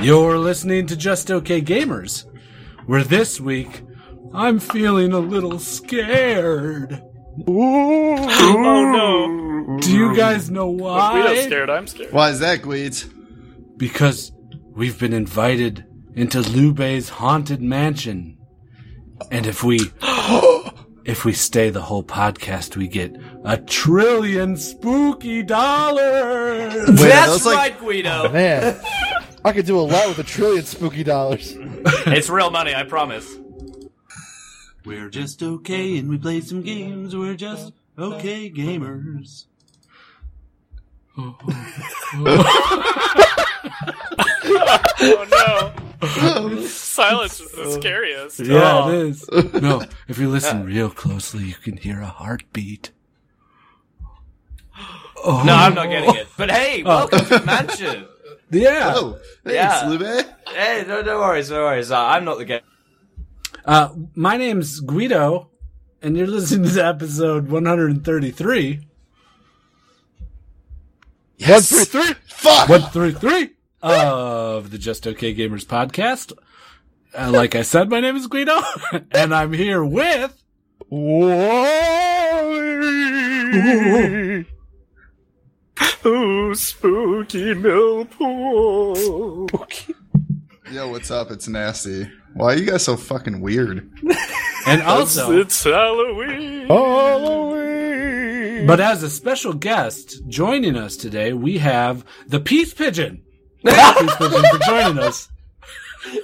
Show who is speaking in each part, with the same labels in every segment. Speaker 1: You're listening to Just Okay Gamers, where this week I'm feeling a little scared.
Speaker 2: Oh no!
Speaker 1: Do you guys know
Speaker 2: If we don't
Speaker 1: why?
Speaker 2: scared, I'm scared.
Speaker 3: Why is that, Gleeds?
Speaker 1: Because we've been invited into Lube's haunted mansion. And if we if we stay the whole podcast, we get a trillion spooky dollars.
Speaker 3: Wait, are
Speaker 4: That's
Speaker 3: those like-
Speaker 4: right, Guido.
Speaker 5: Man, I could do a lot with a trillion spooky dollars.
Speaker 4: it's real money, I promise.
Speaker 6: We're just okay and we play some games. We're just okay gamers.
Speaker 2: Oh no! Silence is the scariest. Oh.
Speaker 1: Yeah, it is. Oh. No, if you listen real closely, you can hear a heartbeat.
Speaker 4: No, I'm not getting it. But hey,
Speaker 1: Oh.
Speaker 4: welcome to the mansion.
Speaker 1: Yeah.
Speaker 3: Oh, thanks,
Speaker 4: Yeah.
Speaker 3: Lube.
Speaker 4: Hey, no, no worries, no worries. Uh, I'm not the guy.
Speaker 1: Uh, my name's Guido, and you're listening to episode 133.
Speaker 3: Yes.
Speaker 5: Three, three.
Speaker 3: Fuck.
Speaker 1: 133 of the Just Okay Gamers podcast. Uh, like I said, my name is Guido, and I'm here with.
Speaker 5: Wally.
Speaker 2: Oh, spooky millpool.
Speaker 3: Yo, what's up? It's Nasty. Why are you guys so fucking weird?
Speaker 1: And also,
Speaker 2: It's Halloween.
Speaker 1: Oh.
Speaker 5: Halloween.
Speaker 1: but as a special guest joining us today, we have the Peace Pigeon. Thank you, Peace Pigeon, for joining us.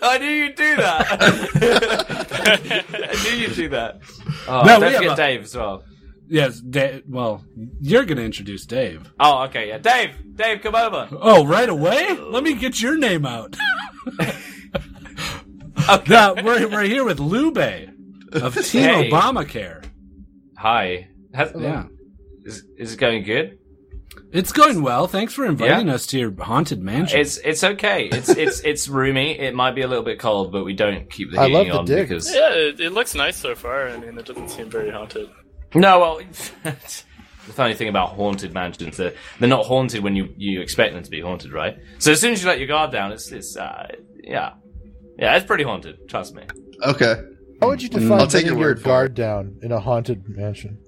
Speaker 4: I knew you'd do that. I knew you'd do that. Oh,
Speaker 1: No, we
Speaker 4: don't
Speaker 1: have
Speaker 4: forget
Speaker 1: a-
Speaker 4: Dave as well.
Speaker 1: Yes, da- well, you're going to introduce Dave.
Speaker 4: Oh, okay, yeah. Dave, Dave, come over.
Speaker 1: Oh, right away? Let me get your name out. No, we're, we're here with Lube of Team
Speaker 4: Hey.
Speaker 1: Obamacare.
Speaker 4: Hi. Has-
Speaker 1: Yeah.
Speaker 4: Is, is it going good?
Speaker 1: It's going well. Thanks for inviting
Speaker 4: Yeah.
Speaker 1: us to your haunted mansion.
Speaker 4: It's it's okay. It's it's it's roomy. It might be a little bit cold, but we don't keep the
Speaker 5: I
Speaker 4: heating
Speaker 5: love the
Speaker 4: on
Speaker 5: dick.
Speaker 4: because
Speaker 2: Yeah, it, it looks nice so far. I mean, it doesn't seem very haunted.
Speaker 4: No, well, the funny thing about haunted mansions they're, they're not haunted when you, you expect them to be haunted, right? So as soon as you let your guard down, it's it's uh, yeah, yeah, it's pretty haunted. Trust me.
Speaker 3: Okay.
Speaker 5: How would you define
Speaker 3: I'll take
Speaker 5: letting
Speaker 3: your
Speaker 5: your,
Speaker 3: word for
Speaker 5: guard down in a haunted mansion?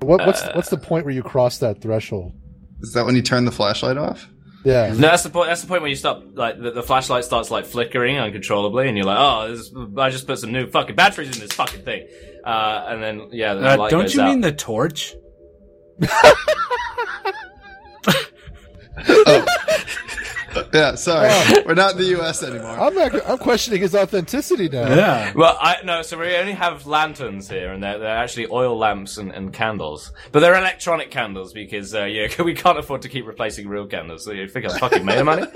Speaker 5: What, what's what's the point where you cross that threshold?
Speaker 3: Is that when you turn the flashlight off?
Speaker 5: Yeah.
Speaker 4: No, that's the point. That's the point where you stop. Like the, the flashlight starts like flickering uncontrollably, and you're like, oh, this, I just put some new fucking batteries in this fucking thing. Uh, and then yeah, the
Speaker 1: uh,
Speaker 4: light
Speaker 1: don't
Speaker 4: goes
Speaker 1: you
Speaker 4: out.
Speaker 1: mean the torch?
Speaker 3: Yeah, sorry. We're not in the U.S. anymore.
Speaker 5: I'm not, I'm questioning his authenticity now.
Speaker 1: Yeah.
Speaker 4: Well, I no, so we only have lanterns here, and they're, they're actually oil lamps and, and candles, but they're electronic candles because uh, yeah, we can't afford to keep replacing real candles. So you think I fucking made of money?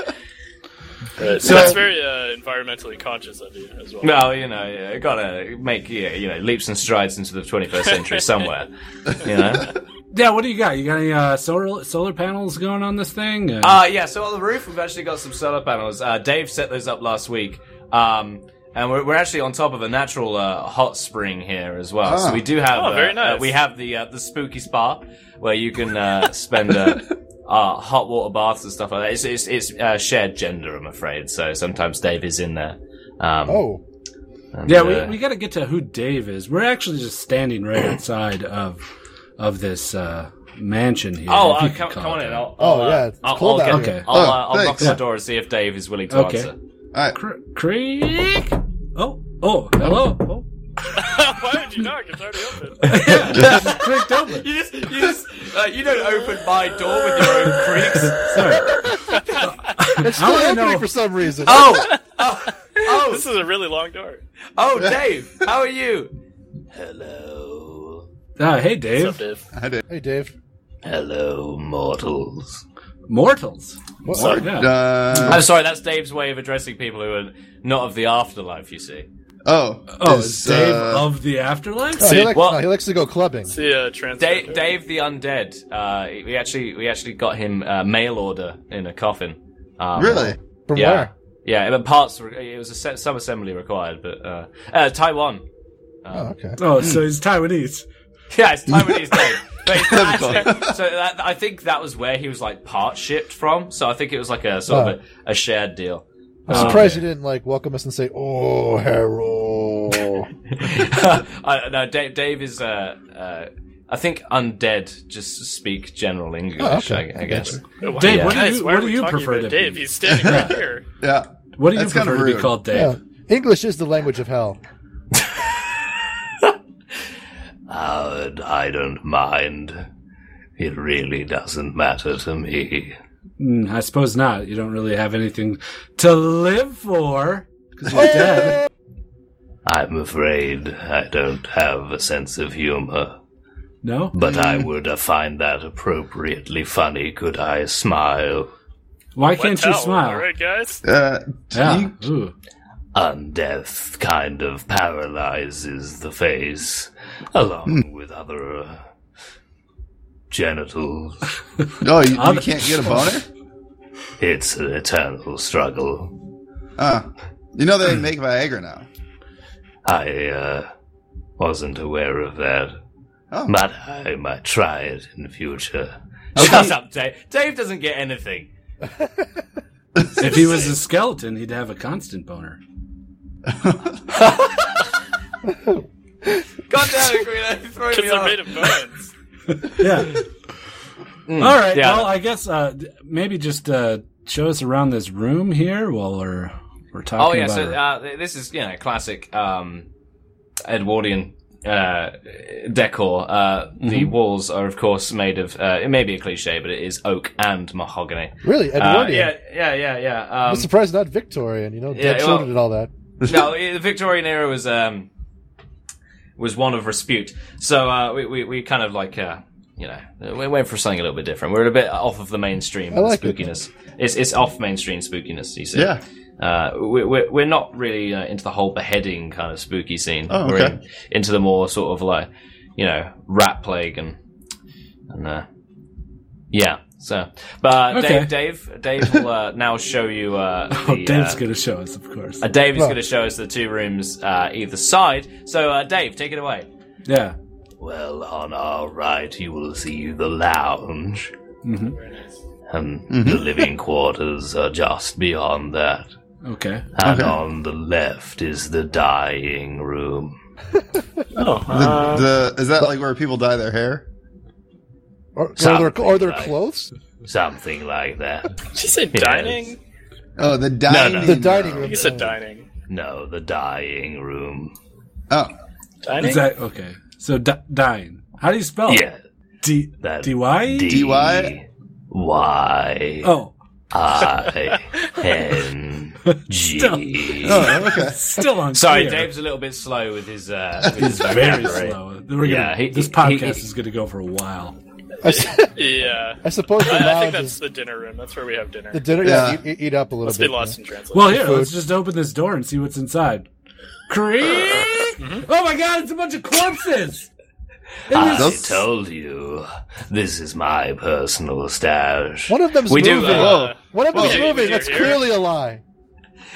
Speaker 2: so that's very uh, environmentally conscious of you as well.
Speaker 4: No, you know, yeah, gotta make yeah, you know leaps and strides into the 21st century somewhere. You know.
Speaker 1: Yeah, what do you got? You got any uh, solar solar panels going on this thing? Uh,
Speaker 4: Uh, yeah, so on the roof, we've actually got some solar panels. Uh, Dave set those up last week. Um, and we're, we're actually on top of a natural uh, hot spring here as well.
Speaker 3: Ah.
Speaker 4: So we do have.
Speaker 2: Oh,
Speaker 4: uh,
Speaker 2: very
Speaker 4: uh,
Speaker 2: nice.
Speaker 4: we have the uh, the spooky spa where you can uh, spend uh, uh, hot water baths and stuff like that. It's, it's, it's uh, shared gender, I'm afraid. So sometimes Dave is in there. Um,
Speaker 5: Oh,
Speaker 4: and,
Speaker 1: yeah,
Speaker 4: uh,
Speaker 1: we, we got to get to who Dave is. We're actually just standing right outside of of this uh, mansion here.
Speaker 4: Oh,
Speaker 1: if you
Speaker 4: uh,
Speaker 1: could
Speaker 4: come,
Speaker 1: call
Speaker 4: come on
Speaker 1: it
Speaker 4: in.
Speaker 1: that.
Speaker 4: I'll,
Speaker 5: Oh,
Speaker 4: I'll, uh,
Speaker 5: yeah, it's
Speaker 4: I'll,
Speaker 5: cold
Speaker 4: I'll
Speaker 5: out
Speaker 4: get-
Speaker 1: here.
Speaker 4: I'll,
Speaker 3: Oh,
Speaker 4: uh, I'll knock
Speaker 3: thanks.
Speaker 4: on the door and see if Dave is willing to
Speaker 1: Okay.
Speaker 4: answer.
Speaker 3: All right.
Speaker 1: Cr- creak. Oh, oh, hello. Oh.
Speaker 2: Why would you knock? It's already open.
Speaker 1: Yeah, just creaked open.
Speaker 4: You just, you just, uh, you don't open my door with your own creaks.
Speaker 1: Sorry.
Speaker 5: it's still
Speaker 1: wanna
Speaker 5: happening
Speaker 1: know-
Speaker 5: for some reason.
Speaker 4: Oh, oh, oh,
Speaker 2: this is a really long door.
Speaker 4: oh, Dave, how are you? Hello,
Speaker 1: Uh, hey, Dave.
Speaker 2: What's up, Dave?
Speaker 3: I did.
Speaker 5: Hey, Dave.
Speaker 4: hello, mortals.
Speaker 1: Mortals.
Speaker 5: What,
Speaker 2: Sorry.
Speaker 1: Yeah.
Speaker 3: Uh,
Speaker 4: I'm sorry, that's Dave's way of addressing people who are not of the afterlife. You see,
Speaker 3: oh.
Speaker 1: oh,
Speaker 3: is,
Speaker 1: is Dave
Speaker 3: uh,
Speaker 1: of the afterlife.
Speaker 5: oh, he, likes,
Speaker 4: well-
Speaker 5: no, he likes to go clubbing.
Speaker 2: See a trans.
Speaker 4: Dave, Dave the undead. Uh, we actually, we actually got him uh, mail order in a coffin. Um,
Speaker 3: Really?
Speaker 5: From
Speaker 4: Yeah.
Speaker 5: where?
Speaker 4: Yeah, but parts. Were, it was a se- sub assembly required, but uh, uh, Taiwan.
Speaker 5: Oh, okay.
Speaker 1: Oh, so he's Taiwanese.
Speaker 4: Yeah, it's Taiwanese name. But it's actually, so that, I think that was where he was like part shipped from. So I think it was like a sort of a, a shared deal.
Speaker 5: I'm surprised you didn't like welcome us and say, "Oh, Harold."
Speaker 4: I, no, Dave, Dave is. Uh, uh, I think undead just speak general English.
Speaker 5: Oh, okay.
Speaker 4: I, I guess.
Speaker 2: Why-
Speaker 1: Dave, what do
Speaker 2: Oh, guys,
Speaker 1: you-
Speaker 2: why
Speaker 1: what
Speaker 2: are
Speaker 1: do
Speaker 2: we
Speaker 1: you
Speaker 2: talking
Speaker 1: prefer
Speaker 2: about
Speaker 1: to be?
Speaker 2: Dave, he's standing right here.
Speaker 3: Yeah.
Speaker 1: What do you
Speaker 3: That's kinda
Speaker 1: prefer to be
Speaker 3: rude.
Speaker 1: called, Dave?
Speaker 5: yeah, English is the language of hell.
Speaker 4: Uh, I don't mind. It really doesn't matter to me.
Speaker 1: Mm, I suppose not. You don't really have anything to live for because you're dead.
Speaker 4: I'm afraid I don't have a sense of humor,
Speaker 1: No,
Speaker 4: but
Speaker 5: Mm.
Speaker 4: I would uh, find that appropriately funny could I smile.
Speaker 1: why can't you
Speaker 2: Towel, All
Speaker 1: smile?
Speaker 2: right, guys.
Speaker 3: Uh, do
Speaker 1: Yeah.
Speaker 3: you-
Speaker 1: Ooh.
Speaker 4: Undeath kind of paralyzes the face, along with other uh, genitals.
Speaker 3: oh, you, you
Speaker 1: Other-
Speaker 3: can't get a boner?
Speaker 4: It's an eternal struggle.
Speaker 3: Uh, you know they make Viagra now.
Speaker 4: I uh, wasn't aware of that,
Speaker 3: Oh.
Speaker 4: but I might try it in the future.
Speaker 3: Okay.
Speaker 4: Shut up, Dave. Dave doesn't get anything.
Speaker 1: If he was a skeleton, he'd have a constant boner.
Speaker 4: God damn it, Guido, you're throwing me
Speaker 2: Because they're
Speaker 4: off.
Speaker 2: made of bones.
Speaker 1: Yeah. All right.
Speaker 4: yeah.
Speaker 1: Well, I guess uh, d- maybe just uh, show us around this room here while we're we're talking
Speaker 4: Oh yeah,
Speaker 1: about.
Speaker 4: so
Speaker 1: our-
Speaker 4: uh, th- this is you know classic um, Edwardian uh, decor. Uh, The
Speaker 5: Mm-hmm.
Speaker 4: walls are of course made of. Uh, it may be a cliche, but it is oak and mahogany.
Speaker 5: Really,
Speaker 4: Uh,
Speaker 5: Edwardian.
Speaker 4: yeah, yeah, yeah, yeah.
Speaker 5: I'm
Speaker 4: Um,
Speaker 5: surprised not Victorian. You know,
Speaker 4: Yeah,
Speaker 5: dead
Speaker 4: well-
Speaker 5: children and all that.
Speaker 4: no, i- the Victorian era was um, was one of respute. So uh, we, we we kind of like uh, you know we went for something a little bit different. We're a bit off of the mainstream
Speaker 5: I like it.
Speaker 4: spookiness. It's it's off mainstream spookiness. You see,
Speaker 3: Yeah.
Speaker 4: Uh, we- we're, we're not really uh, into the whole beheading kind of spooky scene.
Speaker 3: Oh,
Speaker 4: We're
Speaker 3: okay.
Speaker 4: in- into the more sort of like, you know, rat plague and and uh, yeah. So, but
Speaker 1: Okay.
Speaker 4: Dave, Dave, Dave will uh, now show you. Uh,
Speaker 1: oh,
Speaker 4: the,
Speaker 1: Dave's
Speaker 4: uh,
Speaker 1: gonna show us, of course.
Speaker 4: uh, Dave is
Speaker 5: Right.
Speaker 4: going to show us the two rooms uh, either side. So, uh, Dave, take it away.
Speaker 1: yeah.
Speaker 4: Well, on our right, you will see the lounge,
Speaker 1: hmm
Speaker 4: and the living quarters are just beyond that.
Speaker 1: Okay.
Speaker 4: And on the left is the dying room.
Speaker 3: The, is that like where people dye their hair?
Speaker 5: Or, or
Speaker 4: Something
Speaker 5: their, or their
Speaker 4: like-
Speaker 5: clothes?
Speaker 4: Something like that.
Speaker 2: Did you say
Speaker 4: Yes.
Speaker 2: dining?
Speaker 3: Oh, the dining
Speaker 4: no.
Speaker 5: The dining room.
Speaker 2: You said dining.
Speaker 4: No, the dying room.
Speaker 3: Oh,
Speaker 2: Dining?
Speaker 1: Is that okay? So di- dying. How do you spell? it?
Speaker 4: Yeah.
Speaker 1: D
Speaker 4: That
Speaker 1: D Y.
Speaker 4: D
Speaker 3: DY?
Speaker 4: Y
Speaker 1: Oh,
Speaker 4: I N G.
Speaker 3: oh okay.
Speaker 1: still on.
Speaker 4: Sorry, Dave's a little bit slow with his. Uh, with his
Speaker 1: It's very
Speaker 4: vocabulary.
Speaker 1: slow. We're gonna-
Speaker 4: Yeah, he-
Speaker 1: this
Speaker 4: he-
Speaker 1: podcast
Speaker 4: he-
Speaker 1: is going to go for a while.
Speaker 5: I, s-
Speaker 2: Yeah.
Speaker 5: I suppose the
Speaker 2: I, I think
Speaker 5: lounge
Speaker 2: that's
Speaker 5: is
Speaker 2: the dinner room. That's where we have dinner.
Speaker 5: the dinner. Yeah,
Speaker 3: Yeah.
Speaker 5: Eat, eat up a little
Speaker 2: Let's
Speaker 5: bit.
Speaker 2: be lost in translation.
Speaker 1: Well, here,
Speaker 5: Food.
Speaker 1: let's just open this door and see what's inside. Creak!
Speaker 4: Mm-hmm.
Speaker 1: Oh my god, it's a bunch of corpses!
Speaker 4: I
Speaker 3: Those-
Speaker 4: told you, this is my personal stash.
Speaker 5: One of them's
Speaker 4: We do,
Speaker 5: moving.
Speaker 4: uh,
Speaker 5: One of them's
Speaker 2: Whoa.
Speaker 5: moving.
Speaker 2: Yeah,
Speaker 5: That's
Speaker 2: here.
Speaker 5: clearly a lie.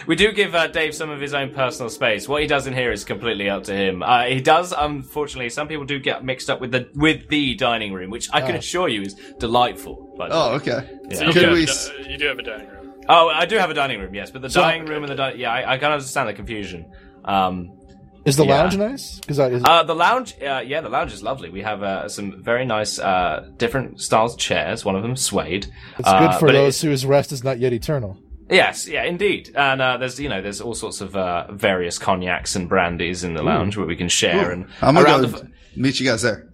Speaker 4: We do give uh, Dave some of his own personal space. What he does in here is completely up to him. Uh, he does, unfortunately, some people do get mixed up with the with the dining room, which I can
Speaker 5: Oh.
Speaker 4: assure you is delightful. By the
Speaker 3: Oh,
Speaker 4: way.
Speaker 3: okay.
Speaker 2: So you,
Speaker 3: Could
Speaker 2: do have,
Speaker 3: we
Speaker 2: a
Speaker 3: s-
Speaker 2: di- you do have a dining room.
Speaker 4: oh, I do have a dining room, yes, but the dining room and the dining yeah, I, I can understand the confusion. Um,
Speaker 5: Is the
Speaker 4: Yeah.
Speaker 5: lounge nice? Because I is,
Speaker 4: Uh, the lounge, uh, yeah, the lounge is lovely. We have uh, some very nice, uh, different styles chairs. One of them suede. Uh,
Speaker 5: it's good for those whose rest is not yet eternal.
Speaker 4: yes, yeah, indeed. And uh, there's, you know, there's all sorts of uh, various cognacs and brandies in the lounge where we can share and
Speaker 3: I'm
Speaker 4: around
Speaker 3: gonna
Speaker 4: the.
Speaker 3: go
Speaker 4: f-
Speaker 3: meet you guys there.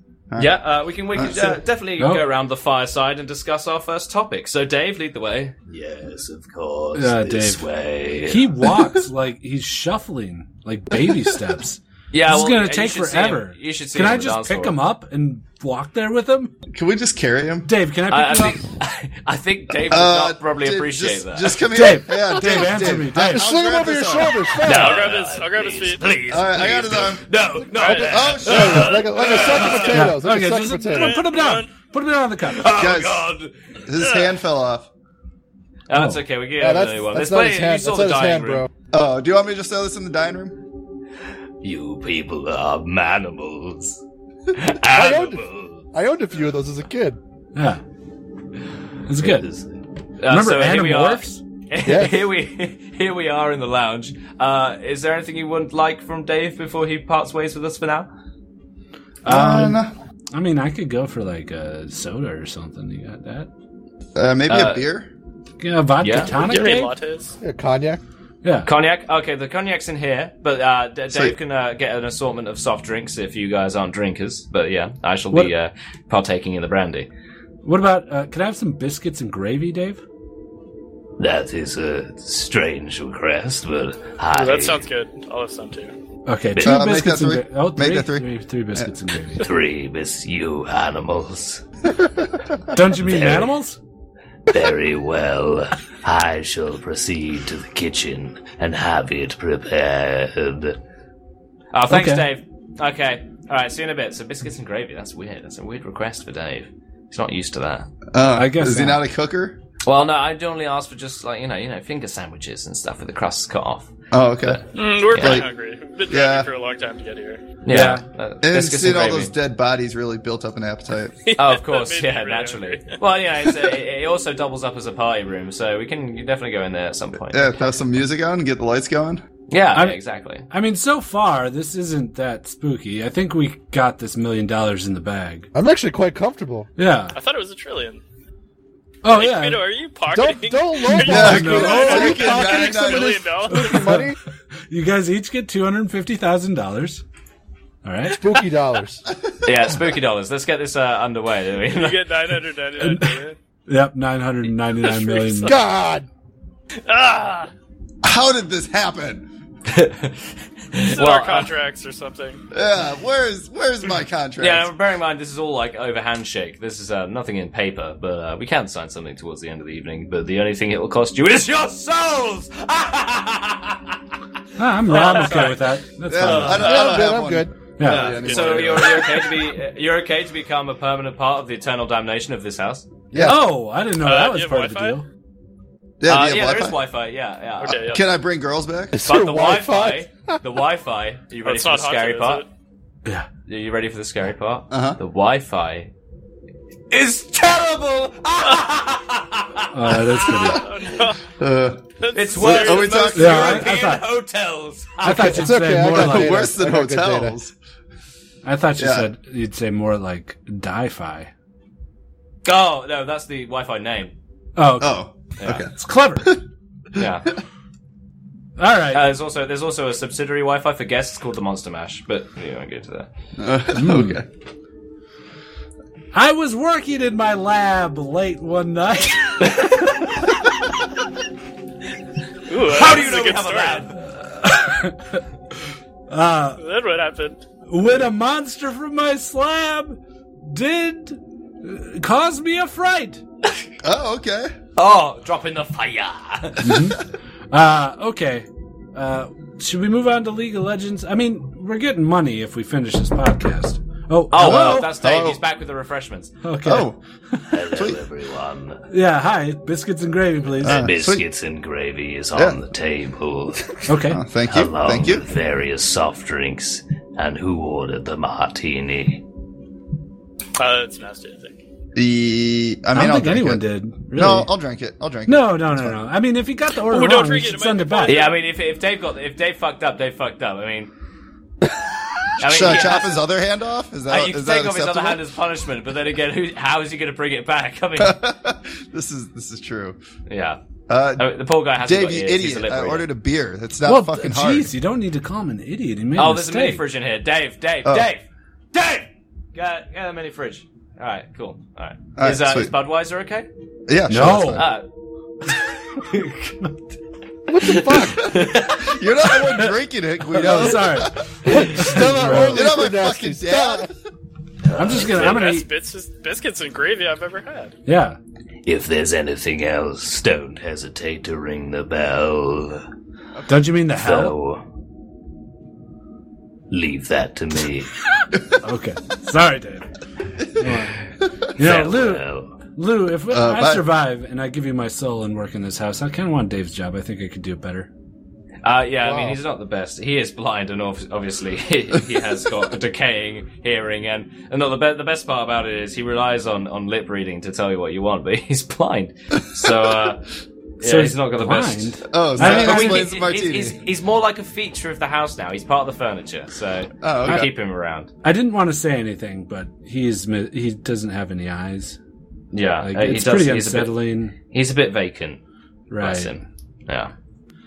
Speaker 4: Yeah, uh, we can we can uh, definitely
Speaker 1: No.
Speaker 4: go around the fireside and discuss our first topic. So, Dave, lead the way. Yes, of course.
Speaker 1: Uh, this Dave.
Speaker 4: way.
Speaker 1: He walks like he's shuffling, like baby steps.
Speaker 4: yeah,
Speaker 1: this
Speaker 4: well,
Speaker 1: is going
Speaker 4: you
Speaker 1: to take
Speaker 4: should see
Speaker 1: forever.
Speaker 4: him- You should see
Speaker 1: Can
Speaker 4: him
Speaker 1: I
Speaker 4: on the
Speaker 1: just
Speaker 4: dance
Speaker 1: pick
Speaker 4: floor.
Speaker 1: him up and walk there with him?
Speaker 3: Can we just carry him?
Speaker 1: Dave, can I
Speaker 4: I, I
Speaker 1: pick him up?
Speaker 4: think I think Dave would
Speaker 3: Uh,
Speaker 4: not probably
Speaker 3: Dave,
Speaker 4: appreciate
Speaker 3: just,
Speaker 4: that.
Speaker 3: Just come here.
Speaker 1: Dave,
Speaker 3: yeah,
Speaker 1: Dave, answer me. Dave.
Speaker 3: I'll
Speaker 5: Just sling him
Speaker 3: grab
Speaker 5: over your
Speaker 3: his arm.
Speaker 5: shoulders. fast.
Speaker 4: No,
Speaker 2: I'll grab his. I'll grab his feet.
Speaker 4: Please.
Speaker 3: All right, I got his arm.
Speaker 4: No, no.
Speaker 3: Oh, shit.
Speaker 5: Like a, like a sack of
Speaker 1: Yeah,
Speaker 5: potatoes. Like
Speaker 1: okay,
Speaker 5: a sack
Speaker 1: just-
Speaker 5: of
Speaker 1: come on,
Speaker 5: potatoes.
Speaker 1: put him down. Put him down on the cup.
Speaker 3: Guys.
Speaker 4: God.
Speaker 3: His hand fell off.
Speaker 4: Oh, that's okay. We can
Speaker 5: Yeah,
Speaker 4: get
Speaker 5: that's,
Speaker 4: another one.
Speaker 5: that's
Speaker 4: There's
Speaker 5: not his
Speaker 4: plenty. You
Speaker 5: hand.
Speaker 4: saw
Speaker 5: That's
Speaker 4: the
Speaker 5: not his
Speaker 4: dining
Speaker 5: hand,
Speaker 4: room.
Speaker 5: bro.
Speaker 3: Oh, do you want me to just throw this in the dining room?
Speaker 4: You people are manimals.
Speaker 5: owned it.
Speaker 4: Animals.
Speaker 5: I owned a few of those as a kid.
Speaker 1: Yeah. That's good.
Speaker 4: Uh,
Speaker 1: Remember
Speaker 4: so here we are.
Speaker 1: Animorphs?
Speaker 5: Yes.
Speaker 4: here we here we are in the lounge. Uh, is there anything you would like from Dave before he parts ways with us for now?
Speaker 3: Uh,
Speaker 1: Um, I mean, I could go for like a soda or something. You got that?
Speaker 3: no. Uh, maybe
Speaker 4: Uh,
Speaker 3: a beer.
Speaker 1: Yeah, vodka
Speaker 4: Yeah.
Speaker 1: tonic.
Speaker 2: Do you have any
Speaker 1: Dave?
Speaker 2: lattes?
Speaker 5: Yeah, cognac.
Speaker 1: Yeah.
Speaker 4: Cognac. Okay, the cognac's in here, but uh, D-
Speaker 3: Sweet.
Speaker 4: Dave can uh, get an assortment of soft drinks if you guys aren't drinkers. But yeah, I shall
Speaker 1: What-
Speaker 4: be uh, partaking in the brandy.
Speaker 1: What about? Uh, can I have some biscuits and gravy, Dave?
Speaker 4: That is a strange request, but
Speaker 2: Oh,
Speaker 4: I
Speaker 2: that sounds good. I'll have some too.
Speaker 1: Okay, two
Speaker 3: Uh, make that
Speaker 1: biscuits and
Speaker 3: three.
Speaker 1: gra- oh,
Speaker 3: Make that
Speaker 1: three.
Speaker 3: three.
Speaker 1: Three- three biscuits and gravy.
Speaker 4: three miss you animals.
Speaker 1: Don't you mean
Speaker 4: Very.
Speaker 1: animals?
Speaker 4: Very well. I shall proceed to the kitchen and have it prepared. Oh, thanks,
Speaker 1: Okay.
Speaker 4: Dave. Okay. All right, see you in a bit. So, biscuits and gravy. That's weird. That's a weird request for Dave. He's not used to that.
Speaker 3: Uh,
Speaker 1: I guess
Speaker 3: is he
Speaker 1: not.
Speaker 3: not a cooker?
Speaker 4: Well, no, I'd only ask for just like you know, you know, finger sandwiches and stuff with the crusts cut off. Uh,
Speaker 3: Oh, okay.
Speaker 2: Mm, we're pretty
Speaker 3: Like-
Speaker 2: hungry. We've been
Speaker 3: Yeah.
Speaker 2: driving for a long time to get here.
Speaker 4: Yeah, uh,
Speaker 3: And
Speaker 4: biscuits and
Speaker 3: seeing all
Speaker 4: gravy.
Speaker 3: those dead bodies really built up an appetite.
Speaker 4: Oh, of
Speaker 2: That
Speaker 4: course,
Speaker 2: made me
Speaker 4: yeah,
Speaker 2: really
Speaker 4: naturally.
Speaker 2: hungry.
Speaker 4: Well, yeah, it's a, it also doubles up as a party room, so we can definitely go in there at some point.
Speaker 3: yeah, throw some music on, get the lights going.
Speaker 4: yeah,
Speaker 1: I'm-
Speaker 4: yeah, exactly.
Speaker 1: I mean, so far this isn't that spooky. I think we got this million dollars in the bag.
Speaker 5: I'm actually quite comfortable.
Speaker 1: Yeah.
Speaker 2: I thought it was a trillion.
Speaker 1: Oh
Speaker 2: Hey,
Speaker 1: yeah.
Speaker 2: Fido, are you pocketing?
Speaker 5: don't
Speaker 2: Are you
Speaker 5: lowball
Speaker 1: me, Fido.
Speaker 2: pocketing
Speaker 3: Are you pocketing some of
Speaker 2: million dollars?
Speaker 5: Money,
Speaker 1: You guys each get two hundred fifty thousand dollars. All right.
Speaker 5: spooky dollars.
Speaker 4: Yeah, spooky dollars. Let's get this uh, underway. don't
Speaker 2: You
Speaker 4: we?
Speaker 2: get 999 million.
Speaker 1: Yep. Nine hundred ninety-nine million.
Speaker 5: God,
Speaker 2: Ah!
Speaker 3: How did this happen?
Speaker 2: It's in
Speaker 4: Well,
Speaker 2: our
Speaker 4: uh,
Speaker 2: contracts or something.
Speaker 3: Yeah, where's where's my contract?
Speaker 4: yeah, bearing in mind this is all like over handshake. This is uh, nothing in paper, but uh, we can sign something towards the end of the evening. But the only thing it will cost you is your souls.
Speaker 1: Ah, I'm, I'm okay with that. That's
Speaker 3: Yeah, I
Speaker 1: fine.
Speaker 3: don't, I don't
Speaker 5: I'm good. I'm
Speaker 3: have one. Uh,
Speaker 5: good.
Speaker 1: Yeah.
Speaker 3: Yeah, anymore.
Speaker 4: so you're, you're okay to be uh, you're okay to become a permanent part of the eternal damnation of this house.
Speaker 5: Yeah.
Speaker 1: Oh, I didn't know
Speaker 2: Uh,
Speaker 1: that
Speaker 2: do
Speaker 1: was
Speaker 2: you have
Speaker 1: part of
Speaker 2: Wi-Fi?
Speaker 1: the deal.
Speaker 3: Yeah, do
Speaker 4: uh,
Speaker 3: you have
Speaker 4: yeah, there is
Speaker 3: Wi-Fi?
Speaker 4: Wi-Fi. Yeah, yeah.
Speaker 2: Okay, yeah.
Speaker 3: Can I bring girls back?
Speaker 5: Is
Speaker 4: But
Speaker 5: there
Speaker 4: the
Speaker 5: Wi-Fi?
Speaker 4: Wi-Fi, the Wi-Fi. Are you ready
Speaker 2: It's
Speaker 4: for the
Speaker 2: not
Speaker 4: scary
Speaker 2: Hanzo,
Speaker 4: part?
Speaker 2: is
Speaker 1: Yeah.
Speaker 4: Are you ready for the scary part?
Speaker 3: Uh-huh.
Speaker 4: The Wi-Fi is terrible.
Speaker 1: Oh, that's good.
Speaker 2: it? Oh,
Speaker 3: Uh,
Speaker 4: it's
Speaker 2: That's
Speaker 4: worse
Speaker 2: serious.
Speaker 3: are we
Speaker 4: than most
Speaker 3: talking-
Speaker 1: Yeah, I- I
Speaker 4: European
Speaker 1: thought-
Speaker 4: hotels.
Speaker 1: I thought you'd
Speaker 5: It's okay.
Speaker 1: say
Speaker 5: I
Speaker 1: more
Speaker 5: got
Speaker 1: like.
Speaker 5: data.
Speaker 3: worse than
Speaker 5: I got good data.
Speaker 3: hotels.
Speaker 1: I thought you
Speaker 3: Yeah.
Speaker 1: said you'd say more like di-fi.
Speaker 4: oh no, that's the Wi-Fi name.
Speaker 1: Oh, okay.
Speaker 3: Oh, okay.
Speaker 1: it's clever.
Speaker 4: Yeah. Uh,
Speaker 1: All right.
Speaker 4: there's also there's also a subsidiary Wi-Fi for guests called the Monster Mash, but we won't get to that.
Speaker 3: Uh, okay.
Speaker 1: Hmm. I was working in my lab late one night.
Speaker 2: Ooh,
Speaker 4: How do you
Speaker 2: that's
Speaker 4: know
Speaker 2: a
Speaker 4: we
Speaker 2: good
Speaker 4: have a
Speaker 2: start.
Speaker 4: lab?
Speaker 2: Then what happened?
Speaker 1: when a monster from my slab did uh, cause me a fright.
Speaker 3: Oh, okay.
Speaker 4: Oh, drop in the fire.
Speaker 1: Uh, okay. Uh, should we move on to League of Legends? I mean, we're getting money if we finish this podcast. Oh,
Speaker 4: Oh,
Speaker 1: hello?
Speaker 4: well, that's Dave.
Speaker 3: Hello.
Speaker 4: He's back with the refreshments.
Speaker 1: okay.
Speaker 3: Oh,
Speaker 7: Hello, everyone.
Speaker 1: Yeah, hi. Biscuits and gravy, please.
Speaker 3: Uh, Ah, sweet.
Speaker 7: Biscuits and gravy is on
Speaker 3: Yeah.
Speaker 7: the table,
Speaker 1: okay.
Speaker 3: Oh, thank you.
Speaker 7: along
Speaker 3: Thank you.
Speaker 7: with various soft drinks. And who ordered the martini?
Speaker 2: Uh, it's nasty, I think.
Speaker 3: The I
Speaker 1: I
Speaker 3: mean,
Speaker 1: don't
Speaker 3: I'll
Speaker 1: think
Speaker 3: drink
Speaker 1: anyone
Speaker 3: it.
Speaker 1: did. Really.
Speaker 3: Oh, No, I'll drink it. I'll drink it.
Speaker 1: no, no, no, no. I mean, if he got the order
Speaker 2: Oh,
Speaker 1: wrong,
Speaker 2: don't
Speaker 1: we
Speaker 2: drink it,
Speaker 1: should
Speaker 2: it
Speaker 1: send
Speaker 2: might
Speaker 1: it
Speaker 2: be
Speaker 1: back.
Speaker 2: bad.
Speaker 4: Yeah, I mean, if if Dave got if Dave fucked up, Dave fucked up. I mean, I mean,
Speaker 3: Should I
Speaker 4: yeah,
Speaker 3: chop his other hand off? Is
Speaker 4: uh,
Speaker 3: that
Speaker 4: you can
Speaker 3: is that
Speaker 4: take off his other
Speaker 3: acceptable?
Speaker 4: hand as punishment, but then again, who, how is he going to bring it back? I mean,
Speaker 3: this is this is true.
Speaker 4: yeah,
Speaker 3: Uh,
Speaker 4: I mean, the poor guy has.
Speaker 3: Dave, you idiot!
Speaker 4: Uh,
Speaker 3: I ordered a beer. That's not
Speaker 1: Well,
Speaker 3: fucking hard.
Speaker 1: jeez, you don't need to call him an idiot. He made
Speaker 4: Oh,
Speaker 1: a
Speaker 4: there's a
Speaker 1: mistake.
Speaker 4: mini fridge in here. Dave, Dave,
Speaker 3: Oh.
Speaker 4: Dave, Dave. Get get a mini fridge. All right, cool. All right.
Speaker 3: All right,
Speaker 4: is, uh, is
Speaker 3: sweet.
Speaker 4: Budweiser okay?
Speaker 3: Yeah, sure,
Speaker 1: No.
Speaker 3: that's fine.
Speaker 4: Uh,
Speaker 3: you're not the one drinking it, Guido.
Speaker 1: Oh, sorry.
Speaker 3: You're not my fucking dad.
Speaker 1: I'm just gonna.
Speaker 2: The
Speaker 1: I'm gonna
Speaker 2: best
Speaker 1: eat.
Speaker 2: bits- biscuits and gravy I've ever had.
Speaker 1: Yeah.
Speaker 7: If there's anything else, don't hesitate to ring the bell.
Speaker 1: Don't you mean the hell?
Speaker 7: Though, leave that to me.
Speaker 1: Okay. Sorry, Dave. You know, Lou,
Speaker 7: Farewell.
Speaker 1: Lou, if I
Speaker 3: uh, bye.
Speaker 1: survive and I give you my soul and work in this house, I kind of want Dave's job. I think I could do better.
Speaker 4: Uh, yeah, I mean, he's not the best. He is blind, and obv- obviously he, he has got a decaying hearing. And, and not the, be- the best part about it is he relies on, on lip reading to tell you what you want, but he's blind. So, uh, So he's not got the best.
Speaker 1: blind.
Speaker 3: Oh, so
Speaker 1: I
Speaker 3: that
Speaker 1: mean, I mean,
Speaker 3: explains the
Speaker 4: he's,
Speaker 3: martini.
Speaker 4: he's- he's more like a feature of the house now. He's part of the furniture, so
Speaker 3: Oh, okay.
Speaker 4: you keep him around.
Speaker 1: I didn't want to say anything, but he's mi- he doesn't have any eyes.
Speaker 4: Yeah,
Speaker 1: Like,
Speaker 4: uh, he
Speaker 1: it's
Speaker 4: does-
Speaker 1: pretty
Speaker 4: he's, a bit,
Speaker 1: unsettling.
Speaker 4: he's a bit vacant. Bless
Speaker 1: right.
Speaker 4: him. Yeah,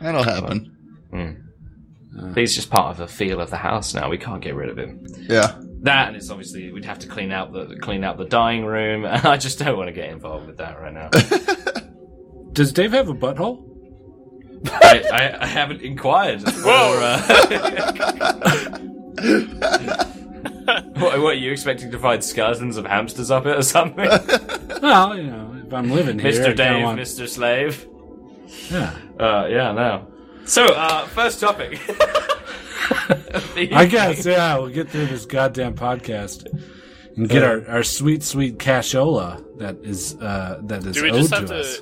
Speaker 3: That'll happen.
Speaker 4: But he's just part of the feel of the house now. We can't get rid of him.
Speaker 3: Yeah.
Speaker 4: That and it's obviously we'd have to clean out the clean out the dining room, and I just don't want to get involved with that right now.
Speaker 1: Does Dave have a butthole?
Speaker 4: I, I, I haven't inquired. Whoa! what, what are you expecting to find skeletons of hamsters up it or something,
Speaker 1: Well, you know, if I'm living here, I
Speaker 4: Mister
Speaker 1: kinda
Speaker 4: Dave,
Speaker 1: want-
Speaker 4: Mister Slave?
Speaker 1: yeah.
Speaker 4: Uh, yeah, no. So, uh, first topic.
Speaker 1: I guess, yeah, we'll get through this goddamn podcast and get our, our sweet, sweet cashola that is uh, that is
Speaker 2: Do we
Speaker 1: owed
Speaker 2: just
Speaker 1: to
Speaker 2: have to?
Speaker 1: us.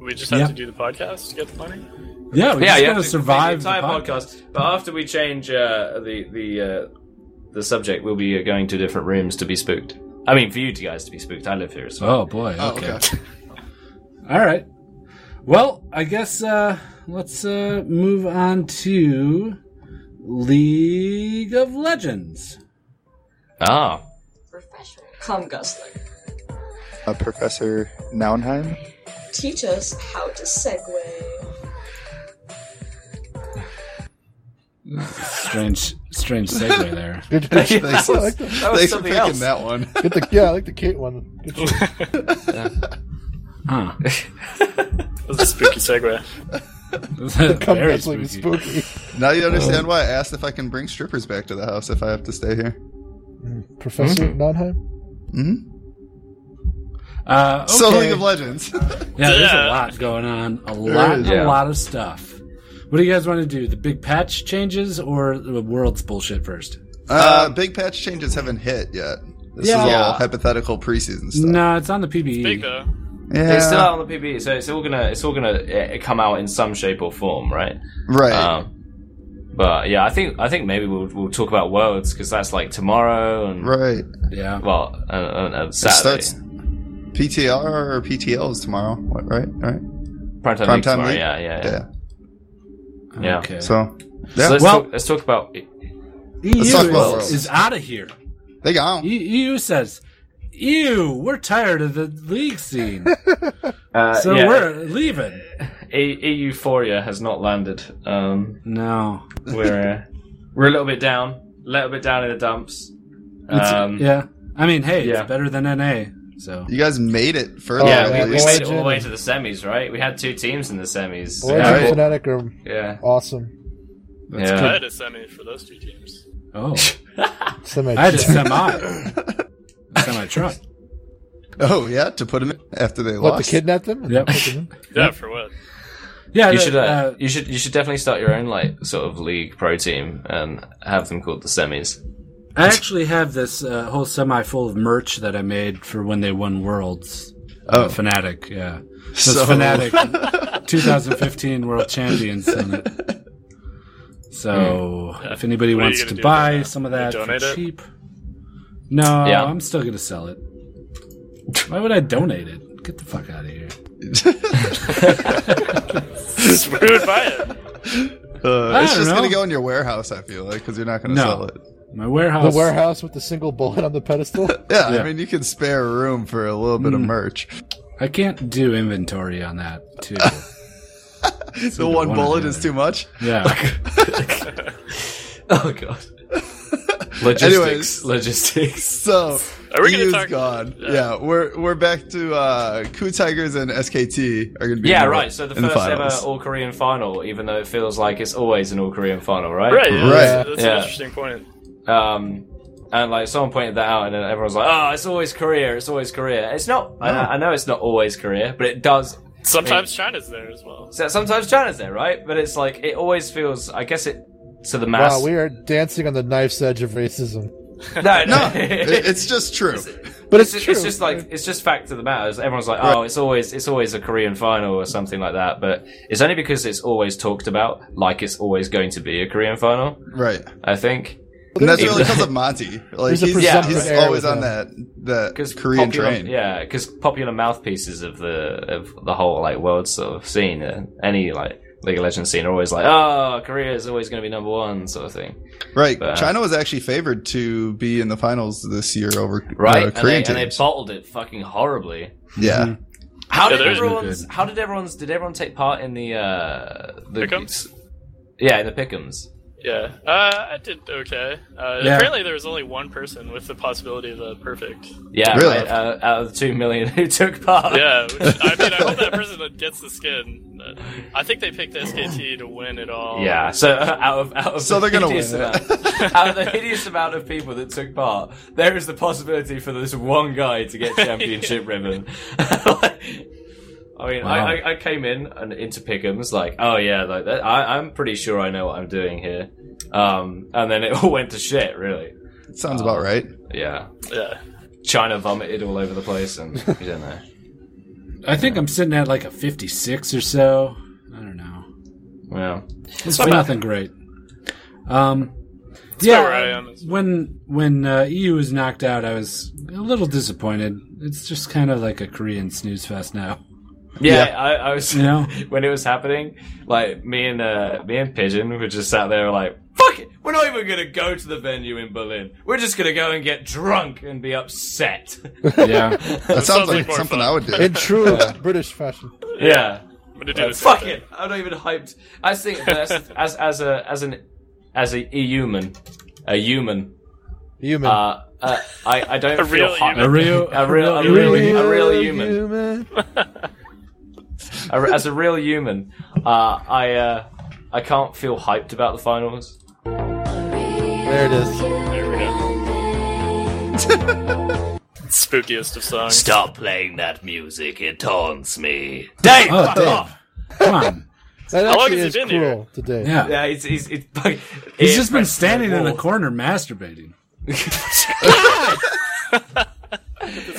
Speaker 2: We just have
Speaker 1: Yeah.
Speaker 2: to do the podcast to get the money.
Speaker 1: Yeah, we just
Speaker 4: yeah, you have
Speaker 1: gotta
Speaker 4: to
Speaker 1: survive
Speaker 4: the entire
Speaker 1: the podcast.
Speaker 4: podcast. But after we change uh, the the uh, the subject, we'll be uh, going to different rooms to be spooked. I mean, for you two guys to be spooked. I live here as well.
Speaker 1: Oh boy.
Speaker 3: Oh,
Speaker 1: Okay.
Speaker 3: okay.
Speaker 1: All right. Well, I guess uh, let's uh, move on to League of Legends.
Speaker 4: Ah,
Speaker 8: Professor Comgusler,
Speaker 9: Uh, Professor Nauenheim?
Speaker 8: teach us how to segue.
Speaker 1: Strange, strange segue there.
Speaker 5: Good, good,
Speaker 3: Thanks,
Speaker 5: I like that.
Speaker 4: that was
Speaker 3: thanks for
Speaker 4: something
Speaker 3: picking
Speaker 4: else.
Speaker 3: that one.
Speaker 5: Get the, yeah, I like the Kate one. Good choice.
Speaker 1: Huh?
Speaker 2: That was a spooky segue.
Speaker 5: Come
Speaker 1: Very
Speaker 5: wrestling is
Speaker 1: spooky.
Speaker 5: spooky.
Speaker 3: now you understand why I asked if I can bring strippers back to the house if I have to stay here.
Speaker 5: Mm.
Speaker 3: Mm-hmm.
Speaker 5: Professor Nauenheim?
Speaker 1: Uh, okay.
Speaker 3: So League of Legends. Uh,
Speaker 1: Yeah, there's a
Speaker 2: Yeah.
Speaker 1: lot going on. A lot,
Speaker 3: is.
Speaker 4: Yeah.
Speaker 1: a lot of stuff. What do you guys want to do? The big patch changes or the world's bullshit first?
Speaker 3: uh, big patch changes haven't hit yet. This
Speaker 1: Yeah.
Speaker 3: is all
Speaker 1: Yeah.
Speaker 3: hypothetical preseason stuff.
Speaker 1: No, it's on the E. PBE.
Speaker 2: Big though.
Speaker 3: Yeah.
Speaker 4: it's still out on the PB, so it's all gonna it's all gonna uh, come out in some shape or form, right?
Speaker 3: right.
Speaker 4: Um, but yeah, I think I think maybe we'll we'll talk about worlds because that's like tomorrow and
Speaker 3: right.
Speaker 1: Yeah.
Speaker 4: well uh, uh, uh,
Speaker 3: It
Speaker 4: Saturday.
Speaker 3: starts PTR or PTL is tomorrow. What, right? Right.
Speaker 4: prime time,
Speaker 3: Primetime
Speaker 4: tomorrow.
Speaker 3: league?
Speaker 4: Yeah, yeah, yeah.
Speaker 3: Yeah.
Speaker 4: yeah.
Speaker 1: Okay.
Speaker 3: So
Speaker 4: So let's,
Speaker 1: Well-
Speaker 4: talk, let's talk about
Speaker 1: EU
Speaker 3: Let's talk about
Speaker 1: is,
Speaker 3: Worlds.
Speaker 1: is out of here.
Speaker 3: they got
Speaker 1: E- EU says, "Ew, we're tired of the league scene,
Speaker 4: uh,
Speaker 1: so
Speaker 4: yeah,
Speaker 1: we're leaving."
Speaker 4: E- EU Euphoria has not landed. Um,
Speaker 1: No.
Speaker 4: we're uh, we're a little bit down, a little bit down in the dumps.
Speaker 1: It's-
Speaker 4: Um, yeah,
Speaker 1: yeah. I mean, hey,
Speaker 4: yeah.
Speaker 1: it's better than NA. So
Speaker 3: You guys made it further.
Speaker 5: Yeah,
Speaker 3: at
Speaker 4: Oh, we, we
Speaker 3: least.
Speaker 4: made it all the way to the semis, right? We had two teams in the semis.
Speaker 5: Orange
Speaker 4: yeah,
Speaker 5: and Fanatic are
Speaker 4: yeah,
Speaker 5: awesome.
Speaker 4: yeah.
Speaker 2: I had a semi for those two teams.
Speaker 1: oh,
Speaker 5: Semi-
Speaker 1: I had a semi, semi truck.
Speaker 3: Oh yeah, to put them in after they
Speaker 5: what, to
Speaker 3: lost.
Speaker 5: kidnap them?
Speaker 1: Yep.
Speaker 5: Put them in?
Speaker 2: Yeah, for what?
Speaker 1: Yeah,
Speaker 4: You
Speaker 1: the-
Speaker 4: should, uh,
Speaker 1: uh,
Speaker 4: you should, you should definitely start your own like sort of league pro team and have them called the semis.
Speaker 1: I actually have this uh, whole semi full of merch that I made for when they won Worlds.
Speaker 3: Oh.
Speaker 1: Fanatic, yeah. So,
Speaker 3: So-
Speaker 1: it's Fanatic, 2015 World Champions. In it. So if anybody
Speaker 2: Hmm. What are you
Speaker 1: wants
Speaker 2: gonna
Speaker 1: to
Speaker 2: do with
Speaker 1: buy
Speaker 2: that now?
Speaker 1: some of that for
Speaker 2: Donate it?
Speaker 1: cheap, no,
Speaker 4: Yeah.
Speaker 1: I'm still gonna sell it. Why would I donate it? Get the fuck out of here.
Speaker 2: Who would buy it?
Speaker 3: Uh,
Speaker 1: I
Speaker 3: it's
Speaker 1: don't
Speaker 3: just
Speaker 1: know.
Speaker 3: gonna go in your warehouse. I feel like because you're not gonna
Speaker 1: No.
Speaker 3: sell it.
Speaker 1: My warehouse.
Speaker 5: The warehouse with the single bullet on the pedestal?
Speaker 3: Yeah,
Speaker 1: Yeah.
Speaker 3: I mean you can spare room for a little bit of merch.
Speaker 1: I can't do inventory on that too.
Speaker 3: the
Speaker 1: one
Speaker 3: one
Speaker 1: or
Speaker 3: bullet
Speaker 1: the
Speaker 3: is
Speaker 1: other.
Speaker 3: too much.
Speaker 1: Yeah.
Speaker 4: Oh god. Logistics.
Speaker 3: Anyways.
Speaker 4: Logistics.
Speaker 3: So
Speaker 2: Are we gonna
Speaker 3: EU's
Speaker 2: talk-
Speaker 3: gone. Yeah. we're we're back to uh, Ku Tigers and SKT are gonna be
Speaker 4: Yeah,
Speaker 3: in
Speaker 4: right. So the
Speaker 3: in
Speaker 4: first ever
Speaker 3: finals.
Speaker 4: all Korean final, even though it feels like it's always an all Korean final, right?
Speaker 2: Right. Yeah, That's, that's
Speaker 4: Yeah.
Speaker 2: an interesting point.
Speaker 4: Um, and like someone pointed that out, and then everyone's like, "Oh, it's always Korea. It's always Korea." It's not. I, I know it's not always Korea, but it does.
Speaker 2: Sometimes China's there as well.
Speaker 4: So sometimes China's there, right? But it's like it always feels. I guess it to the mass.
Speaker 5: Wow, we are dancing on the knife's edge of racism.
Speaker 4: no,
Speaker 3: No,
Speaker 4: no.
Speaker 3: it, it's just true.
Speaker 5: But
Speaker 4: It's
Speaker 5: it's,
Speaker 4: just,
Speaker 5: true.
Speaker 4: it's just like it's just fact of the matter. is Everyone's like, oh, it's always it's always a Korean final or something like that. But it's only because it's always talked about, like it's always going to be a Korean final.
Speaker 3: Right.
Speaker 4: I think.
Speaker 3: And that's really because of Monty. Like
Speaker 5: There's a
Speaker 3: he's,
Speaker 5: presumptive
Speaker 3: he's
Speaker 5: error
Speaker 3: always
Speaker 5: with
Speaker 3: on that that Korean
Speaker 4: popular,
Speaker 3: train.
Speaker 4: Yeah, because popular mouthpieces of the of the whole like world sort of scene, uh, any like League of Legends scene, are always like, oh, Korea is always going to be number one sort of thing,
Speaker 3: Right.
Speaker 4: But- uh,
Speaker 3: China was actually favored to be in the finals this year over
Speaker 4: right?
Speaker 3: uh,
Speaker 4: and, they,
Speaker 3: Korean
Speaker 4: and they Mm-hmm.
Speaker 3: teams.
Speaker 4: bottled it fucking horribly.
Speaker 3: yeah.
Speaker 4: How
Speaker 2: Yeah,
Speaker 4: did
Speaker 2: they're-
Speaker 4: everyone's? How did everyone's? Did everyone take part in the uh the
Speaker 2: Pick'ems?
Speaker 4: Yeah, in the pickums.
Speaker 2: Yeah, uh, I did okay. Uh,
Speaker 1: Yeah.
Speaker 2: Apparently, there was only one person with the possibility of a perfect.
Speaker 4: Yeah,
Speaker 3: Really?
Speaker 4: right, uh, out of the two million who took part.
Speaker 2: Yeah, which, I mean, I hope that person that gets the skin. Uh, I think they picked SKT to win it all.
Speaker 4: Yeah, so uh, out of out of the
Speaker 3: So they're gonna
Speaker 4: hideous
Speaker 3: win it.
Speaker 4: amount, out of the hideous amount of people that took part, there is the possibility for this one guy to get championship ribbon. I mean, I, I, I came in and into Pickham's like, oh yeah, like that, I, I'm pretty sure I know what I'm doing here, um, and then it all went to shit. Really,
Speaker 3: Sounds about right.
Speaker 4: yeah.
Speaker 2: yeah.
Speaker 4: China vomited all over the place, and you don't know.
Speaker 1: I think I'm sitting at like a 56 or so. I don't know.
Speaker 4: Well,
Speaker 1: It's nothing great. Um, yeah,
Speaker 2: about where I am as
Speaker 1: when when uh, EU was knocked out, I was a little disappointed. It's just kind of like a Korean snooze fest now.
Speaker 4: yeah,
Speaker 3: Yeah.
Speaker 4: I, I was
Speaker 1: You know?
Speaker 4: when it was happening, like me and uh, me and Pigeon were just sat there like, "Fuck it, we're not even gonna go to the venue in Berlin. We're just gonna go and get drunk and be upset."
Speaker 1: yeah,
Speaker 3: That sounds
Speaker 2: sounds
Speaker 3: like
Speaker 2: like more
Speaker 3: something
Speaker 2: fun.
Speaker 3: I would do.
Speaker 5: In true British fashion.
Speaker 4: yeah,
Speaker 2: I'm gonna do the same
Speaker 4: fuck
Speaker 2: thing.
Speaker 4: it. I'm not even hyped. I think that's, as as a as an as a human, a human,
Speaker 5: Human.
Speaker 4: uh, uh, I I don't
Speaker 2: A
Speaker 4: feel
Speaker 2: real
Speaker 4: hot.
Speaker 1: a real,
Speaker 4: A real, a real, E a real human. A- as a real human, uh, I uh, I can't feel hyped about the finals.
Speaker 5: There it is.
Speaker 2: There we go. Spookiest of songs.
Speaker 7: Stop playing that music. It taunts me.
Speaker 4: Dave,
Speaker 1: Oh,
Speaker 4: fuck
Speaker 1: Dave.
Speaker 4: off!
Speaker 1: Come on.
Speaker 5: That
Speaker 2: long
Speaker 5: actually
Speaker 2: has
Speaker 5: is
Speaker 2: he
Speaker 5: cruel
Speaker 2: been here?
Speaker 5: today.
Speaker 1: Yeah.
Speaker 4: Yeah, he's he's, he's,
Speaker 1: He's just been standing in the corner masturbating.
Speaker 2: That's why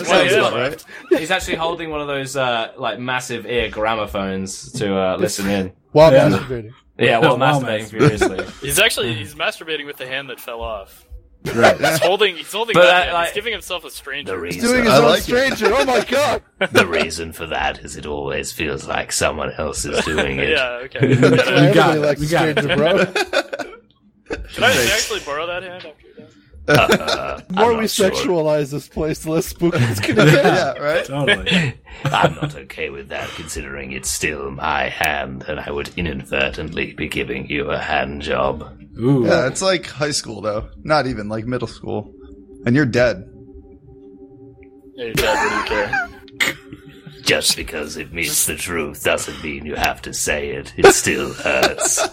Speaker 3: Sounds
Speaker 2: I
Speaker 3: about
Speaker 2: am.
Speaker 3: right.
Speaker 4: He's actually holding one of those uh, like massive ear gramophones to uh, listen in.
Speaker 5: While
Speaker 1: Yeah.
Speaker 5: masturbating.
Speaker 4: Yeah, while
Speaker 1: Wow,
Speaker 4: masturbating
Speaker 1: man.
Speaker 4: furiously.
Speaker 2: He's actually he's masturbating with the hand that fell off.
Speaker 1: Right.
Speaker 2: He's holding he's holding
Speaker 4: But
Speaker 2: that,
Speaker 4: that,
Speaker 2: hand.
Speaker 4: like-
Speaker 2: he's giving himself a
Speaker 7: The
Speaker 2: stranger.
Speaker 7: reason,
Speaker 3: I like it.
Speaker 5: Oh my god.
Speaker 7: the reason for that is it always feels like someone else is doing it.
Speaker 2: Yeah, okay. Can I,
Speaker 5: Everybody
Speaker 1: got it.
Speaker 5: likes
Speaker 1: We got it.
Speaker 5: stranger, bro.
Speaker 2: can I actually borrow that hand after you're done?
Speaker 7: Uh,
Speaker 5: The more
Speaker 7: I'm
Speaker 5: we
Speaker 7: not sure.
Speaker 5: sexualize this place, the less spooky it's gonna get.
Speaker 3: Yeah, right?
Speaker 1: Totally.
Speaker 7: I'm not okay with that, considering it's still my hand, and I would inadvertently be giving you a hand job.
Speaker 1: Ooh.
Speaker 3: Yeah, it's like high school though. Not even like middle school. And you're dead.
Speaker 2: Yeah, you're dead, what do you care?
Speaker 7: Just because it means the truth doesn't mean you have to say it. It still hurts.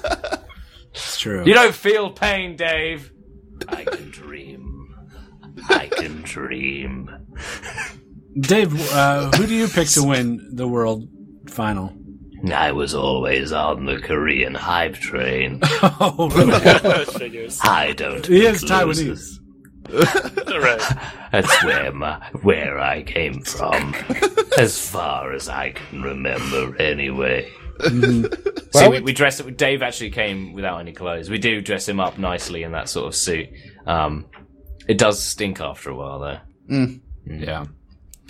Speaker 1: It's true.
Speaker 4: You don't feel pain, Dave.
Speaker 7: I can dream. I can dream.
Speaker 1: Dave, uh, who do you pick to win the world final?
Speaker 7: I was always on the Korean hype train.
Speaker 1: Oh, really?
Speaker 2: Figures.
Speaker 7: I don't.
Speaker 1: he is
Speaker 7: pick losers.
Speaker 1: Taiwanese.
Speaker 2: Right.
Speaker 7: That's where my, where I came from, as far as I can remember. Anyway,
Speaker 4: See,
Speaker 5: Well,
Speaker 4: we, we dress it. Dave actually came without any clothes. We do dress him up nicely in that sort of suit. Um, it does stink after a while, though.
Speaker 1: Yeah.
Speaker 4: Uh,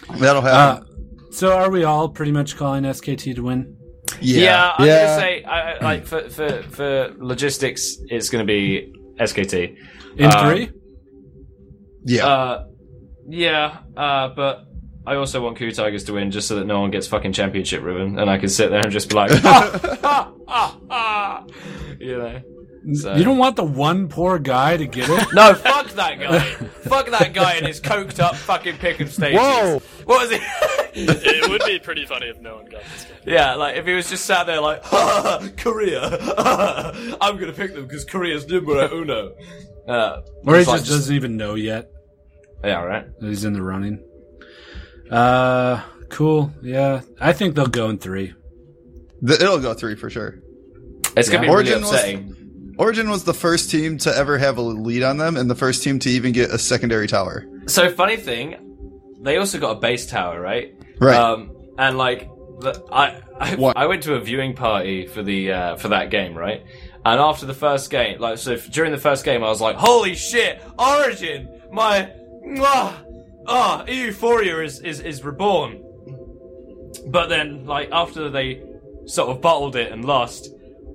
Speaker 1: Uh,
Speaker 3: That'll happen.
Speaker 1: So are we all pretty much calling SKT to win?
Speaker 3: yeah.
Speaker 4: Yeah, I'm
Speaker 5: Yeah.
Speaker 4: gonna say I, I- like for, for for logistics, it's gonna be SKT.
Speaker 1: In
Speaker 4: Um,
Speaker 1: three?
Speaker 3: Yeah.
Speaker 4: Uh, yeah, uh, but I also want Coup Tigers to win just so that no one gets fucking championship ribbon, and I can sit there and just be like, ah, ah, ah, ah, you know. So-
Speaker 1: You don't want the one poor guy to get it?
Speaker 4: No, fuck that guy. fuck that guy and his coked up fucking pick and stages.
Speaker 5: Whoa.
Speaker 4: What was it?
Speaker 2: It would be pretty funny if no one got this game.
Speaker 4: yeah, like if he was just sat there like, ha, Korea, I'm gonna pick them because Korea's numero uno. Uh,
Speaker 1: Or he
Speaker 4: it's like
Speaker 1: just doesn't even know yet
Speaker 4: Yeah, right.
Speaker 1: that he's in the running. Uh, cool. Yeah. I think they'll go in three.
Speaker 3: Th- it'll go three for sure.
Speaker 4: It's gonna be
Speaker 3: Origin
Speaker 4: really
Speaker 3: was-
Speaker 4: upsetting.
Speaker 3: Origin was the first team to ever have a lead on them and the first team to even get a secondary tower.
Speaker 4: So funny thing, they also got a base tower, right?
Speaker 3: Right.
Speaker 4: Um, and like that I I,
Speaker 3: What?
Speaker 4: I went to a viewing party for the uh, for that game, right? And after the first game, like so, f- during the first game, I was like, "Holy shit, Origin! My ah ah Euphoria is is is reborn." But then, like after they sort of bottled it and lost,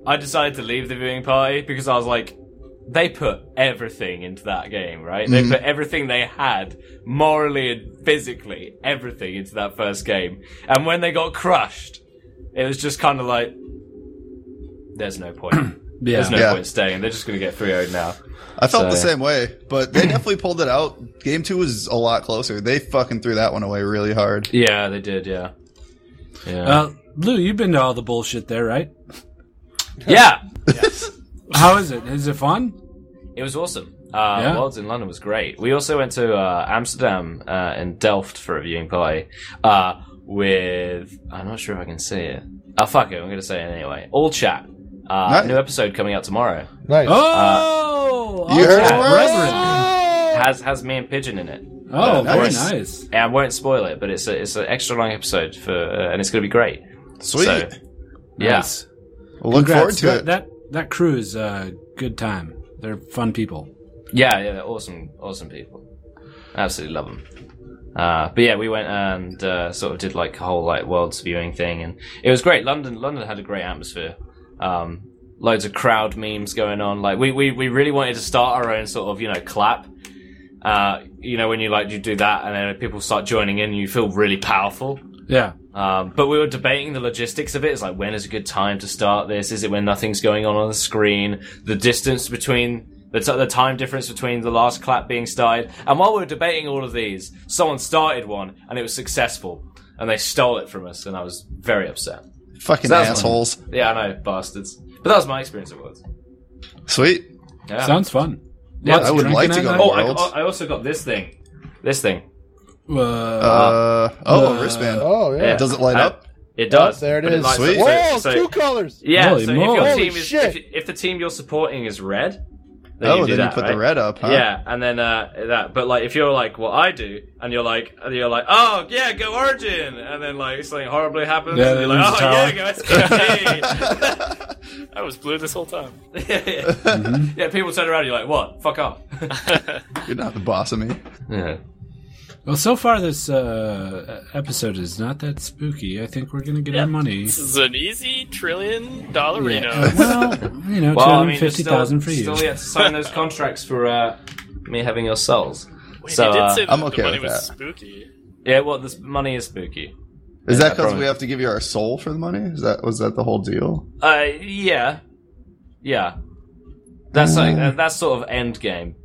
Speaker 4: I decided to leave the viewing party because I was like, they put everything into that game, right?
Speaker 3: Mm-hmm.
Speaker 4: They put everything they had, morally and physically, everything into that first game. And when they got crushed, it was just kind of like, there's no point. There's no
Speaker 3: Yeah.
Speaker 4: point staying. They're just going to get 3 0 now.
Speaker 3: I felt the
Speaker 4: So-
Speaker 3: same way, but they definitely pulled it out. Game two was a lot closer. They fucking threw that one away really hard.
Speaker 4: Yeah, they did, yeah. Yeah.
Speaker 1: Uh, Lou, you've been to all the bullshit there, right?
Speaker 4: yeah!
Speaker 1: How is it? Is it fun?
Speaker 4: It was awesome. Uh,
Speaker 1: Yeah.
Speaker 4: Worlds in London was great. We also went to uh, Amsterdam uh, and Delft for a viewing party uh, with. I'm not sure if I can say it. Oh, fuck it. I'm going to say it anyway. All Chat. Uh,
Speaker 3: Nice.
Speaker 4: New episode coming out tomorrow.
Speaker 5: Nice.
Speaker 1: Oh,
Speaker 3: Uh, You heard
Speaker 1: awesome.
Speaker 3: it,
Speaker 4: Has has me and Pigeon in it.
Speaker 1: Oh, very
Speaker 3: Nice.
Speaker 1: nice.
Speaker 4: And I won't spoil it, but it's a, it's an extra long episode for, uh, and it's going to be great.
Speaker 3: Sweet.
Speaker 4: So, yeah.
Speaker 1: Nice.
Speaker 3: Well, look
Speaker 1: Congrats.
Speaker 3: forward to
Speaker 1: that,
Speaker 3: it.
Speaker 1: That that crew is a good time. They're fun people.
Speaker 4: Yeah, yeah, they're awesome, awesome people. Absolutely love them. Uh, but yeah, we went and uh, sort of did like a whole like world's viewing thing, and it was great. London, London had a great atmosphere. Um, loads of crowd memes going on. Like we, we, we really wanted to start our own sort of you know clap. Uh, you know when you like you do that, and then people start joining in, you feel really powerful.
Speaker 1: Yeah.
Speaker 4: Um, but we were debating the logistics of it. It's like, when is a good time to start this? Is it when nothing's going on on the screen? The distance between the, t- the time difference between the last clap being started. And while we were debating all of these, someone started one and it was successful, and they stole it from us, and I was very upset.
Speaker 3: Fucking
Speaker 4: That's
Speaker 3: assholes.
Speaker 4: Yeah, I know, bastards. But that was my experience of words.
Speaker 3: Sweet.
Speaker 4: Yeah.
Speaker 1: Sounds fun.
Speaker 4: Yeah,
Speaker 1: Lots
Speaker 4: I
Speaker 1: of
Speaker 4: would
Speaker 1: drinking
Speaker 3: like to
Speaker 1: at
Speaker 3: go to
Speaker 1: night?
Speaker 4: oh, I,
Speaker 3: Worlds.
Speaker 4: I also got this thing. This thing.
Speaker 1: Uh,
Speaker 3: Uh, oh, a
Speaker 1: uh,
Speaker 3: wristband.
Speaker 5: Oh yeah. Oh,
Speaker 4: Yeah.
Speaker 3: Does it light
Speaker 4: Uh,
Speaker 3: up?
Speaker 4: It does.
Speaker 5: there it
Speaker 4: but
Speaker 5: is.
Speaker 4: lights up,
Speaker 3: Sweet.
Speaker 4: so-
Speaker 5: Whoa,
Speaker 4: so-
Speaker 5: two colors.
Speaker 4: Yeah,
Speaker 1: Holy
Speaker 4: so
Speaker 1: moly.
Speaker 4: if your
Speaker 5: Holy
Speaker 4: team is
Speaker 5: shit.
Speaker 4: if, if the team you're supporting is red, then
Speaker 3: Oh,
Speaker 4: you do
Speaker 3: then
Speaker 4: that,
Speaker 3: you put the
Speaker 4: right?
Speaker 3: red up, huh?
Speaker 4: Yeah, and then uh, that. But like, if you're like what I do, and you're like, and you're like, oh yeah, go Origin, and then like something horribly happens,
Speaker 1: Yeah,
Speaker 4: and
Speaker 1: they
Speaker 4: you're like,
Speaker 1: lose
Speaker 4: oh
Speaker 1: the
Speaker 4: yeah, go SKT.
Speaker 2: I was blue this whole time.
Speaker 4: yeah, people turn around, you're like, what? Fuck off.
Speaker 3: You're not the boss of me.
Speaker 4: yeah.
Speaker 1: well, so far this uh, episode is not that spooky. I think we're gonna get our money.
Speaker 2: This is an easy trillion dollar
Speaker 1: Yeah.
Speaker 2: reno.
Speaker 1: well, you know,
Speaker 4: Well,
Speaker 1: two
Speaker 4: I
Speaker 1: hundred
Speaker 4: mean, you're
Speaker 1: fifty
Speaker 4: still,
Speaker 1: thousand for you.
Speaker 4: still yet to sign those contracts for uh, me having your souls.
Speaker 2: Wait,
Speaker 4: so
Speaker 2: you did
Speaker 4: uh,
Speaker 2: say that
Speaker 3: I'm
Speaker 2: the
Speaker 3: okay
Speaker 2: money
Speaker 3: with
Speaker 2: was
Speaker 3: that.
Speaker 2: spooky.
Speaker 4: yeah, well, this money is spooky.
Speaker 3: Is
Speaker 4: Yeah,
Speaker 3: that because
Speaker 4: probably.
Speaker 3: we have to give you our soul for the money? Is that was that the whole deal?
Speaker 4: Uh, yeah, yeah. That's like
Speaker 1: Mm.
Speaker 4: that, that's sort of end game.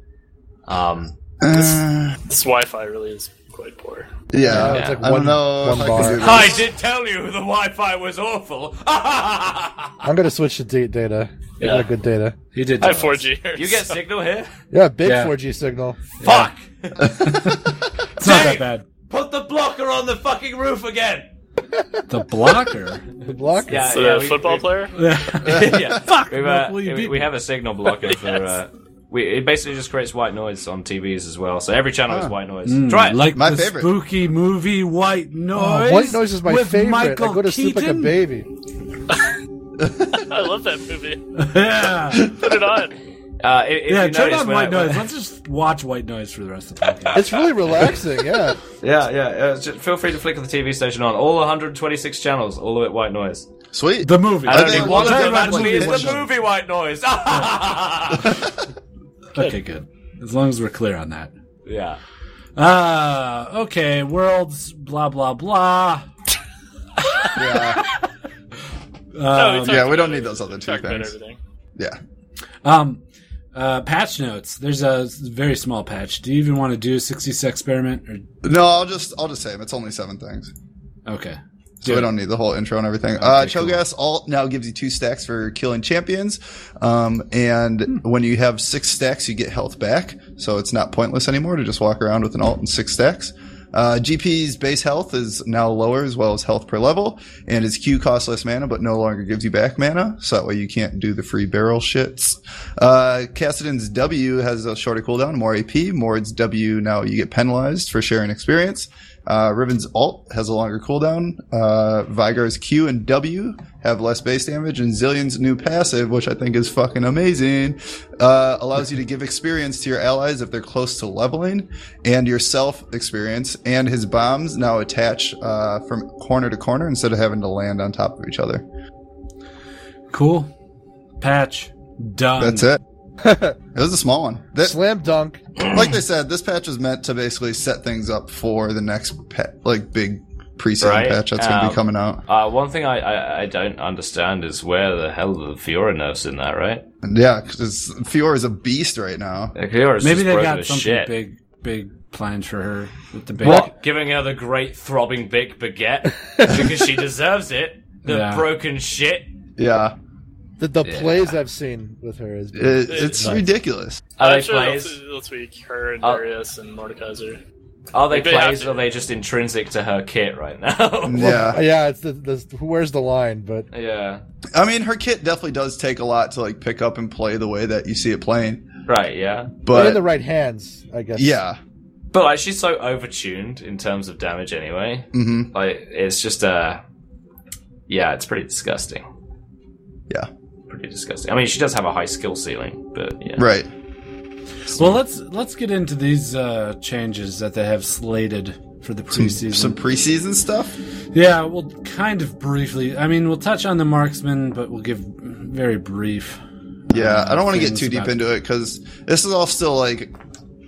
Speaker 4: Um,
Speaker 3: Uh,
Speaker 2: This Wi-Fi really is quite poor.
Speaker 3: yeah,
Speaker 5: Uh, it's like
Speaker 3: I
Speaker 5: one-
Speaker 3: don't know.
Speaker 5: one
Speaker 3: if I
Speaker 5: bar.
Speaker 3: can do this.
Speaker 4: I did tell you the Wi-Fi was awful.
Speaker 5: I'm gonna switch to date data. I got good data.
Speaker 1: He did.
Speaker 2: I have 4G. here,
Speaker 4: you get
Speaker 2: so-
Speaker 4: signal here?
Speaker 5: Yeah, big
Speaker 1: Yeah.
Speaker 5: 4G signal.
Speaker 4: Fuck!
Speaker 1: It's not that
Speaker 4: Dave!
Speaker 1: bad.
Speaker 4: Put the blocker on the fucking roof again.
Speaker 1: The blocker.
Speaker 5: The block.
Speaker 4: Yeah,
Speaker 2: so
Speaker 4: yeah,
Speaker 2: the
Speaker 4: we-
Speaker 2: football
Speaker 4: we-
Speaker 2: player.
Speaker 4: yeah. Fuck. We've, uh,
Speaker 1: Will you
Speaker 4: we,
Speaker 1: beat
Speaker 4: we
Speaker 1: me?
Speaker 4: have a signal blocker for. Uh, we, it basically just creates white noise on TVs as well, so every channel is white noise. Try it.
Speaker 1: Ah. Mm, Like
Speaker 3: My
Speaker 1: the
Speaker 3: favorite.
Speaker 1: spooky movie White Noise.
Speaker 5: Oh, white noise is my
Speaker 1: with
Speaker 5: favorite.
Speaker 1: Michael
Speaker 5: I go to sleep like a
Speaker 1: Keaton?
Speaker 5: baby.
Speaker 2: I love that movie.
Speaker 1: Yeah,
Speaker 2: Put it on.
Speaker 4: Uh, if, if
Speaker 1: yeah.
Speaker 4: you
Speaker 1: Turn
Speaker 4: notice
Speaker 1: on
Speaker 4: when I-
Speaker 1: White
Speaker 4: when-
Speaker 1: Noise. Let's just watch White Noise for the rest of the podcast.
Speaker 5: It's really relaxing. Yeah.
Speaker 4: Yeah, yeah. Uh, just feel free to flick the TV station on. All 126 channels, all of it white noise.
Speaker 3: Sweet.
Speaker 1: The movie.
Speaker 4: I don't
Speaker 3: think
Speaker 4: think
Speaker 3: one
Speaker 4: one of
Speaker 3: of
Speaker 4: them
Speaker 3: them
Speaker 4: actually is
Speaker 3: was
Speaker 4: the
Speaker 3: one.
Speaker 4: movie white noise.
Speaker 1: Okay, good. As long as we're clear on that.
Speaker 4: yeah.
Speaker 1: Uh, okay. Worlds. Blah blah blah.
Speaker 3: Yeah,
Speaker 2: No, we talked
Speaker 3: yeah. We don't
Speaker 2: about
Speaker 3: need
Speaker 2: it.
Speaker 3: those other two
Speaker 2: Talked about
Speaker 3: things.
Speaker 2: everything.
Speaker 3: Yeah.
Speaker 1: Um, uh, patch notes. There's a very small patch. Do you even want to do a 60 experiment? Or
Speaker 3: No, I'll just I'll just say 'em. It's only seven things.
Speaker 1: okay.
Speaker 3: So we don't need the whole intro and everything. uh, Cho'Gas alt now gives you two stacks for killing champions, um, and when you have six stacks, you get health back. So it's not pointless anymore to just walk around with an alt and six stacks. Uh, GP's base health is now lower as well as health per level, and his Q costs less mana but no longer gives you back mana, so that way you can't do the free barrel shits. Uh, Cassidy's W has a shorter cooldown, more AP. Mord's W now you get penalized for sharing experience. Uh, Riven's alt has a longer cooldown. Uh, Vigar's Q and W have less base damage, and Zillion's new passive, which I think is fucking amazing, uh, allows you to give experience to your allies if they're close to leveling, and yourself experience. And his bombs now attach uh, from corner to corner instead of having to land on top of each other.
Speaker 1: Cool. Patch. Done.
Speaker 3: That's it. it was a small one. That-
Speaker 5: Slam dunk.
Speaker 3: like they said, this patch is meant to basically set things up for the next pa- like big preseason
Speaker 4: Right,
Speaker 3: patch that's going to
Speaker 4: um,
Speaker 3: be coming out.
Speaker 4: Uh, one thing I, I, I don't understand is where the hell the Fiora nerf's in that, right?
Speaker 3: And yeah, because Fiora is a beast right now.
Speaker 4: Like, Fiora's
Speaker 1: Maybe
Speaker 4: just
Speaker 1: they
Speaker 4: broken
Speaker 1: got
Speaker 4: as
Speaker 1: something
Speaker 4: shit.
Speaker 1: big, big plans for her with the big.
Speaker 4: What? Giving her the great throbbing big baguette because she deserves it. The
Speaker 1: Yeah.
Speaker 4: broken shit.
Speaker 3: Yeah,
Speaker 5: The, the plays I've seen with her is
Speaker 3: It- it's
Speaker 5: Nice.
Speaker 3: ridiculous.
Speaker 4: Are
Speaker 2: I'm
Speaker 4: they
Speaker 2: sure
Speaker 4: plays?
Speaker 2: they'll, they'll tweak her and
Speaker 4: Oh.
Speaker 2: Darius and Mordekaiser.
Speaker 4: Are they
Speaker 2: Maybe they have
Speaker 4: plays?
Speaker 2: to-
Speaker 4: Or are they just intrinsic to her kit right now?
Speaker 3: Yeah,
Speaker 5: yeah. It's the, the who wears the line, but
Speaker 4: yeah.
Speaker 3: I mean, her kit definitely does take a lot to like pick up and play the way that you see it playing.
Speaker 4: Right. Yeah.
Speaker 5: but in the
Speaker 3: But
Speaker 5: right hands, I guess.
Speaker 3: yeah,
Speaker 4: But like, she's so overtuned in terms of damage anyway.
Speaker 3: hmm
Speaker 4: Like, it's just uh, yeah, it's pretty disgusting.
Speaker 3: Yeah.
Speaker 4: Pretty disgusting. I mean, she does have a high skill ceiling, but yeah.
Speaker 3: right.
Speaker 1: Well, let's let's get into these uh, changes that they have slated for the preseason.
Speaker 3: Some preseason stuff.
Speaker 1: yeah, we'll kind of briefly. I mean, we'll touch on the marksman, but we'll give very brief.
Speaker 3: Yeah, I don't want to get
Speaker 1: things
Speaker 3: too deep
Speaker 1: about-
Speaker 3: into it because this is all still like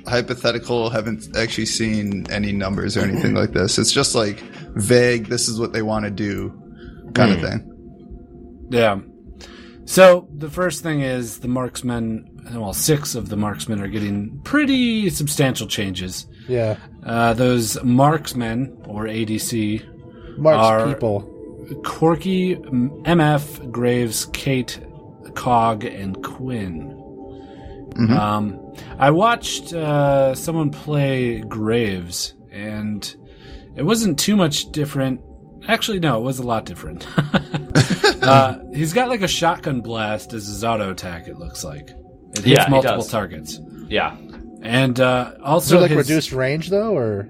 Speaker 3: hypothetical. Haven't actually seen any numbers or anything like this. It's just like vague. This is what they want to do, kind of thing.
Speaker 1: Yeah. So the first thing is the marksmen. Well, six of the marksmen are getting pretty substantial changes.
Speaker 5: yeah.
Speaker 1: Uh, those marksmen or ADC
Speaker 5: March
Speaker 1: Are-
Speaker 5: people.
Speaker 1: Corky, M- MF, Graves, Kate, Cog, and Quinn.
Speaker 5: Mm-hmm.
Speaker 1: Um, I watched uh, someone play Graves, and it wasn't too much different. Actually, no, it was a lot different. uh, he's got like a shotgun blast as his auto attack. It looks like it hits
Speaker 4: Yeah, he
Speaker 1: multiple
Speaker 4: does.
Speaker 1: targets,
Speaker 4: Yeah.
Speaker 1: and uh,
Speaker 5: Is
Speaker 1: also
Speaker 5: there like
Speaker 1: his-
Speaker 5: reduced range though, or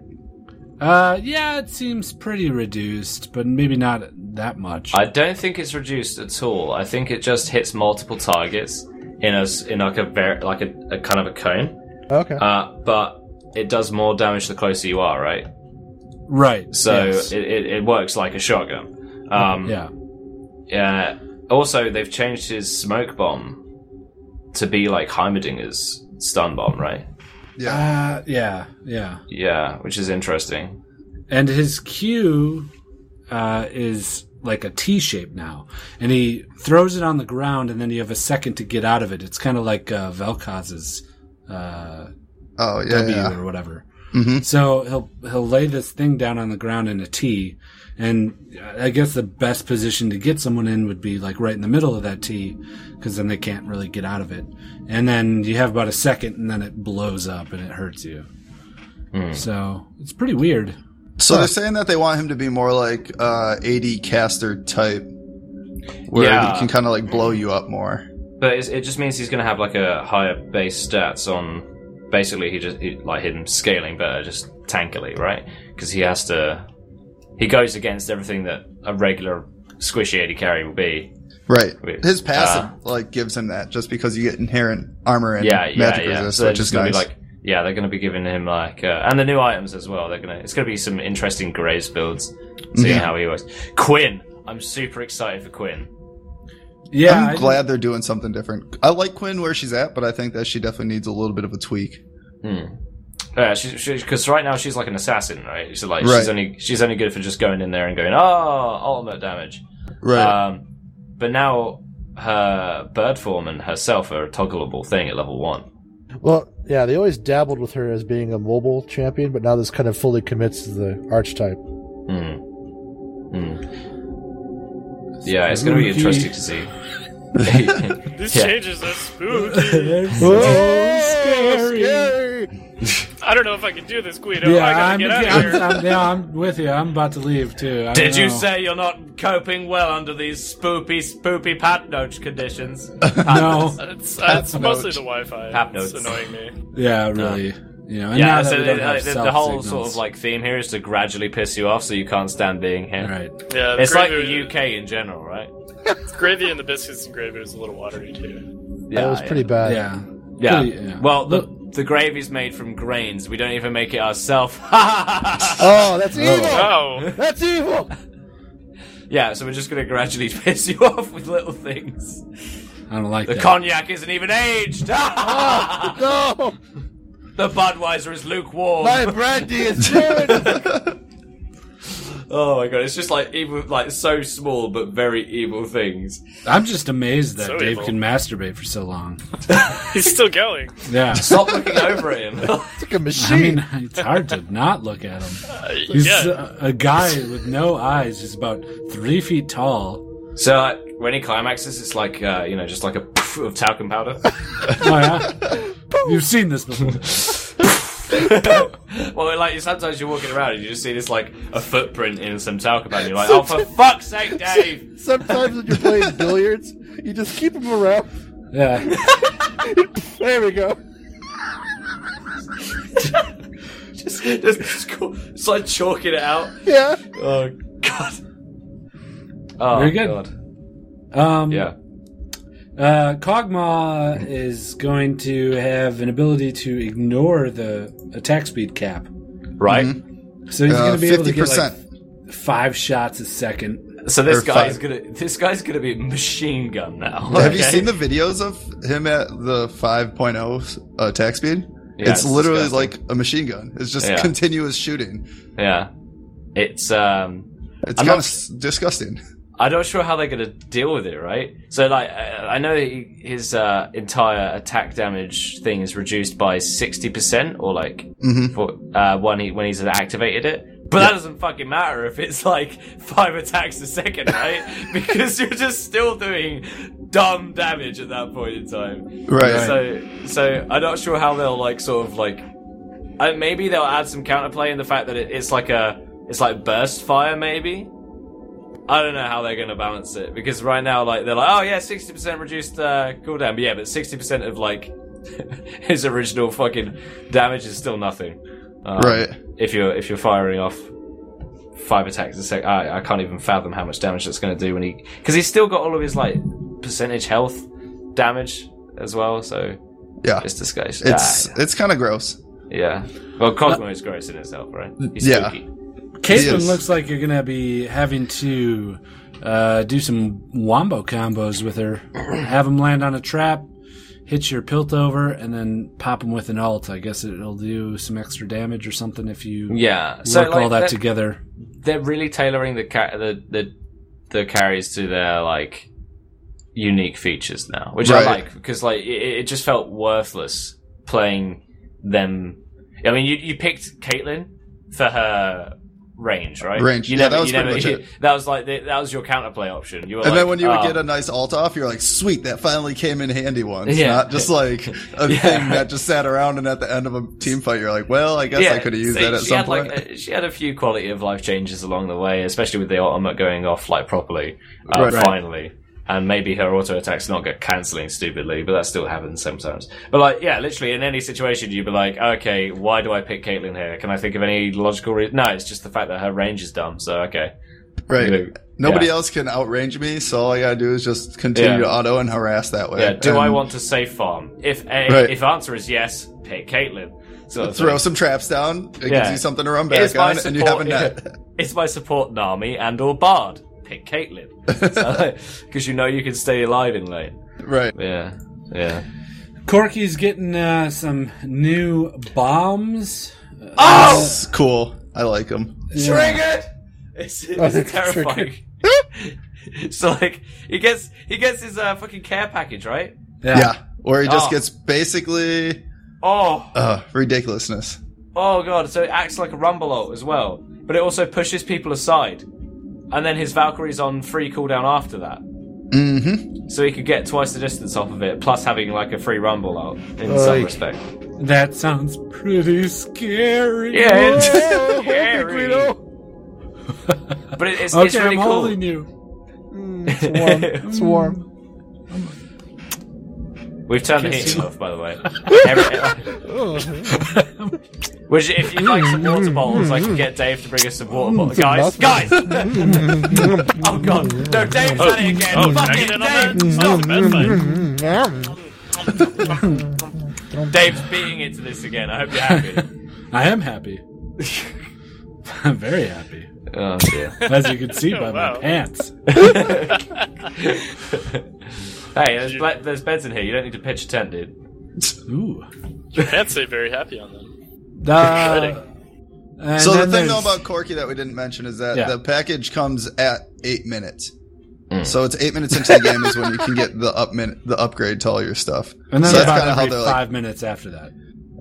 Speaker 1: Uh, yeah, it seems pretty reduced, but maybe not that much.
Speaker 4: I don't think it's reduced at all. I think it just hits multiple targets in a s- in like a ver- like a, a kind of a cone.
Speaker 5: okay?
Speaker 4: Uh, but it does more damage the closer you are, right?
Speaker 1: right.
Speaker 4: So
Speaker 1: yes.
Speaker 4: it, it, it works like a shotgun. Um,
Speaker 1: yeah.
Speaker 4: yeah. Uh, Also, they've changed his smoke bomb to be like Heimerdinger's stun bomb, right?
Speaker 3: Yeah,
Speaker 1: Uh, yeah, yeah.
Speaker 4: Yeah, which is interesting.
Speaker 1: And his Q uh, is like a T shape now, and he throws it on the ground, and then you have a second to get out of it. It's kind of like uh, Vel'Koz's uh,
Speaker 3: oh yeah,
Speaker 1: W
Speaker 3: yeah.
Speaker 1: or whatever.
Speaker 3: Mhm.
Speaker 1: So he'll he'll lay this thing down on the ground in a T, and I guess the best position to get someone in would be like right in the middle of that T, because then they can't really get out of it. And then you have about a second, and then it blows up and it hurts you.
Speaker 3: Hmm.
Speaker 1: So it's pretty weird.
Speaker 3: So they're saying that they want him to be more like uh, AD caster type, where
Speaker 4: Yeah.
Speaker 3: he can kind of like blow you up more.
Speaker 4: But it's, it just means he's going to have like a higher base stats on. Basically, he just he, like him scaling better, just tankily, right? Because he has to. He goes against everything that a regular squishy 80 carry will be.
Speaker 3: Right.
Speaker 4: Wait, uh,
Speaker 3: His passive like gives him that just because you get inherent armor and
Speaker 4: yeah, yeah,
Speaker 3: magic
Speaker 4: yeah.
Speaker 3: resist,
Speaker 4: they're
Speaker 3: which
Speaker 4: just
Speaker 3: is
Speaker 4: gonna
Speaker 3: nice.
Speaker 4: be like, yeah, they're going to be giving him like, uh, and the new items as well. They're gonna, it's going to be some interesting Graves builds, seeing
Speaker 3: Yeah.
Speaker 4: how he works. Quinn, I'm super excited for Quinn.
Speaker 1: Yeah,
Speaker 3: I'm
Speaker 1: I-
Speaker 3: glad they're doing something different. I like Quinn where she's at, but I think that she definitely needs a little bit of a tweak. Hmm.
Speaker 4: Yeah, because right now she's like an assassin, right? So like
Speaker 3: Right.
Speaker 4: she's only she's only good for just going in there and going, oh, ultimate damage. Um, but now her bird form and herself are a toggleable thing at level one.
Speaker 5: Well, yeah, they always dabbled with her as being a mobile champion, but now this kind of fully commits to the archetype.
Speaker 1: Oh,
Speaker 4: Mm. Mm. Yeah, it's going to be interesting to see.
Speaker 2: These
Speaker 4: Yeah.
Speaker 2: changes are spooky. I don't know if I can do this, Guido.
Speaker 4: Oh,
Speaker 1: yeah,
Speaker 2: I gotta
Speaker 1: I'm,
Speaker 2: get out
Speaker 1: yeah,
Speaker 2: of here.
Speaker 1: I'm- I'm- yeah, I'm with you. I'm about to leave too. I
Speaker 4: Did
Speaker 1: don't
Speaker 4: you
Speaker 1: know.
Speaker 4: say you're not coping well under these spoopy, spoopy patnoch conditions?
Speaker 1: no?
Speaker 2: It's, it's mostly
Speaker 3: notes.
Speaker 2: the Wi-Fi.
Speaker 4: Pap
Speaker 2: It's
Speaker 4: notes.
Speaker 2: annoying me.
Speaker 1: Yeah, really. You know, and
Speaker 4: yeah,
Speaker 1: now that
Speaker 4: so
Speaker 1: we
Speaker 4: the,
Speaker 1: don't have
Speaker 4: the- the
Speaker 1: self
Speaker 4: whole
Speaker 1: signals.
Speaker 4: sort of like theme here is to gradually piss you off so you can't stand being here.
Speaker 1: right.
Speaker 2: Yeah,
Speaker 4: It's like
Speaker 2: gravy-
Speaker 4: the UK in general, right?
Speaker 2: Gravy and the biscuits and gravy was a little watery too.
Speaker 4: Yeah,
Speaker 5: that was
Speaker 4: yeah.
Speaker 5: pretty bad.
Speaker 1: Yeah.
Speaker 4: Yeah.
Speaker 1: Pretty- yeah.
Speaker 4: Well, the the gravy's made from grains. We don't even make it ourselves. yeah,
Speaker 5: Oh, that's evil.
Speaker 2: Oh,
Speaker 5: That's evil.
Speaker 4: so we're just gonna gradually piss you off with little things.
Speaker 1: I don't like
Speaker 4: The
Speaker 1: that.
Speaker 4: cognac isn't even aged.
Speaker 1: Oh.
Speaker 5: No,
Speaker 4: the Budweiser is lukewarm.
Speaker 5: my brandy is ruined.
Speaker 4: Oh my god, it's just like evil, like so small but very evil things.
Speaker 1: I'm just amazed that
Speaker 2: So
Speaker 1: Dave
Speaker 2: evil.
Speaker 1: can masturbate for so long.
Speaker 2: he's still going.
Speaker 1: Yeah.
Speaker 4: Stop looking over at him.
Speaker 5: It's like a
Speaker 1: I
Speaker 5: machine.
Speaker 1: mean, it's hard to not look at him.
Speaker 2: Uh,
Speaker 1: He's
Speaker 2: yeah,
Speaker 1: a, a guy with no eyes. He's about three feet tall.
Speaker 4: so like, when he climaxes, it's like uh, you know, just like a poof of talcum powder.
Speaker 1: Oh, yeah? You've seen this before.
Speaker 4: well, like sometimes you're walking around and you just see this like a footprint in some talcum powder. You're like, oh for fuck's sake, Dave!
Speaker 5: Sometimes when you're playing billiards, you just keep them around.
Speaker 1: Yeah.
Speaker 5: There we go.
Speaker 4: just, just, just go- it's like chalking it out.
Speaker 5: Yeah.
Speaker 4: Oh god. Oh
Speaker 1: Very good.
Speaker 4: god.
Speaker 1: Um,
Speaker 4: Yeah.
Speaker 1: Uh, Kog'Maw is going to have an ability to ignore the attack speed cap.
Speaker 4: Right.
Speaker 1: So he's going
Speaker 3: Uh,
Speaker 1: to be able to get
Speaker 3: 50%.
Speaker 1: like five shots a second.
Speaker 4: So this
Speaker 3: Or
Speaker 4: guy's
Speaker 3: five.
Speaker 4: gonna this guy's gonna be a machine gun now.
Speaker 3: Have you
Speaker 4: Uh, okay?
Speaker 3: seen the videos of him at the 5.0 uh, attack speed?
Speaker 4: Yeah,
Speaker 3: it's,
Speaker 4: it's
Speaker 3: literally
Speaker 4: disgusting.
Speaker 3: like a machine gun. It's just
Speaker 4: Yeah.
Speaker 3: continuous shooting.
Speaker 4: Yeah. It's um
Speaker 3: It's
Speaker 4: I'm
Speaker 3: kind of
Speaker 4: not-
Speaker 3: disgusting.
Speaker 4: I'm not sure how they're going to deal with it, right? So, like, I I know he, his uh, entire attack damage thing is reduced by sixty percent, or like
Speaker 3: Mhm.
Speaker 4: for, uh, when he when he's activated it. But that doesn't fucking matter if it's like five attacks a second, right? because you're just still doing dumb damage at that point in time.
Speaker 3: Right.
Speaker 4: So, so I'm not sure how they'll like sort of like, uh, maybe they'll add some counterplay in the fact that it, it's like a it's like burst fire, maybe. I don't know how they're going to balance it because right now, like they're like, oh yeah, sixty percent reduced uh, cooldown, but yeah, but sixty percent of like his original fucking damage is still nothing. Um,
Speaker 3: Right.
Speaker 4: If you're if you're firing off five attacks a sec, I, I can't even fathom how much damage that's going to do when he because he's still got all of his like percentage health damage as well. So
Speaker 3: Yeah.
Speaker 4: it's disgusting.
Speaker 3: It's
Speaker 4: Ah,
Speaker 3: it's kind of gross.
Speaker 4: yeah. Well, Cosmo is gross in itself, right? He's
Speaker 3: Yeah.
Speaker 4: spooky.
Speaker 1: Caitlin
Speaker 3: Yes.
Speaker 1: looks like you're going to be having to uh, do some wombo combos with her. Have him land on a trap, hit your pilt over, and then pop him with an ult. I guess it'll do some extra damage or something if you
Speaker 4: Yeah.
Speaker 1: work
Speaker 4: So like,
Speaker 1: all that
Speaker 4: they're,
Speaker 1: together.
Speaker 4: they're really tailoring the, ca- the the the carries to their like unique features now, which I
Speaker 3: Right.
Speaker 4: like because like it, it just felt worthless playing them. I mean, you you picked Caitlyn for her range, right?
Speaker 3: Range.
Speaker 4: You
Speaker 3: Yeah, that was
Speaker 4: you
Speaker 3: pretty much
Speaker 4: That was like the, that was your counterplay option. You were
Speaker 3: and
Speaker 4: like,
Speaker 3: then when you would
Speaker 4: oh,
Speaker 3: get a nice alt off, you're like, sweet, that finally came in handy once.
Speaker 4: Yeah.
Speaker 3: Not just like a
Speaker 4: Yeah.
Speaker 3: thing that just sat around and at the end of a team fight, you're like, well, I guess I could have used
Speaker 4: so
Speaker 3: that at
Speaker 4: she
Speaker 3: some
Speaker 4: had,
Speaker 3: point.
Speaker 4: Like, uh, she had a few quality of life changes along the way, especially with the ultimate going off like properly uh,
Speaker 3: Right. Right.
Speaker 4: finally, and maybe her auto attacks not get cancelling stupidly, but that still happens sometimes. But like, yeah, literally in any situation, you'd be like, okay, why do I pick Caitlyn here? Can I think of any logical reason? No, it's just the fact that her range is dumb. So okay,
Speaker 3: right.
Speaker 4: Like,
Speaker 3: Nobody
Speaker 4: yeah.
Speaker 3: else can outrange me, so all I gotta do is just continue to
Speaker 4: Yeah.
Speaker 3: auto and harass that way.
Speaker 4: Yeah, do I
Speaker 3: And
Speaker 4: want to safe farm? If a,
Speaker 3: um, Right.
Speaker 4: if answer is yes, pick Caitlyn. Sort of
Speaker 3: throw
Speaker 4: thing.
Speaker 3: some traps down? It gives
Speaker 4: Yeah.
Speaker 3: you something to run
Speaker 4: It is
Speaker 3: back
Speaker 4: my
Speaker 3: on, and you have a
Speaker 4: yeah.
Speaker 3: net.
Speaker 4: It's my support Nami and or Bard. Pick Caitlyn. Because you know you can stay alive in lane.
Speaker 3: right.
Speaker 4: Yeah. Yeah.
Speaker 1: Corky's getting uh, some new bombs.
Speaker 3: Oh, cool. I like them.
Speaker 4: Triggered! It's,
Speaker 3: Oh,
Speaker 5: they're
Speaker 4: it's terrifying. so like he gets he gets his uh, fucking care package, right?
Speaker 3: Yeah. Or he just
Speaker 4: Oh.
Speaker 3: gets basically
Speaker 4: Oh
Speaker 3: uh, ridiculousness.
Speaker 4: oh god, so it acts like a rumble ult as well. But it also pushes people aside. And then his Valkyrie's on free cooldown after that.
Speaker 3: Mm-hmm.
Speaker 4: So he could get twice the distance off of it, plus having like a free rumble ult in some
Speaker 5: Like-
Speaker 4: respect.
Speaker 1: That sounds pretty scary.
Speaker 4: Yeah, it's
Speaker 1: Whoa,
Speaker 4: scary.
Speaker 1: Guido.
Speaker 4: But it, it's,
Speaker 1: Okay,
Speaker 4: it's really
Speaker 1: I'm
Speaker 4: cool.
Speaker 1: holding you.
Speaker 5: It's warm. It's warm.
Speaker 4: We've turned the heating off, by the way. Every- Oh. Which, if you'd like some water bottles, I can get Dave to bring us some water bottles. Guys, guys! oh god, no, Dave's done it again.
Speaker 2: Oh,
Speaker 4: Fucking
Speaker 2: dang it,
Speaker 4: Dave!
Speaker 2: I'm
Speaker 4: Stop.
Speaker 2: not- that's fine.
Speaker 4: Dave's beating into this again. I hope you're happy.
Speaker 1: I am happy. I'm very happy.
Speaker 4: oh dear.
Speaker 1: As you can see by
Speaker 2: Wow.
Speaker 1: my pants.
Speaker 4: Hey, there's, ble- there's beds in here. You don't need to pitch a tent, dude.
Speaker 1: Ooh.
Speaker 2: Can't say very happy on them.
Speaker 1: Uh, and
Speaker 3: So the
Speaker 1: then
Speaker 3: thing
Speaker 1: there's-
Speaker 3: though about Corky that we didn't mention is that
Speaker 1: Yeah.
Speaker 3: the package comes at eight minutes. So it's eight minutes into the game is when you can get the up minute, the upgrade to all your stuff.
Speaker 1: and then
Speaker 3: so that's
Speaker 1: about
Speaker 3: kind of how
Speaker 1: every
Speaker 3: they're like,
Speaker 1: five minutes after that.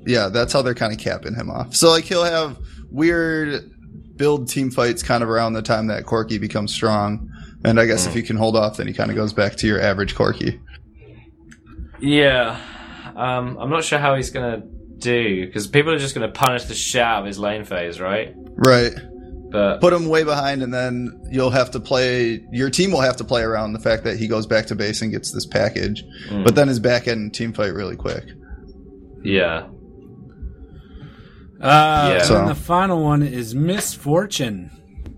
Speaker 3: yeah, that's how they're kind of capping him off. So like he'll have weird build team fights kind of around the time that Corky becomes strong. And I guess if you can hold off, then he kind of goes back to your average Corky.
Speaker 4: Yeah. Um, I'm not sure how he's gonna do because people are just gonna punish the shit out of his lane phase, right?
Speaker 3: Right.
Speaker 4: But
Speaker 3: Put him way behind, and then you'll have to play. Your team will have to play around the fact that he goes back to base and gets this package, but then his back end team fight really quick.
Speaker 4: yeah,
Speaker 1: Uh,
Speaker 4: Yeah.
Speaker 1: And
Speaker 3: So-
Speaker 1: Uh, then the final one is Misfortune.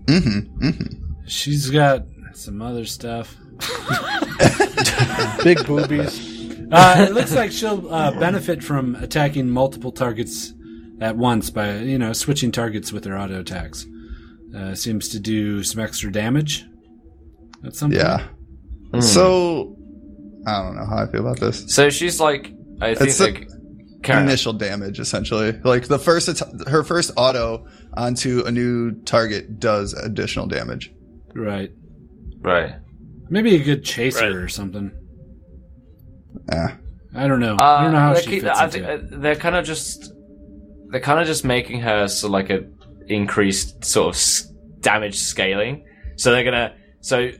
Speaker 3: Mm-hmm.
Speaker 1: She's got some other stuff.
Speaker 5: Big boobies.
Speaker 1: Uh, it looks like she'll uh, benefit from attacking multiple targets at once by you know switching targets with her auto attacks. Uh, seems to do some extra damage. At some
Speaker 3: Yeah. So I don't know how I feel about this.
Speaker 4: so she's like, I think
Speaker 3: It's a-
Speaker 4: like, Karen-
Speaker 3: Initial damage, essentially, like the first at- her first auto onto a new target does additional damage.
Speaker 1: point, right?
Speaker 4: right?
Speaker 1: Maybe a good chaser
Speaker 2: Right.
Speaker 1: or something.
Speaker 3: Yeah.
Speaker 1: I don't know.
Speaker 4: Uh,
Speaker 1: I don't know how
Speaker 4: they're,
Speaker 1: she
Speaker 4: keep-
Speaker 1: fits
Speaker 4: I
Speaker 1: into
Speaker 4: think-
Speaker 1: it.
Speaker 4: uh, they're kind of just, they're kind of just making her so like a increased sort of s- damage scaling. So they're gonna, so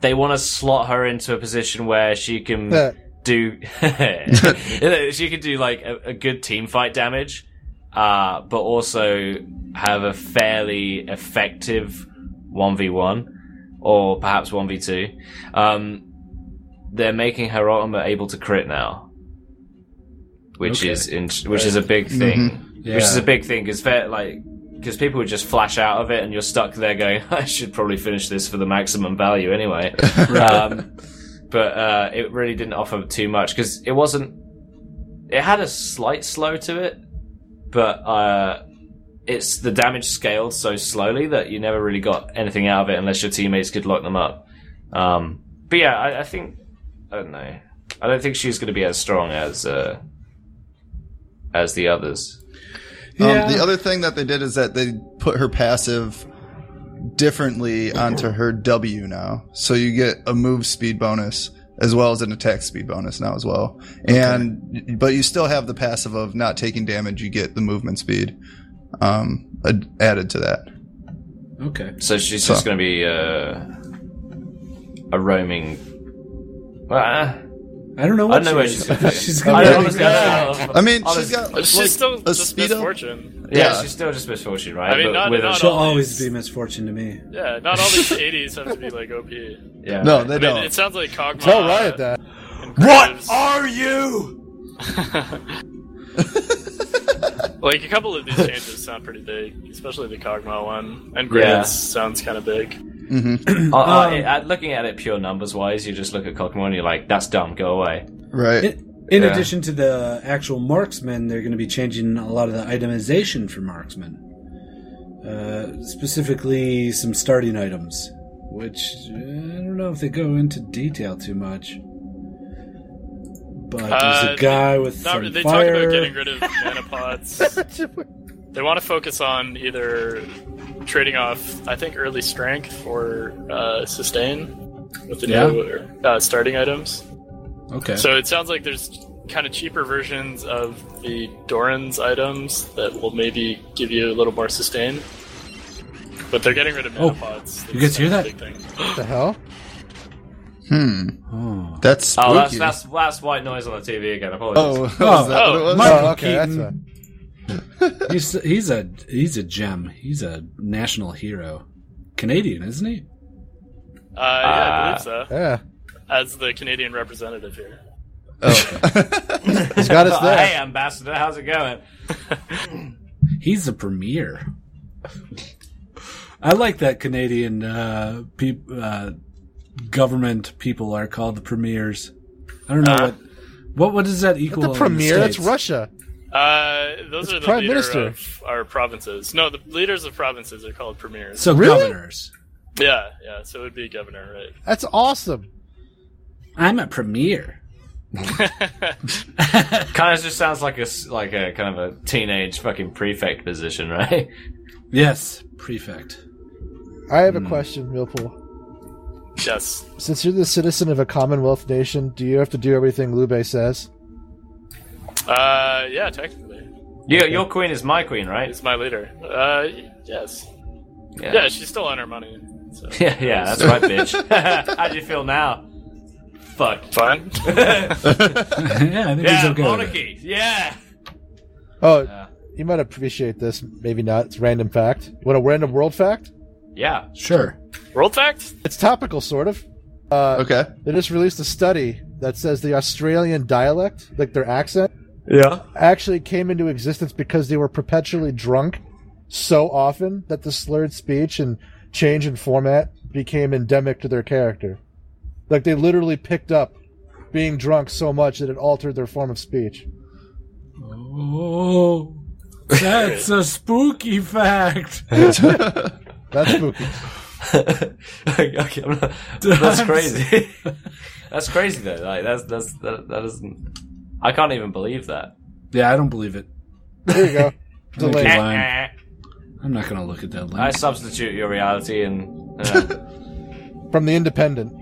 Speaker 4: they want to slot her into a position where she can.
Speaker 5: Yeah.
Speaker 4: do she could do like a, a good team fight damage uh, but also have a fairly effective 1v1 or perhaps 1v2 um, they're making her ultimate able to crit now which
Speaker 1: Okay.
Speaker 4: is in, which is a big thing
Speaker 1: Yeah.
Speaker 4: which is a big thing because fair like because people would just flash out of it and you're stuck there going i should probably finish this for the maximum value anyway um, but uh, it really didn't offer too much because it wasn't it had a slight slow to it but uh, it's the damage scaled so slowly that you never really got anything out of it unless your teammates could lock them up um, but yeah I, I think i don't know i don't think she's going to be as strong as uh, as the others
Speaker 1: Yeah.
Speaker 3: Um, the other thing that they did is that they put her passive differently onto her W now. So you get a move speed bonus as well as an attack speed bonus now as well. And but you still have the passive of not taking damage, you get the movement speed um ad- added to that.
Speaker 1: okay.
Speaker 4: So she's
Speaker 3: So-
Speaker 4: just going to be uh, a roaming. Well, uh,
Speaker 1: I don't know.
Speaker 4: I
Speaker 1: What
Speaker 4: don't know where she's going to be.
Speaker 1: she's
Speaker 4: I
Speaker 1: gonna. be-
Speaker 4: don't honestly, I don't know.
Speaker 3: I mean,
Speaker 4: Honestly-
Speaker 3: she's got like,
Speaker 2: She's still
Speaker 3: a
Speaker 2: just
Speaker 3: speed up.
Speaker 2: misfortune.
Speaker 4: yeah,
Speaker 3: yeah.
Speaker 4: she's still just misfortune, right?
Speaker 2: I mean,
Speaker 4: But
Speaker 2: not-
Speaker 4: with a-
Speaker 2: not
Speaker 1: She'll always be misfortune to me.
Speaker 2: Yeah, not all these 80s have to be like OP. I
Speaker 4: yeah.
Speaker 3: No, they
Speaker 2: mean,
Speaker 3: don't.
Speaker 2: it sounds like Kog'Maw.
Speaker 5: Tell Riot that.
Speaker 2: What?
Speaker 4: are you?
Speaker 2: Like a couple of these changes sound pretty big, especially the Kog'Maw one. And Gradus
Speaker 4: Yeah.
Speaker 2: sounds kind of big.
Speaker 4: Uh, uh,
Speaker 1: Um,
Speaker 4: it- at- looking at it pure numbers wise, you just look at Kokomo and you're like, "That's dumb. Go away."
Speaker 3: Right.
Speaker 1: In, in
Speaker 4: Yeah.
Speaker 1: addition to the actual marksmen, they're going to be changing a lot of the itemization for marksmen, uh, specifically some starting items, which uh, I don't know if they go into detail too much. But
Speaker 2: Uh,
Speaker 1: there's a guy with
Speaker 2: Not,
Speaker 1: some
Speaker 2: they talk
Speaker 1: fire.
Speaker 2: about getting rid of mana pots. they want to focus on either trading off, I think, early strength or uh, sustain with the
Speaker 1: Yeah.
Speaker 2: new uh, starting items.
Speaker 1: okay.
Speaker 2: So it sounds like there's kind of cheaper versions of the Doran's items that will maybe give you a little more sustain. But they're getting rid of mana
Speaker 1: Oh,
Speaker 2: pods.
Speaker 1: you guys hear that?
Speaker 2: Big thing. Uh,
Speaker 5: What the hell?
Speaker 3: Hmm.
Speaker 1: oh.
Speaker 3: That's spooky.
Speaker 4: Oh, that's, that's that's white noise on the TV again.
Speaker 3: Oh,
Speaker 4: Apologies.
Speaker 3: was that
Speaker 2: Oh,
Speaker 3: what it was?
Speaker 1: Michael
Speaker 5: Oh, okay, that's a-
Speaker 1: Keaton. he's he's a he's a gem. He's a national hero. Canadian, isn't he?
Speaker 2: Uh, yeah, I
Speaker 4: Uh,
Speaker 2: believe so.
Speaker 5: Yeah.
Speaker 2: As the Canadian representative here.
Speaker 5: He's got us there.
Speaker 4: hey, ambassador, how's it going?
Speaker 1: He's a premier. I like that Canadian uh, peop uh, government people are called the premiers. I don't know
Speaker 2: Uh.
Speaker 1: what, what what does that
Speaker 5: Ah. Not
Speaker 1: equal?
Speaker 5: the
Speaker 1: in
Speaker 5: premier. That's
Speaker 1: States?
Speaker 5: Russia.
Speaker 2: Uh, those
Speaker 5: It's
Speaker 2: are the
Speaker 5: prime
Speaker 2: leader
Speaker 5: minister.
Speaker 2: of our provinces. No, the leaders of provinces are called premiers.
Speaker 1: So
Speaker 5: Really?
Speaker 1: governors.
Speaker 2: yeah, yeah. So it would be governor, right?
Speaker 5: That's awesome.
Speaker 1: I'm a premier.
Speaker 4: Kind of just sounds like a s- like a kind of a teenage fucking prefect position, right?
Speaker 1: Yes, prefect.
Speaker 5: I have a question, Millpool.
Speaker 2: Yes.
Speaker 5: Since you're the citizen of a Commonwealth nation, do you have to do everything Lube says?
Speaker 2: Uh, yeah. Technically,
Speaker 4: Your your queen is my queen, right?
Speaker 2: it's my leader. Uh, yes. Yeah.
Speaker 4: Yeah,
Speaker 2: she's still on her money. So.
Speaker 4: yeah, yeah that's right, bitch. How do you feel now? Fuck.
Speaker 2: Fine.
Speaker 1: yeah, I think he's
Speaker 4: Yeah,
Speaker 1: okay. with it.
Speaker 4: monarchy. Yeah.
Speaker 5: Oh, you might appreciate this. Maybe not. It's random fact. What a random world fact?
Speaker 4: Yeah.
Speaker 1: Sure.
Speaker 2: World fact.
Speaker 5: It's topical, sort of. Uh,
Speaker 3: oh. Okay.
Speaker 5: They just released a study that says the Australian dialect, like their accent,
Speaker 4: Yeah.
Speaker 5: actually came into existence because they were perpetually drunk so often that the slurred speech and change in format became endemic to their character. Like they literally picked up being drunk so much that it altered their form of speech.
Speaker 1: Oh, that's a spooky fact.
Speaker 5: That's spooky.
Speaker 4: okay, okay, I'm not- that's
Speaker 1: I'm
Speaker 4: crazy. that's crazy though. Like that's that's that, that isn't. I can't even believe that.
Speaker 1: Yeah, I don't believe it.
Speaker 5: There you go.
Speaker 1: Okay,
Speaker 5: Delayed.
Speaker 1: fine. I'm not gonna look at that link.
Speaker 4: I substitute your reality and. Uh,
Speaker 5: From the Independent.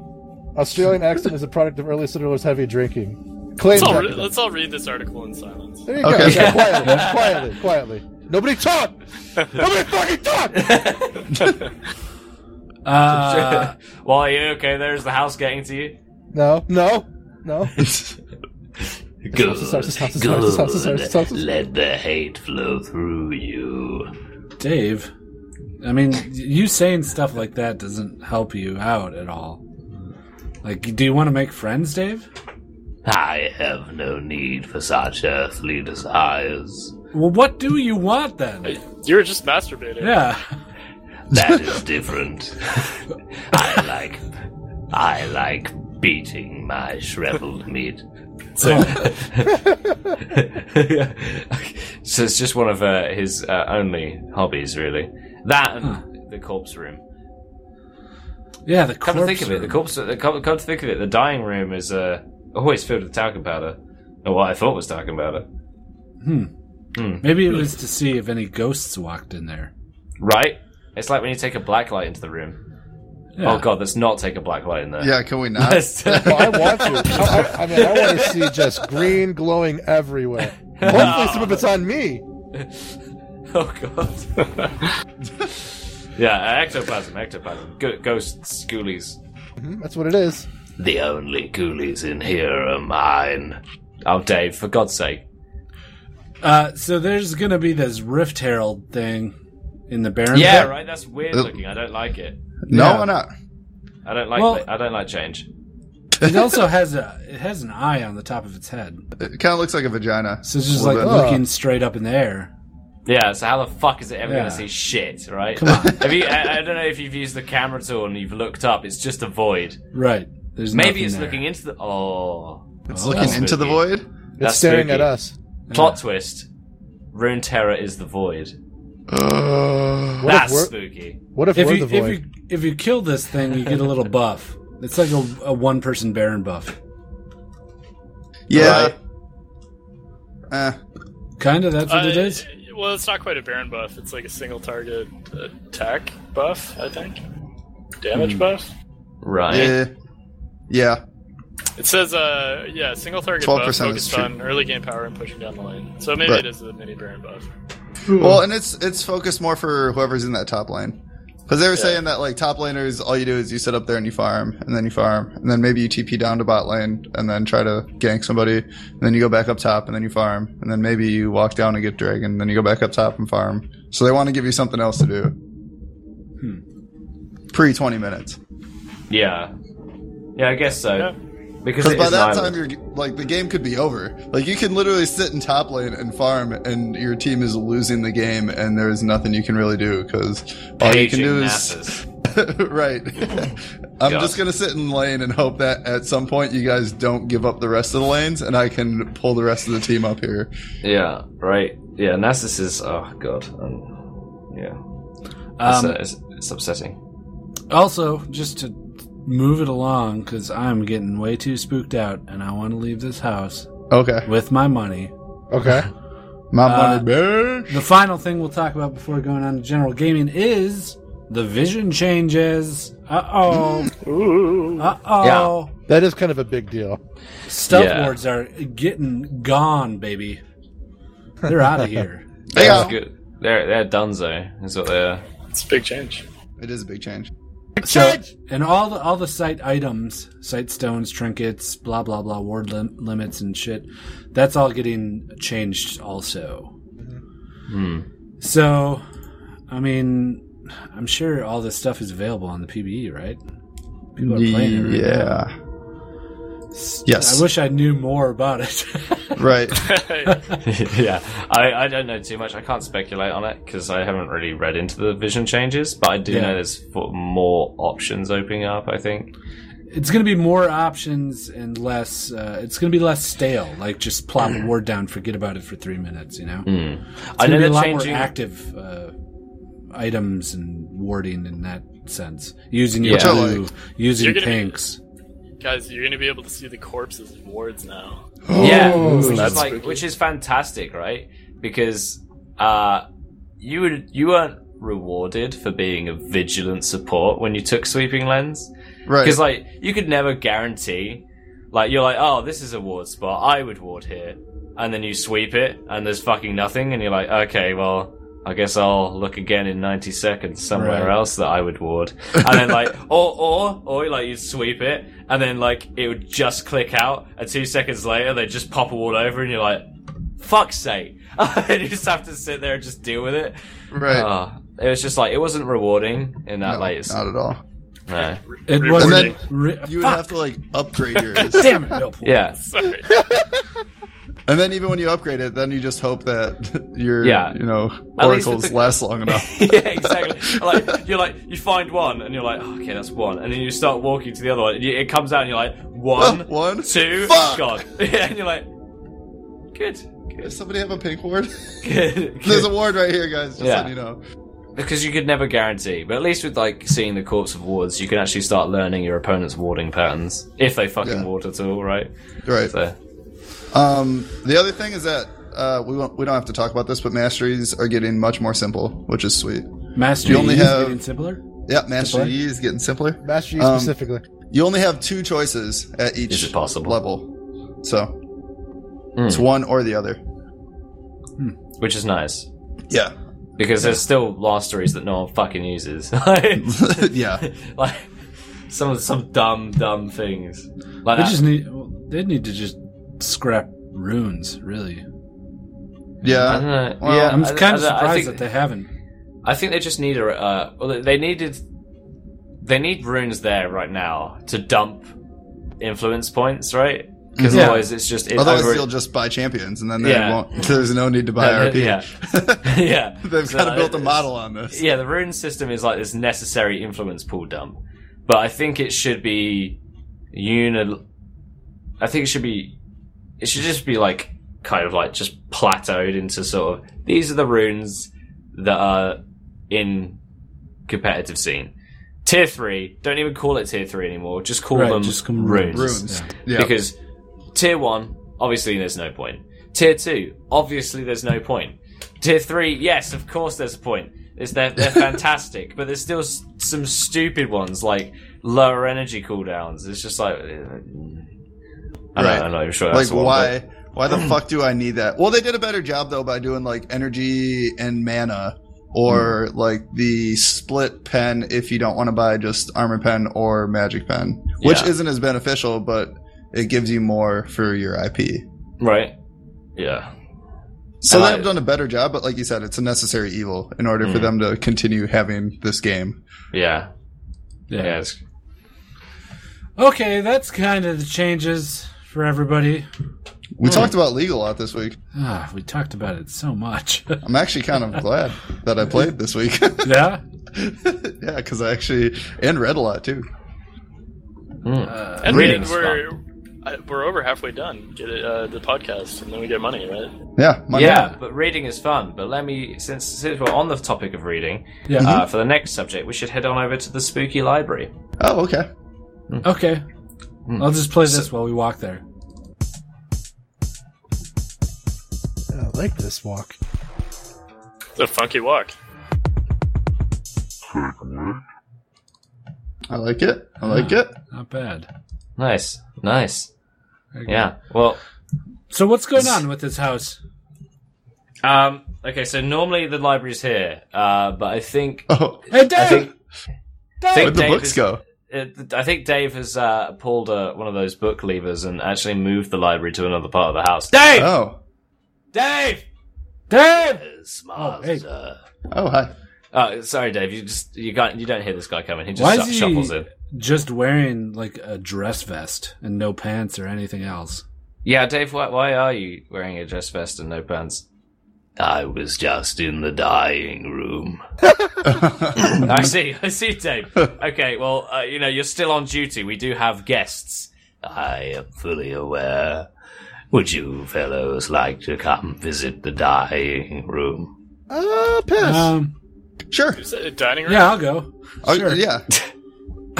Speaker 5: Australian accent is a product of early settlers' heavy drinking. Claim
Speaker 2: Let's all, re-
Speaker 5: document.
Speaker 2: let's all read this article in silence.
Speaker 5: There you go.
Speaker 3: Okay.
Speaker 5: Yeah, quietly, quietly, quietly. Nobody talk. Nobody fucking talk.
Speaker 1: Uh,
Speaker 4: well, are you okay? There's the house getting to you.
Speaker 5: No, no, no.
Speaker 7: Good.
Speaker 5: Sausage, sausage, sausage, sausage, sausage,
Speaker 7: Good.
Speaker 5: sausage.
Speaker 7: Let the hate flow through you.
Speaker 1: Dave, I mean, you saying stuff like that doesn't help you out at all. Like, do you want to make friends, Dave?
Speaker 7: I have no need for such earthly desires.
Speaker 1: Well, what do you want then?
Speaker 2: You were just masturbating.
Speaker 1: Yeah.
Speaker 7: That is different. I like, I like beating my shriveled meat.
Speaker 4: so it's just one of uh, his uh, only hobbies, really. That and the corpse room.
Speaker 1: Yeah, the
Speaker 4: Come
Speaker 1: corpse
Speaker 4: to think of it, the
Speaker 1: room.
Speaker 4: corpse. The, come, come to think of it, the dying room is uh, always filled with talcum powder, or what I thought was talcum powder.
Speaker 1: Maybe it was to see if any ghosts walked in there.
Speaker 4: Right? It's like when you take a black light into the room.
Speaker 1: Yeah.
Speaker 4: Oh god, let's not take a black light in there. uh,
Speaker 3: Yeah, can we not?
Speaker 4: Let's-
Speaker 5: Well, I want to. I, I, I mean, I want to see just green glowing everywhere. Hopefully, some of it's on me.
Speaker 4: oh god. yeah, uh, ectoplasm, ectoplasm, Go- ghosts, ghoulies.
Speaker 5: Hmm, That's what it is.
Speaker 7: The only coolies in here are mine.
Speaker 4: Oh, Dave, for God's sake.
Speaker 1: Uh, so there's gonna be this Rift Herald thing in the Baron.
Speaker 4: Yeah,
Speaker 1: Pit.
Speaker 4: right. That's weird
Speaker 3: Uh,
Speaker 4: looking. I don't like it.
Speaker 3: No,
Speaker 1: Yeah.
Speaker 3: why not?
Speaker 4: I don't like.
Speaker 1: Well-
Speaker 4: I don't like change.
Speaker 1: It also has a it has an eye on the top of its head,
Speaker 3: It kind of looks like a vagina.
Speaker 1: so it's just
Speaker 3: A
Speaker 1: like
Speaker 3: little
Speaker 5: bit.
Speaker 1: looking straight up in the air.
Speaker 4: Yeah. So how the fuck is it ever
Speaker 1: Yeah.
Speaker 4: gonna see shit? Right.
Speaker 1: Come on.
Speaker 4: Have you, I, I don't know if you've used the camera tool and you've looked up. It's just a void.
Speaker 1: Right. There's
Speaker 4: Maybe
Speaker 1: nothing
Speaker 4: it's
Speaker 1: there.
Speaker 4: looking into the. Oh.
Speaker 3: It's
Speaker 1: Oh,
Speaker 3: looking
Speaker 1: that's
Speaker 3: into the
Speaker 4: spooky.
Speaker 3: void.
Speaker 5: It's
Speaker 4: That's
Speaker 5: staring
Speaker 4: spooky.
Speaker 5: at us.
Speaker 4: Plot twist. Rune Terror is the void.
Speaker 3: Uh,
Speaker 5: What if
Speaker 4: That's
Speaker 5: we're,
Speaker 4: spooky.
Speaker 5: what if
Speaker 1: If
Speaker 5: we're
Speaker 1: you
Speaker 5: the void?
Speaker 1: if you if you kill this thing, you get a little buff. It's like a, a one person Baron buff.
Speaker 3: yeah. Eh.
Speaker 1: Kind of. That's what
Speaker 2: Uh,
Speaker 1: it is.
Speaker 2: Well, it's not quite a Baron buff. It's like a single target attack buff, I think.
Speaker 1: Hmm.
Speaker 2: Damage buff.
Speaker 4: Right.
Speaker 3: Yeah. Eh. Yeah.
Speaker 2: It says, uh, yeah, single target buff
Speaker 3: 12% is
Speaker 2: focused
Speaker 3: true.
Speaker 2: on early game power and pushing down the lane. So maybe
Speaker 3: Right.
Speaker 2: it is a mini Baron buff.
Speaker 3: Well, and it's it's focused more for whoever's in that top lane. Because they were saying that like top laners, all you do is you sit up there and you farm, and then you farm, and then maybe you TP down to bot lane, and then try to gank somebody, and then you go back up top, and then you farm, and then maybe you walk down and get dragon, and then you go back up top and farm. So they want to give you something else to do. Pre twenty minutes.
Speaker 4: Yeah. Yeah, I guess so.
Speaker 2: Yeah.
Speaker 4: Because
Speaker 3: Because
Speaker 4: it
Speaker 3: by
Speaker 4: is an
Speaker 3: that
Speaker 4: island.
Speaker 3: time, you're like the game could be over. Like you can literally sit in top lane and farm, and your team is losing the game, and there is nothing you can really do because all you
Speaker 4: Paging
Speaker 3: can do is
Speaker 4: masses.
Speaker 3: right. I'm
Speaker 4: Yeah.
Speaker 3: just gonna sit in lane and hope that at some point you guys don't give up the rest of the lanes, and I can pull the rest of the team up here.
Speaker 4: Yeah, right. Yeah, Nasus is. Oh, God. Um, yeah. It's, uh,
Speaker 1: Um,
Speaker 4: it's, it's upsetting.
Speaker 1: also, just to move it along, because I'm getting way too spooked out, and I want to leave this house
Speaker 3: Okay,
Speaker 1: with my money.
Speaker 5: Okay.
Speaker 3: my
Speaker 1: Uh,
Speaker 3: money, bitch.
Speaker 1: The final thing we'll talk about before going on to general gaming is the vision changes. Uh oh. Uh oh.
Speaker 5: That is kind of a big deal.
Speaker 1: Stealth
Speaker 4: Yeah.
Speaker 1: wards are getting gone, baby. They're out of here.
Speaker 3: Hey,
Speaker 4: That's
Speaker 3: yo.
Speaker 4: good. They're, they're donezo, is what they're.
Speaker 2: It's a big change.
Speaker 3: It is a big change.
Speaker 1: So, and all the all the site items, site stones, trinkets, blah blah blah, ward lim- limits and shit. That's all getting changed also. So, I mean, I'm sure all this stuff is available on the PBE, right? People are playing it. Right now.
Speaker 3: Yeah. Yes.
Speaker 1: I wish I knew more about it.
Speaker 3: Right.
Speaker 4: yeah, I, I don't know too much. I can't speculate on it because I haven't really read into the vision changes, but I do
Speaker 1: Yeah.
Speaker 4: know there's fo- more options opening up, I think.
Speaker 1: it's going to be more options and less. Uh, it's going to be less stale. Like just plop a word down, forget about it for three minutes. You know. It's
Speaker 4: I know
Speaker 1: gonna be
Speaker 4: they're
Speaker 1: a lot
Speaker 4: changing.
Speaker 1: more active uh, items and warding in that sense. Using your
Speaker 4: Which
Speaker 3: I
Speaker 1: blue, using
Speaker 2: You're gonna be-
Speaker 1: pinks.
Speaker 2: Guys, you're gonna be able to see the corpses of wards now.
Speaker 4: Yeah,
Speaker 1: Oh,
Speaker 4: which is
Speaker 2: That's
Speaker 4: like,
Speaker 2: spooky.
Speaker 4: which is fantastic, right? Because uh, you would you weren't rewarded for being a vigilant support when you took sweeping lens
Speaker 3: Right.
Speaker 4: because like you could never guarantee. Like you're like, oh, this is a ward spot. I would ward here, and then you sweep it, and there's fucking nothing, and you're like, okay, well. I guess I'll look again in 90 seconds somewhere
Speaker 1: Right.
Speaker 4: else that I would ward. And then like, or, or, or like you'd sweep it and then like it would just click out and two seconds later they just pop a ward over and you're like, fuck's sake. and you just have to sit there and just deal with it.
Speaker 3: right.
Speaker 4: Ah, it was just like, it wasn't rewarding in that
Speaker 3: No,
Speaker 4: like, it's-
Speaker 3: not at all.
Speaker 4: no.
Speaker 1: It
Speaker 2: And
Speaker 1: was.
Speaker 3: then
Speaker 1: re-
Speaker 3: You would
Speaker 1: fuck,
Speaker 3: have to like upgrade yours.
Speaker 1: damn it. Bill.
Speaker 4: Yeah.
Speaker 2: Sorry.
Speaker 3: And then even when you upgrade it, then you just hope that your
Speaker 4: Yeah.
Speaker 3: you know
Speaker 4: At least
Speaker 3: oracles
Speaker 4: with the-
Speaker 3: last long enough.
Speaker 4: yeah, exactly. Like you're like you find one and you're like, "Oh, okay, that's one, and then you start walking to the other one. And you, it comes out and you're like,
Speaker 3: One,
Speaker 4: one,
Speaker 3: one.
Speaker 4: two,
Speaker 3: Fuck!
Speaker 4: God, yeah, and you're like, good,
Speaker 3: Does
Speaker 4: good,
Speaker 3: somebody have a pink ward?
Speaker 4: good,
Speaker 3: There's a
Speaker 4: good.
Speaker 3: ward right here, guys. Just
Speaker 4: Yeah.
Speaker 3: letting you know.
Speaker 4: because you could never guarantee. But at least with like seeing the corpse of wards, you can actually start learning your opponent's warding patterns if they fucking
Speaker 3: Yeah.
Speaker 4: ward at all, right?
Speaker 3: Right.
Speaker 4: So
Speaker 3: Um, the other thing is that uh, we won't, we don't have to talk about this, but masteries are getting much more simple, which is sweet.
Speaker 1: Master
Speaker 3: You only
Speaker 1: Yi is
Speaker 3: have-
Speaker 1: getting simpler.
Speaker 3: Yeah, mastery
Speaker 1: play?
Speaker 3: Yi is getting simpler.
Speaker 5: Master Yi
Speaker 3: Um,
Speaker 5: specifically.
Speaker 3: You only have two choices at each
Speaker 4: Is it possible?
Speaker 3: level, so
Speaker 4: Hmm.
Speaker 3: it's one or the other.
Speaker 4: which is nice
Speaker 3: Yeah,
Speaker 4: because there's still last stories that no one fucking uses. Like-
Speaker 3: yeah.
Speaker 4: like some some dumb dumb things. Like
Speaker 1: They
Speaker 4: that-
Speaker 1: just need. well, They need to just scrap runes. Really,
Speaker 4: I
Speaker 3: Uh, Yeah,
Speaker 4: don't know.
Speaker 3: Well,
Speaker 4: yeah,
Speaker 1: I'm
Speaker 4: I-
Speaker 1: kind of
Speaker 4: I- I
Speaker 1: surprised
Speaker 4: think-
Speaker 1: that they haven't.
Speaker 4: I think they just need a. Uh, well, they needed. They need runes there right now to dump influence points, right? Because
Speaker 1: Yeah.
Speaker 4: otherwise, it's just it,
Speaker 3: Otherwise,
Speaker 4: over-
Speaker 3: you'll just buy champions, and then they
Speaker 4: Yeah.
Speaker 3: won't. There's no need to buy RP.
Speaker 4: Yeah, yeah.
Speaker 3: They've
Speaker 4: So
Speaker 3: kind of built a
Speaker 4: it's-
Speaker 3: model on this.
Speaker 4: Yeah, the rune system is like this necessary influence pool dump, but I think it should be unil. I think it should be. It should just be like kind of like just plateaued into sort of these are the runes that are in competitive scene. Tier three, don't even call it tier three anymore. Just call
Speaker 1: Right,
Speaker 4: them
Speaker 1: just call them
Speaker 4: runes.
Speaker 3: Runes. Yeah.
Speaker 4: Because tier one, obviously there's no point. Tier two, obviously there's no point. Tier three, yes, of course there's a point. It's they're, they're fantastic, but there's still s- some stupid ones like lower energy cooldowns. It's just like. eh, I don't,
Speaker 3: Right.
Speaker 4: I'm not even sure.
Speaker 3: like
Speaker 4: That's the one,
Speaker 3: why why the fuck do i need that well they did a better job though by doing like energy and mana or like the split pen if you don't want to buy just armor pen or magic pen which
Speaker 4: Yeah.
Speaker 3: isn't as beneficial but it gives you more for your ip
Speaker 4: but- right? Yeah,
Speaker 3: so
Speaker 4: And I-
Speaker 3: they've done a better job but like you said it's a necessary evil in order for
Speaker 4: Mm.
Speaker 3: them to continue having this game
Speaker 4: yeah, yeah.
Speaker 1: Yeah.
Speaker 4: it's-
Speaker 1: Okay, that's kind of the changes for everybody.
Speaker 3: We
Speaker 4: Hmm.
Speaker 3: talked about League a lot this week.
Speaker 1: Ah, we talked about it so much.
Speaker 3: I'm actually kind of glad that I played this week.
Speaker 1: yeah?
Speaker 3: yeah, because I actually and read a lot too.
Speaker 2: And
Speaker 4: Reading
Speaker 2: we- we're I- we're over halfway done. Get it, uh, the podcast, and then we get money, right?
Speaker 3: Yeah, my
Speaker 4: yeah,
Speaker 3: bad.
Speaker 4: but reading is fun. But let me, since, since we're on the topic of reading,
Speaker 1: Yeah.
Speaker 4: uh, for the next subject, we should head on over to the spooky library.
Speaker 3: Oh, okay.
Speaker 4: Um,
Speaker 1: Okay.
Speaker 4: hmm.
Speaker 1: I'll just play this while we walk there.
Speaker 5: I like this walk.
Speaker 2: It's a funky walk.
Speaker 3: I like it. I like it.
Speaker 1: Not bad.
Speaker 4: Nice, nice.
Speaker 1: Very good.
Speaker 4: Yeah. Well,
Speaker 1: So what's going on with this house?
Speaker 4: um, okay. So normally the library's here, uh, but I think
Speaker 3: Oh,
Speaker 1: Hey, Dave!
Speaker 4: I think,
Speaker 1: Dave!
Speaker 4: think
Speaker 3: where'd the
Speaker 4: Dave
Speaker 3: books
Speaker 4: is-
Speaker 3: go?
Speaker 4: uh, I think Dave has uh, pulled uh, one of those book levers and actually moved the library to another part of the house. Dave,
Speaker 3: Oh,
Speaker 4: Dave.
Speaker 1: Dave!
Speaker 7: Smart.
Speaker 1: Oh, hey.
Speaker 3: oh, hi.
Speaker 4: Oh, sorry, Dave. You just you can't you don't hear this guy coming. He just
Speaker 1: Why
Speaker 4: shu-
Speaker 1: is he-
Speaker 4: shuffles in.
Speaker 1: Just wearing like a dress vest and no pants or anything else.
Speaker 4: Yeah, Dave. Why, why are you wearing a dress vest and no pants?
Speaker 7: I was just in the dying room.
Speaker 4: I see. I see, Dave. Okay. Well, uh, you know you're still on duty. We do have guests.
Speaker 7: I am fully aware. Would you fellows like to come visit the dying room?
Speaker 5: Ah, piss.
Speaker 1: Um,
Speaker 3: Sure.
Speaker 2: Is it a dining room?
Speaker 1: yeah, I'll go.
Speaker 3: Oh,
Speaker 1: Sure.
Speaker 3: yeah.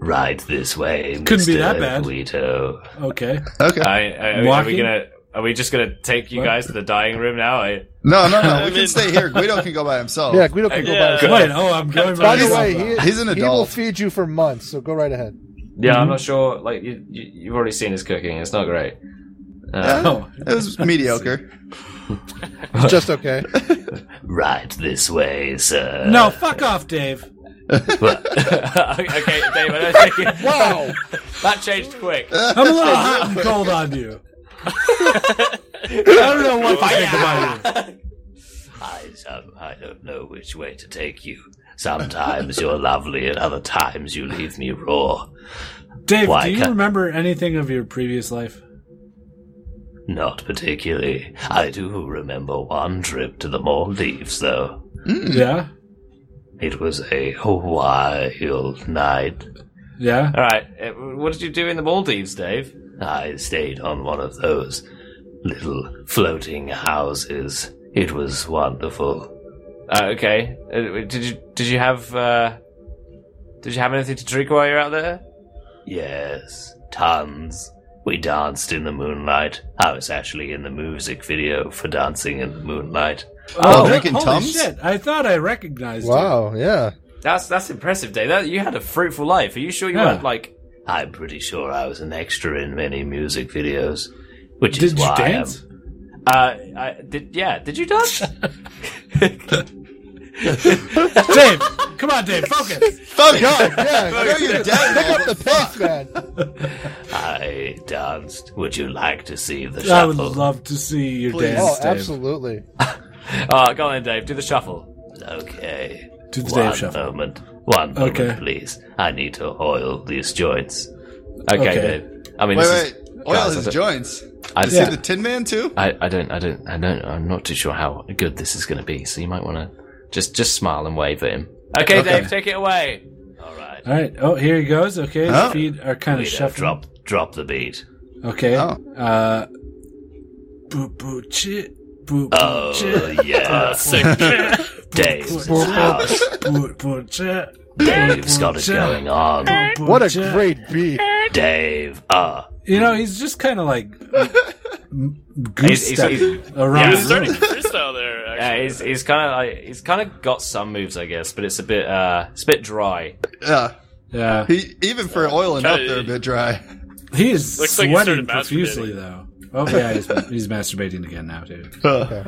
Speaker 7: Right this way,
Speaker 1: Couldn't be
Speaker 7: Mr.
Speaker 1: that bad.
Speaker 7: Guido.
Speaker 1: Okay.
Speaker 3: Okay.
Speaker 4: I, I, are, we- are we
Speaker 1: Walking?
Speaker 4: gonna? Are we just gonna take you
Speaker 1: What?
Speaker 4: guys to the dining room now? I,
Speaker 3: No, no, no. We
Speaker 2: mean-
Speaker 3: can stay here. Guido can go by himself.
Speaker 5: yeah, Guido can go
Speaker 2: Yeah.
Speaker 5: by.
Speaker 1: Wait, oh, I'm going
Speaker 5: By
Speaker 1: right
Speaker 5: the
Speaker 1: now.
Speaker 5: way, he,
Speaker 3: Oh. He's an
Speaker 5: he will
Speaker 3: adult.
Speaker 5: feed you for months, so go right ahead.
Speaker 4: yeah, I'm not sure. Like you, you, you've already seen his cooking. It's not great. Uh,
Speaker 1: Oh,
Speaker 3: It was mediocre.
Speaker 5: It's just okay.
Speaker 7: Right this way, sir.
Speaker 1: no, fuck off, Dave.
Speaker 4: okay, Dave. I don't think
Speaker 5: Wow.
Speaker 4: that changed quick.
Speaker 1: I'm a little hot and cold on you. I don't know what to think about you.
Speaker 7: I, um, I don't know which way to take you. Sometimes you're lovely, and other times you leave me raw.
Speaker 1: Dave,
Speaker 7: Why
Speaker 1: do you
Speaker 7: can't-
Speaker 1: remember anything of your previous life?
Speaker 7: Not particularly. I do remember one trip to the Maldives, though.
Speaker 1: Yeah?
Speaker 7: It was a wild night.
Speaker 1: Yeah?
Speaker 4: All right. uh, What did you do in the Maldives, Dave?
Speaker 7: I stayed on one of those little floating houses. It was wonderful.
Speaker 4: Uh, okay. Uh, did you did you have uh, did you have anything to drink while you're out there?
Speaker 7: Yes, tons. We danced in the moonlight. I was actually in the music video for dancing in the moonlight.
Speaker 3: Oh,
Speaker 1: that-
Speaker 3: drinking
Speaker 1: holy
Speaker 3: Tums?
Speaker 1: shit. I thought I recognized you.
Speaker 5: Wow. Yeah.
Speaker 4: That's that's impressive, Dave. That, you had a fruitful life. Are you sure you
Speaker 1: Yeah.
Speaker 4: weren't like?
Speaker 7: I'm pretty sure I was an extra in many music videos, which is
Speaker 1: Did you
Speaker 7: why
Speaker 1: dance?
Speaker 4: Uh, I, did yeah? Did you dance?
Speaker 1: Dave, come on, Dave, focus.
Speaker 3: Fuck God.
Speaker 5: Yeah.
Speaker 3: I know you're dead,
Speaker 5: Pick
Speaker 3: man.
Speaker 5: up the pace, man.
Speaker 7: I'm, I danced. Would you like to see the
Speaker 1: I would
Speaker 7: shuffle?
Speaker 1: love to see your
Speaker 3: Please.
Speaker 1: dance,
Speaker 5: Oh,
Speaker 1: Dave.
Speaker 5: absolutely.
Speaker 4: Uh, go on, then, Dave. Do the shuffle.
Speaker 7: okay.
Speaker 1: Do the
Speaker 7: One
Speaker 1: Dave shuffle.
Speaker 7: moment. One moment,
Speaker 1: Okay.
Speaker 7: please. I need to oil these joints.
Speaker 4: Okay,
Speaker 1: Okay.
Speaker 4: Dave. I mean,
Speaker 3: Wait,
Speaker 4: this is-
Speaker 3: wait. Oil
Speaker 4: Guys, I
Speaker 3: his
Speaker 4: don't-
Speaker 3: joints.
Speaker 4: I,
Speaker 3: Is
Speaker 1: Yeah.
Speaker 3: he the Tin Man too?
Speaker 4: I, I don't, I don't, I don't. I'm not too sure how good this is going to be. So you might want to just, just smile and wave at him. Okay, Dave, take it away.
Speaker 7: All right.
Speaker 1: All right. Oh, here he goes. Okay, his
Speaker 3: Oh.
Speaker 1: feet are kind of
Speaker 7: Guido,
Speaker 1: shuffling.
Speaker 7: drop, drop the beat.
Speaker 1: Okay.
Speaker 3: Oh.
Speaker 1: Uh, boo boo chit. Boo boo
Speaker 7: Oh
Speaker 1: chit.
Speaker 7: yeah, Dave's house.
Speaker 1: Boo boo chit.
Speaker 7: Dave's got it going on.
Speaker 1: Boo
Speaker 5: What a
Speaker 1: chit.
Speaker 5: great beat.
Speaker 7: Dave,
Speaker 4: ah.
Speaker 7: uh,
Speaker 1: You know, he's just kind of like m- goose
Speaker 4: He's- he's-
Speaker 1: step
Speaker 4: he's-
Speaker 1: around.
Speaker 2: He's
Speaker 1: the room.
Speaker 2: starting to freestyle there. Actually.
Speaker 4: Yeah, Uh, he's, he's kind of, like, he's kind of got some moves, I guess, but it's a bit, uh, it's a bit dry.
Speaker 3: Yeah.
Speaker 1: Yeah,
Speaker 3: He, even for oiling up,
Speaker 2: Okay.
Speaker 3: they're a bit dry.
Speaker 1: he is
Speaker 2: Looks like he
Speaker 1: sweating
Speaker 2: started
Speaker 1: profusely though. Oh yeah, he's, he's masturbating again now too.
Speaker 3: Uh,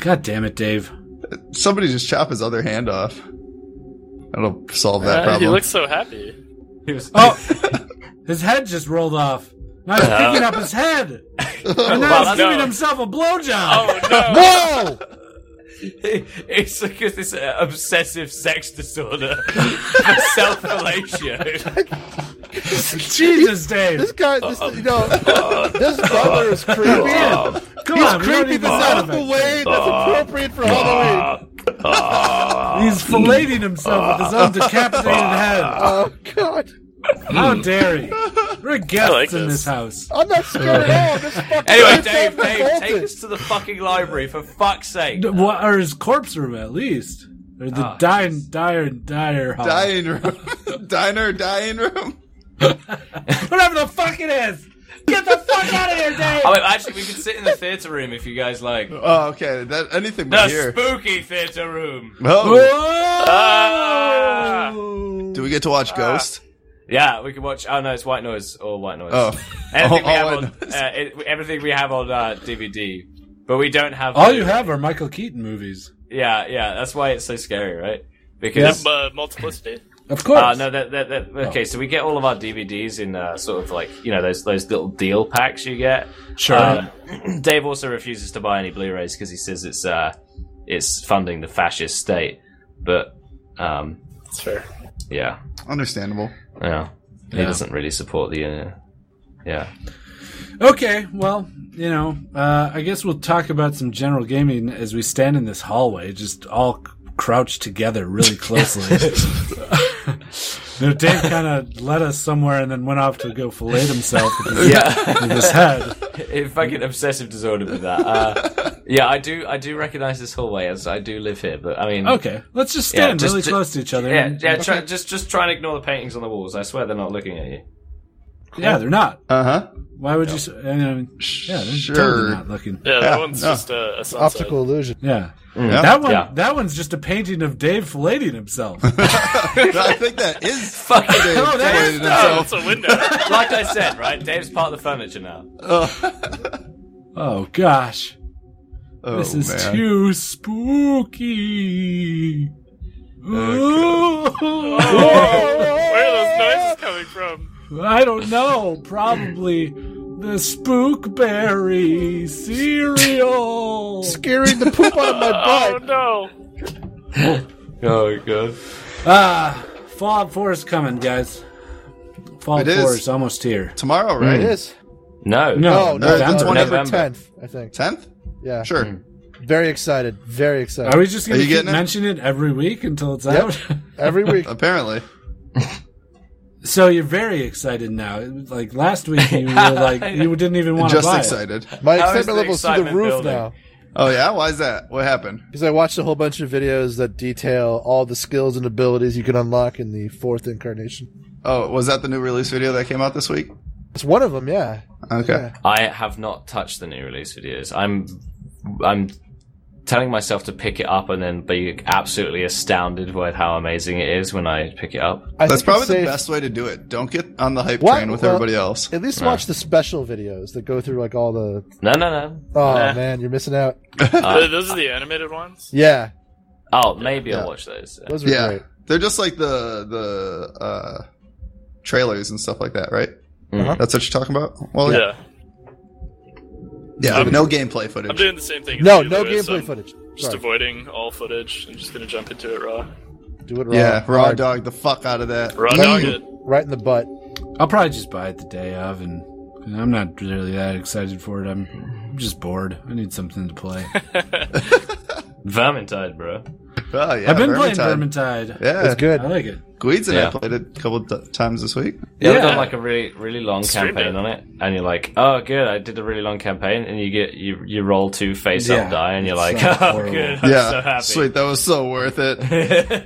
Speaker 1: God damn it, Dave!
Speaker 3: somebody just chop his other hand off. That'll solve that
Speaker 2: Uh, he
Speaker 3: problem.
Speaker 2: looks so happy.
Speaker 1: Oh, his head just rolled off. Now he's picking up his head, and now he's
Speaker 4: that's-
Speaker 1: giving
Speaker 4: no.
Speaker 1: himself a blowjob.
Speaker 2: Oh no!
Speaker 5: Whoa!
Speaker 4: it's because this uh, obsessive sex disorder, self fellatio.
Speaker 1: Jesus, Dave.
Speaker 5: This guy, this,
Speaker 4: Uh,
Speaker 5: you know, this butler is creepy.
Speaker 1: Come
Speaker 5: He's
Speaker 1: on, we don't
Speaker 5: creepy
Speaker 1: need
Speaker 5: that's
Speaker 1: to-
Speaker 5: out of the
Speaker 4: Uh,
Speaker 5: way. That's appropriate for Halloween.
Speaker 1: He's filleting himself with his own decapitated head.
Speaker 5: Oh God,
Speaker 1: How dare he? We're guests
Speaker 2: like
Speaker 1: in this
Speaker 2: this.
Speaker 1: house.
Speaker 5: I'm not scared at all. This fucking
Speaker 4: Anyway,
Speaker 5: dude's
Speaker 4: Dave,
Speaker 5: having a
Speaker 4: Dave, take
Speaker 5: voltage.
Speaker 4: us to the fucking library for fuck's sake.
Speaker 1: D- What, or his corpse room, at least. Or the
Speaker 4: Oh,
Speaker 1: dine, dire, dire hall.
Speaker 3: Dying room. Diner, dying room.
Speaker 1: Whatever the fuck it is. Get the fuck out of here, Dave.
Speaker 4: I mean, actually, we could sit in the theater room if you guys like.
Speaker 3: Oh, okay. That anything but
Speaker 4: The
Speaker 3: here.
Speaker 4: spooky theater room.
Speaker 3: Oh,
Speaker 4: Ah!
Speaker 3: do we get to watch Ghost?
Speaker 4: Yeah, we could watch. Oh no, it's White Noise or White Noise.
Speaker 3: Oh.
Speaker 4: everything we
Speaker 3: All-
Speaker 4: have
Speaker 3: all
Speaker 4: on
Speaker 3: White Noise.
Speaker 4: uh, it, everything we have on uh, DVD, but we don't have.
Speaker 1: All Oh, you have are Michael Keaton movies.
Speaker 4: Yeah, yeah. That's why it's so scary, right?
Speaker 2: Yep,
Speaker 4: Because
Speaker 2: uh, multiplicity.
Speaker 1: Of course.
Speaker 4: Uh, no, that, that, that, okay. So we get all of our DVDs in uh, sort of like you know those those little deal packs you get.
Speaker 1: Sure.
Speaker 4: Uh, Dave also refuses to buy any Blu-rays because he says it's uh it's funding the fascist state. But um
Speaker 2: That's fair.
Speaker 4: yeah
Speaker 3: Understandable.
Speaker 4: yeah he
Speaker 1: Yeah.
Speaker 4: doesn't really support the uh, yeah
Speaker 1: Okay, well, you know, uh, I guess we'll talk about some general gaming as we stand in this hallway, just all crouched together really closely. You know, Dave kind of led us somewhere and then went off to go fillet himself with his,
Speaker 4: yeah
Speaker 1: with his head.
Speaker 4: if I get obsessive disorder with that. Uh, yeah, I do I do recognize this hallway as I do live here. But I mean
Speaker 1: Okay, let's just
Speaker 4: Yeah,
Speaker 1: stand
Speaker 4: just-
Speaker 1: really
Speaker 4: ju-
Speaker 1: close to each other.
Speaker 4: Yeah,
Speaker 1: and-
Speaker 4: yeah. Try, just just try and ignore the paintings on the walls. I swear they're not looking at you.
Speaker 1: yeah, they're not.
Speaker 3: Uh huh.
Speaker 1: Why would you? s- I mean, yeah, they're
Speaker 3: Sure.
Speaker 1: totally not looking.
Speaker 2: Yeah,
Speaker 3: Yeah,
Speaker 2: that one's
Speaker 3: no.
Speaker 2: just a, a sunset. Oh,
Speaker 5: Optical illusion.
Speaker 1: Yeah.
Speaker 3: Yeah.
Speaker 1: That one,
Speaker 4: Yeah.
Speaker 1: that one's just a painting of Dave filleting himself.
Speaker 3: I think that is fucking
Speaker 1: Oh, that is
Speaker 2: Oh, it's a window.
Speaker 4: Like I said, right? Dave's part of the furniture now.
Speaker 1: oh gosh.
Speaker 3: Oh,
Speaker 1: This is
Speaker 3: man.
Speaker 1: too spooky.
Speaker 5: Oh,
Speaker 2: Where are those noises coming from?
Speaker 1: I don't know. Probably the spookberry cereal.
Speaker 5: Scaring the poop out of my
Speaker 2: Oh
Speaker 5: butt.
Speaker 2: no!
Speaker 4: Oh god.
Speaker 1: Ah, Fallout 4 is coming, guys. Fallout
Speaker 3: It
Speaker 1: 4
Speaker 3: is.
Speaker 1: is almost here.
Speaker 3: Tomorrow,
Speaker 5: It
Speaker 3: right?
Speaker 5: is. Oh,
Speaker 4: No.
Speaker 1: No,
Speaker 5: No, no,
Speaker 1: November.
Speaker 5: it's November
Speaker 4: November.
Speaker 5: tenth, I think.
Speaker 3: Tenth?
Speaker 5: Yeah.
Speaker 3: Sure.
Speaker 5: Very excited. Very excited.
Speaker 1: Are we just going
Speaker 3: Are
Speaker 1: to
Speaker 3: you
Speaker 1: keep
Speaker 3: getting it?
Speaker 1: mentioning it every week until it's
Speaker 5: Yep.
Speaker 1: out?
Speaker 5: Every week.
Speaker 3: Apparently.
Speaker 1: so you're very excited now. It was Like last week, you were like you didn't even want to
Speaker 3: Just
Speaker 1: buy it.
Speaker 3: excited.
Speaker 5: My
Speaker 4: How
Speaker 5: excitement
Speaker 4: is the
Speaker 5: level's through the
Speaker 4: excitement
Speaker 5: roof
Speaker 4: building?
Speaker 5: now.
Speaker 3: Oh yeah? Why is that? What happened?
Speaker 5: Because I watched a whole bunch of videos that detail all the skills and abilities you can unlock in the fourth incarnation.
Speaker 3: Oh, was that the new release video that came out this week?
Speaker 5: It's one of them, yeah.
Speaker 3: Okay.
Speaker 4: I have not touched the new release videos. I'm I'm telling myself to pick it up and then be absolutely astounded by how amazing it is when I pick it up.
Speaker 5: I
Speaker 3: That's
Speaker 5: think
Speaker 3: probably
Speaker 5: it's
Speaker 3: the
Speaker 5: safe-
Speaker 3: best way to do it. Don't get on the hype
Speaker 5: What?
Speaker 3: train with
Speaker 5: Well-
Speaker 3: everybody else.
Speaker 5: At least watch the special videos that go through like all the.
Speaker 4: No, no, no.
Speaker 5: Oh
Speaker 2: Nah.
Speaker 5: man, you're missing out.
Speaker 2: Th- those are the animated ones.
Speaker 5: Yeah,
Speaker 4: Oh, maybe
Speaker 3: Yeah.
Speaker 4: I'll watch those.
Speaker 5: those were
Speaker 3: Yeah.
Speaker 5: great.
Speaker 3: They're just like the the uh trailers and stuff like that, right?
Speaker 1: Uh-huh.
Speaker 4: Mhm.
Speaker 3: That's what you're talking about?
Speaker 5: Oh,
Speaker 3: Well
Speaker 2: Yeah,
Speaker 3: Yeah, no gameplay footage.
Speaker 2: I'm doing the same thing. as
Speaker 5: No,
Speaker 2: you,
Speaker 5: no
Speaker 2: Lewis.
Speaker 5: gameplay
Speaker 2: I'm
Speaker 5: footage.
Speaker 2: Just
Speaker 5: Sorry.
Speaker 2: avoiding all footage. I'm just gonna jump into it raw.
Speaker 5: Do it raw.
Speaker 3: yeah, raw
Speaker 5: Hard.
Speaker 3: dog the fuck out of that.
Speaker 2: Raw
Speaker 5: Let
Speaker 2: dog
Speaker 5: me-
Speaker 2: it.
Speaker 5: Right in the butt.
Speaker 1: I'll probably just buy it the day of, and, and I'm not really that excited for it. I'm, I'm just bored. I need something to play.
Speaker 4: Vermintide, bro.
Speaker 3: Oh, yeah,
Speaker 1: I've been
Speaker 3: Vermintide.
Speaker 1: playing Vermintide.
Speaker 3: Yeah,
Speaker 5: It's good.
Speaker 1: I like it.
Speaker 3: Guides and
Speaker 4: Yeah.
Speaker 3: I played it a couple t- times this week.
Speaker 4: Yeah, have
Speaker 1: Yeah.
Speaker 4: done like a really, really long
Speaker 2: Streamed
Speaker 4: campaign
Speaker 2: it.
Speaker 4: on it, and you're like, "Oh, good, I did a really long campaign," and you get you you roll two face
Speaker 1: Yeah.
Speaker 4: up die, and you're
Speaker 1: It's
Speaker 4: like,
Speaker 1: so
Speaker 4: "Oh,
Speaker 1: horrible.
Speaker 4: good, I'm
Speaker 3: Yeah,
Speaker 4: so happy."
Speaker 3: sweet. That was so worth it.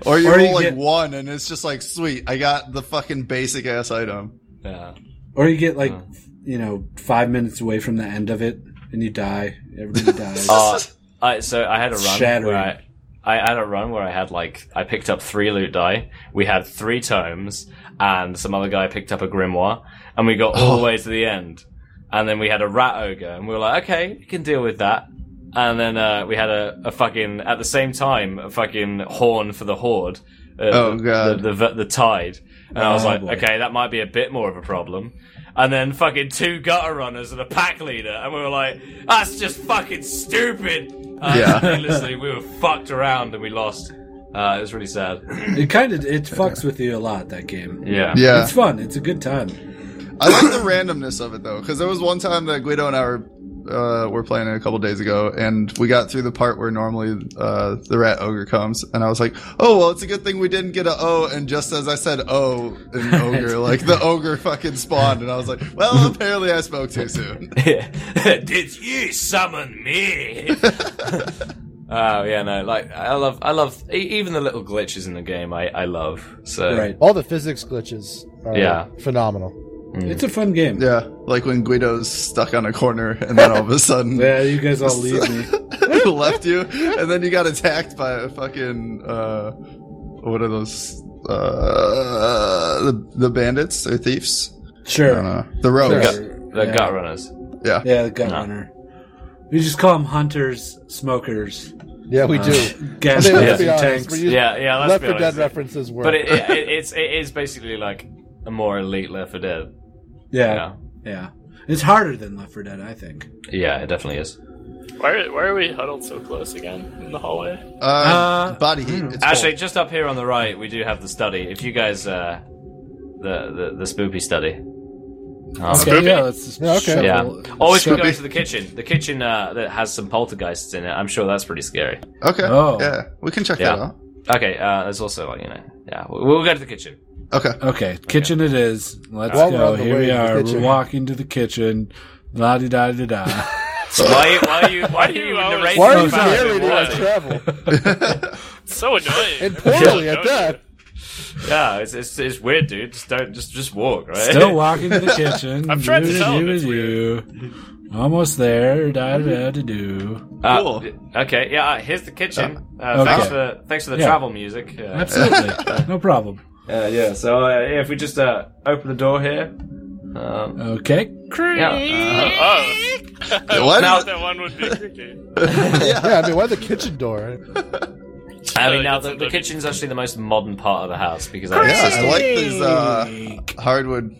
Speaker 3: Or you
Speaker 1: Or you
Speaker 3: roll like
Speaker 1: get-
Speaker 3: one, and it's just like, sweet. I got the fucking basic ass item.
Speaker 4: yeah.
Speaker 1: Or you get like,
Speaker 5: Hmm.
Speaker 1: you know, five minutes away from the end of it, and you die. Everybody dies.
Speaker 5: Oh.
Speaker 4: Uh, I, so I had a run
Speaker 1: Shattering.
Speaker 4: where I, I had a run where I had like I picked up three loot die. We had three tomes, and some other guy picked up a grimoire, and we got all the way to the end. And then we had a rat ogre, and we were like, "Okay, we can deal with that." And then uh, we had a, a fucking at the same time a fucking horn for the horde. Uh,
Speaker 3: Oh, God.
Speaker 4: The, the the tide, and I was
Speaker 1: Oh,
Speaker 4: like,
Speaker 1: boy.
Speaker 4: "Okay, that might be a bit more of a problem." and then fucking two gutter runners and a pack leader, and we were like, that's just fucking stupid. Uh,
Speaker 3: Yeah.
Speaker 4: needlessly, we were fucked around and we lost. Uh, it was really sad.
Speaker 1: It kind of it fucks with you a lot that game.
Speaker 4: Yeah.
Speaker 3: Yeah.
Speaker 1: It's fun. It's a good time.
Speaker 3: I like the randomness of it though, because there was one time that Guido and I were uh, were playing it a couple days ago, and we got through the part where normally uh, the rat ogre comes, and I was like, "Oh well, it's a good thing we didn't get a O." And just as I said "O" in ogre, like the ogre fucking spawned, and I was like, "Well, apparently I spoke too soon."
Speaker 4: Did you summon me? Oh yeah, no. Like I love, I love e- even the little glitches in the game. I, I love. So
Speaker 1: Right.
Speaker 5: All the physics glitches are
Speaker 4: Yeah.
Speaker 5: phenomenal.
Speaker 1: It's a fun game. Yeah,
Speaker 3: Yeah, like when Guido's stuck on a corner, and then all of a sudden
Speaker 1: you guys all leave me.
Speaker 3: left you, and then you got attacked by a fucking uh, what are those? Uh, the the bandits or thieves? I don't
Speaker 5: Uh,
Speaker 1: Sure.
Speaker 3: know. The rogues.
Speaker 4: the
Speaker 1: yeah.
Speaker 4: gut runners.
Speaker 3: Yeah.
Speaker 1: Yeah, the gun
Speaker 4: No.
Speaker 1: runner. We just call them hunters, smokers,
Speaker 5: Yeah,
Speaker 1: Uh,
Speaker 5: we do.
Speaker 1: gas
Speaker 5: I mean, let's
Speaker 1: guns,
Speaker 5: be
Speaker 1: and
Speaker 5: honest,
Speaker 1: tanks.
Speaker 5: we use-
Speaker 4: Yeah, yeah. Let's
Speaker 5: Left
Speaker 4: be
Speaker 5: 4 Dead
Speaker 4: honest.
Speaker 5: references work.
Speaker 4: But it, it, it, it's it is basically like a more elite Left 4 Dead.
Speaker 1: Yeah,
Speaker 4: Yeah.
Speaker 1: yeah. It's harder than Left 4 Dead, I think.
Speaker 4: Yeah, it definitely is.
Speaker 2: Why are, why are we huddled so close again in the hallway?
Speaker 3: Uh,
Speaker 1: Uh,
Speaker 3: body heat. It's
Speaker 4: Actually,
Speaker 3: Actually,
Speaker 4: just up here on the right, we do have the study. If you guys, uh, the the, the spoopy study. Um,
Speaker 1: Okay, yeah, let's just
Speaker 5: Yeah,
Speaker 1: shuffle-
Speaker 5: okay.
Speaker 4: Yeah. Always Oh, we
Speaker 1: shuffle-
Speaker 4: go to the kitchen. The kitchen uh, that has some poltergeists in it. I'm sure that's pretty scary.
Speaker 3: okay.
Speaker 1: Oh.
Speaker 3: Yeah, we can check that
Speaker 4: Yeah.
Speaker 3: out.
Speaker 4: Okay, uh, there's also like you know, yeah, we'll, we'll go to the kitchen.
Speaker 3: Okay.
Speaker 1: Okay, kitchen it is. Let's
Speaker 5: While we're
Speaker 1: go.
Speaker 5: on the
Speaker 1: Here
Speaker 5: way
Speaker 1: we
Speaker 5: to the
Speaker 1: are. We're
Speaker 5: kitchen.
Speaker 1: walking to the kitchen. La di da di da.
Speaker 4: Why, why are you, why are you
Speaker 2: You always-
Speaker 4: narrating?
Speaker 5: Why are
Speaker 1: Oh,
Speaker 5: you
Speaker 1: sorry.
Speaker 5: narrating our travel?
Speaker 2: It's so annoying.
Speaker 5: And poorly at
Speaker 2: Everyone knows
Speaker 5: that.
Speaker 2: it.
Speaker 4: Yeah, it's, it's it's weird, dude. Just don't just just walk, right?
Speaker 1: Still walking to the kitchen.
Speaker 2: I'm trying to
Speaker 1: Do,
Speaker 2: tell him
Speaker 1: do,
Speaker 2: it's
Speaker 1: do. Almost there. Da da da do.
Speaker 4: Uh,
Speaker 3: Cool.
Speaker 4: Okay, yeah. uh, Here's the kitchen. Uh,
Speaker 1: okay.
Speaker 4: Thanks for thanks for the
Speaker 1: Yeah.
Speaker 4: travel music. Uh,
Speaker 1: Absolutely, no problem.
Speaker 4: uh, yeah. So uh, yeah, if we just uh, open the door here. Um,
Speaker 1: Okay.
Speaker 4: yeah. uh,
Speaker 2: Oh,
Speaker 3: what?
Speaker 2: now that one would be creaky.
Speaker 5: Yeah, I mean, why the kitchen door?
Speaker 4: I mean, now the,
Speaker 2: That's a
Speaker 4: the
Speaker 2: lovely-
Speaker 4: kitchen's actually the most modern part of the house because I,
Speaker 3: yeah, I like these uh, hardwood.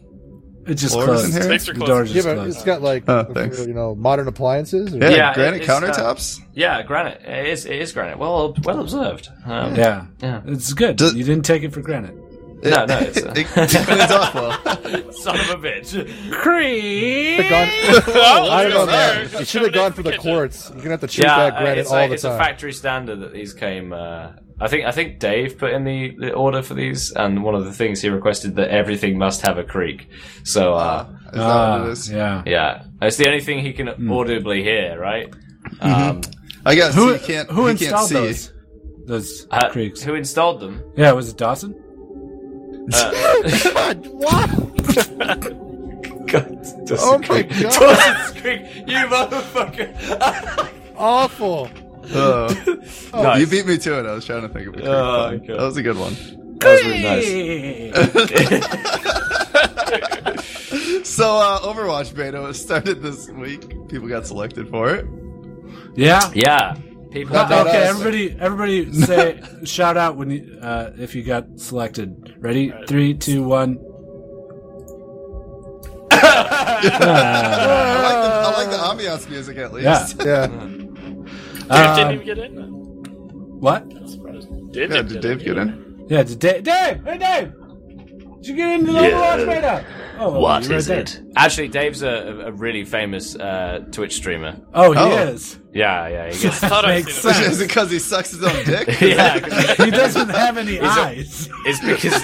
Speaker 1: It just
Speaker 3: Floors
Speaker 1: closed.
Speaker 3: in here?
Speaker 2: Thanks for
Speaker 1: The door
Speaker 2: closing.
Speaker 1: just
Speaker 5: Give it, it's
Speaker 1: closed.
Speaker 5: got like,
Speaker 3: Oh, thanks.
Speaker 5: you know, modern appliances. Or,
Speaker 3: Yeah,
Speaker 4: Yeah,
Speaker 3: granite
Speaker 4: it's, uh,
Speaker 3: countertops.
Speaker 4: yeah, granite. It is it is granite. Well well observed. Um,
Speaker 1: Yeah,
Speaker 4: Yeah.
Speaker 1: it's good.
Speaker 3: Does-
Speaker 1: you didn't take it for granted.
Speaker 4: No, no, it's, uh,
Speaker 3: it, it cleans off well.
Speaker 4: son of a bitch.
Speaker 5: Should've gone- I don't know,
Speaker 2: look at
Speaker 5: man.
Speaker 2: her.
Speaker 5: You should have gone for the
Speaker 2: Kitchen.
Speaker 5: quartz. You're gonna have to chew
Speaker 4: Yeah,
Speaker 5: that
Speaker 4: uh,
Speaker 5: granite
Speaker 4: it's,
Speaker 5: all
Speaker 4: a,
Speaker 5: the
Speaker 4: it's a
Speaker 5: time.
Speaker 4: factory standard that these came. Uh, I think I think Dave put in the, the order for these, and one of the things he requested that everything must have a creak. So uh,
Speaker 3: Is that what
Speaker 1: Ah,
Speaker 3: Oh, it is?
Speaker 1: yeah.
Speaker 4: yeah, it's the only thing he can
Speaker 5: Hmm.
Speaker 4: audibly hear, right?
Speaker 5: Mm-hmm.
Speaker 4: Um,
Speaker 3: I guess
Speaker 1: Who
Speaker 3: you can't.
Speaker 1: who
Speaker 3: you can't
Speaker 1: installed
Speaker 3: see.
Speaker 1: those? Those
Speaker 4: uh,
Speaker 1: creeks.
Speaker 4: Who installed them?
Speaker 1: Yeah, was it Dawson?
Speaker 4: Uh,
Speaker 7: God.
Speaker 5: Oh my god,
Speaker 4: Dawson's Creek, you motherfucker!
Speaker 5: awful!
Speaker 3: Uh,
Speaker 4: Nice.
Speaker 3: You beat me to it. I was trying to think of it.
Speaker 4: Oh,
Speaker 3: that
Speaker 4: God.
Speaker 3: was a good one.
Speaker 4: that was really nice.
Speaker 1: Nice.
Speaker 3: So, uh, Overwatch beta was started this week. People got selected for it.
Speaker 1: yeah.
Speaker 4: Yeah, people.
Speaker 3: Not that
Speaker 1: okay,
Speaker 3: us.
Speaker 1: everybody, everybody, say shout out when you uh, if you got selected. Ready? Three, two, one. Ah.
Speaker 3: I like the, I
Speaker 4: Uh,
Speaker 3: like the ambiance music at least.
Speaker 1: yeah.
Speaker 5: Yeah,
Speaker 2: Dave didn't
Speaker 1: Um,
Speaker 2: even get in.
Speaker 1: What?
Speaker 2: I'm surprised. Dave
Speaker 3: Yeah,
Speaker 2: didn't
Speaker 3: did Dave get in?
Speaker 1: Yeah. Did Dave? Dave? Hey, Dave! Did you get into the Overwatch beta? Oh, well,
Speaker 7: What
Speaker 1: you're
Speaker 7: is
Speaker 1: right
Speaker 7: it?
Speaker 1: there.
Speaker 4: Actually, Dave's a, a really famous uh, Twitch streamer.
Speaker 1: Oh, he
Speaker 3: Oh.
Speaker 1: is.
Speaker 4: Yeah, yeah, he gets
Speaker 2: I thought I
Speaker 1: Makes
Speaker 2: seen
Speaker 1: sense.
Speaker 2: it.
Speaker 3: Is it because he sucks his own dick?
Speaker 4: yeah, 'cause
Speaker 1: He doesn't have any
Speaker 4: a-
Speaker 1: eyes.
Speaker 4: it's because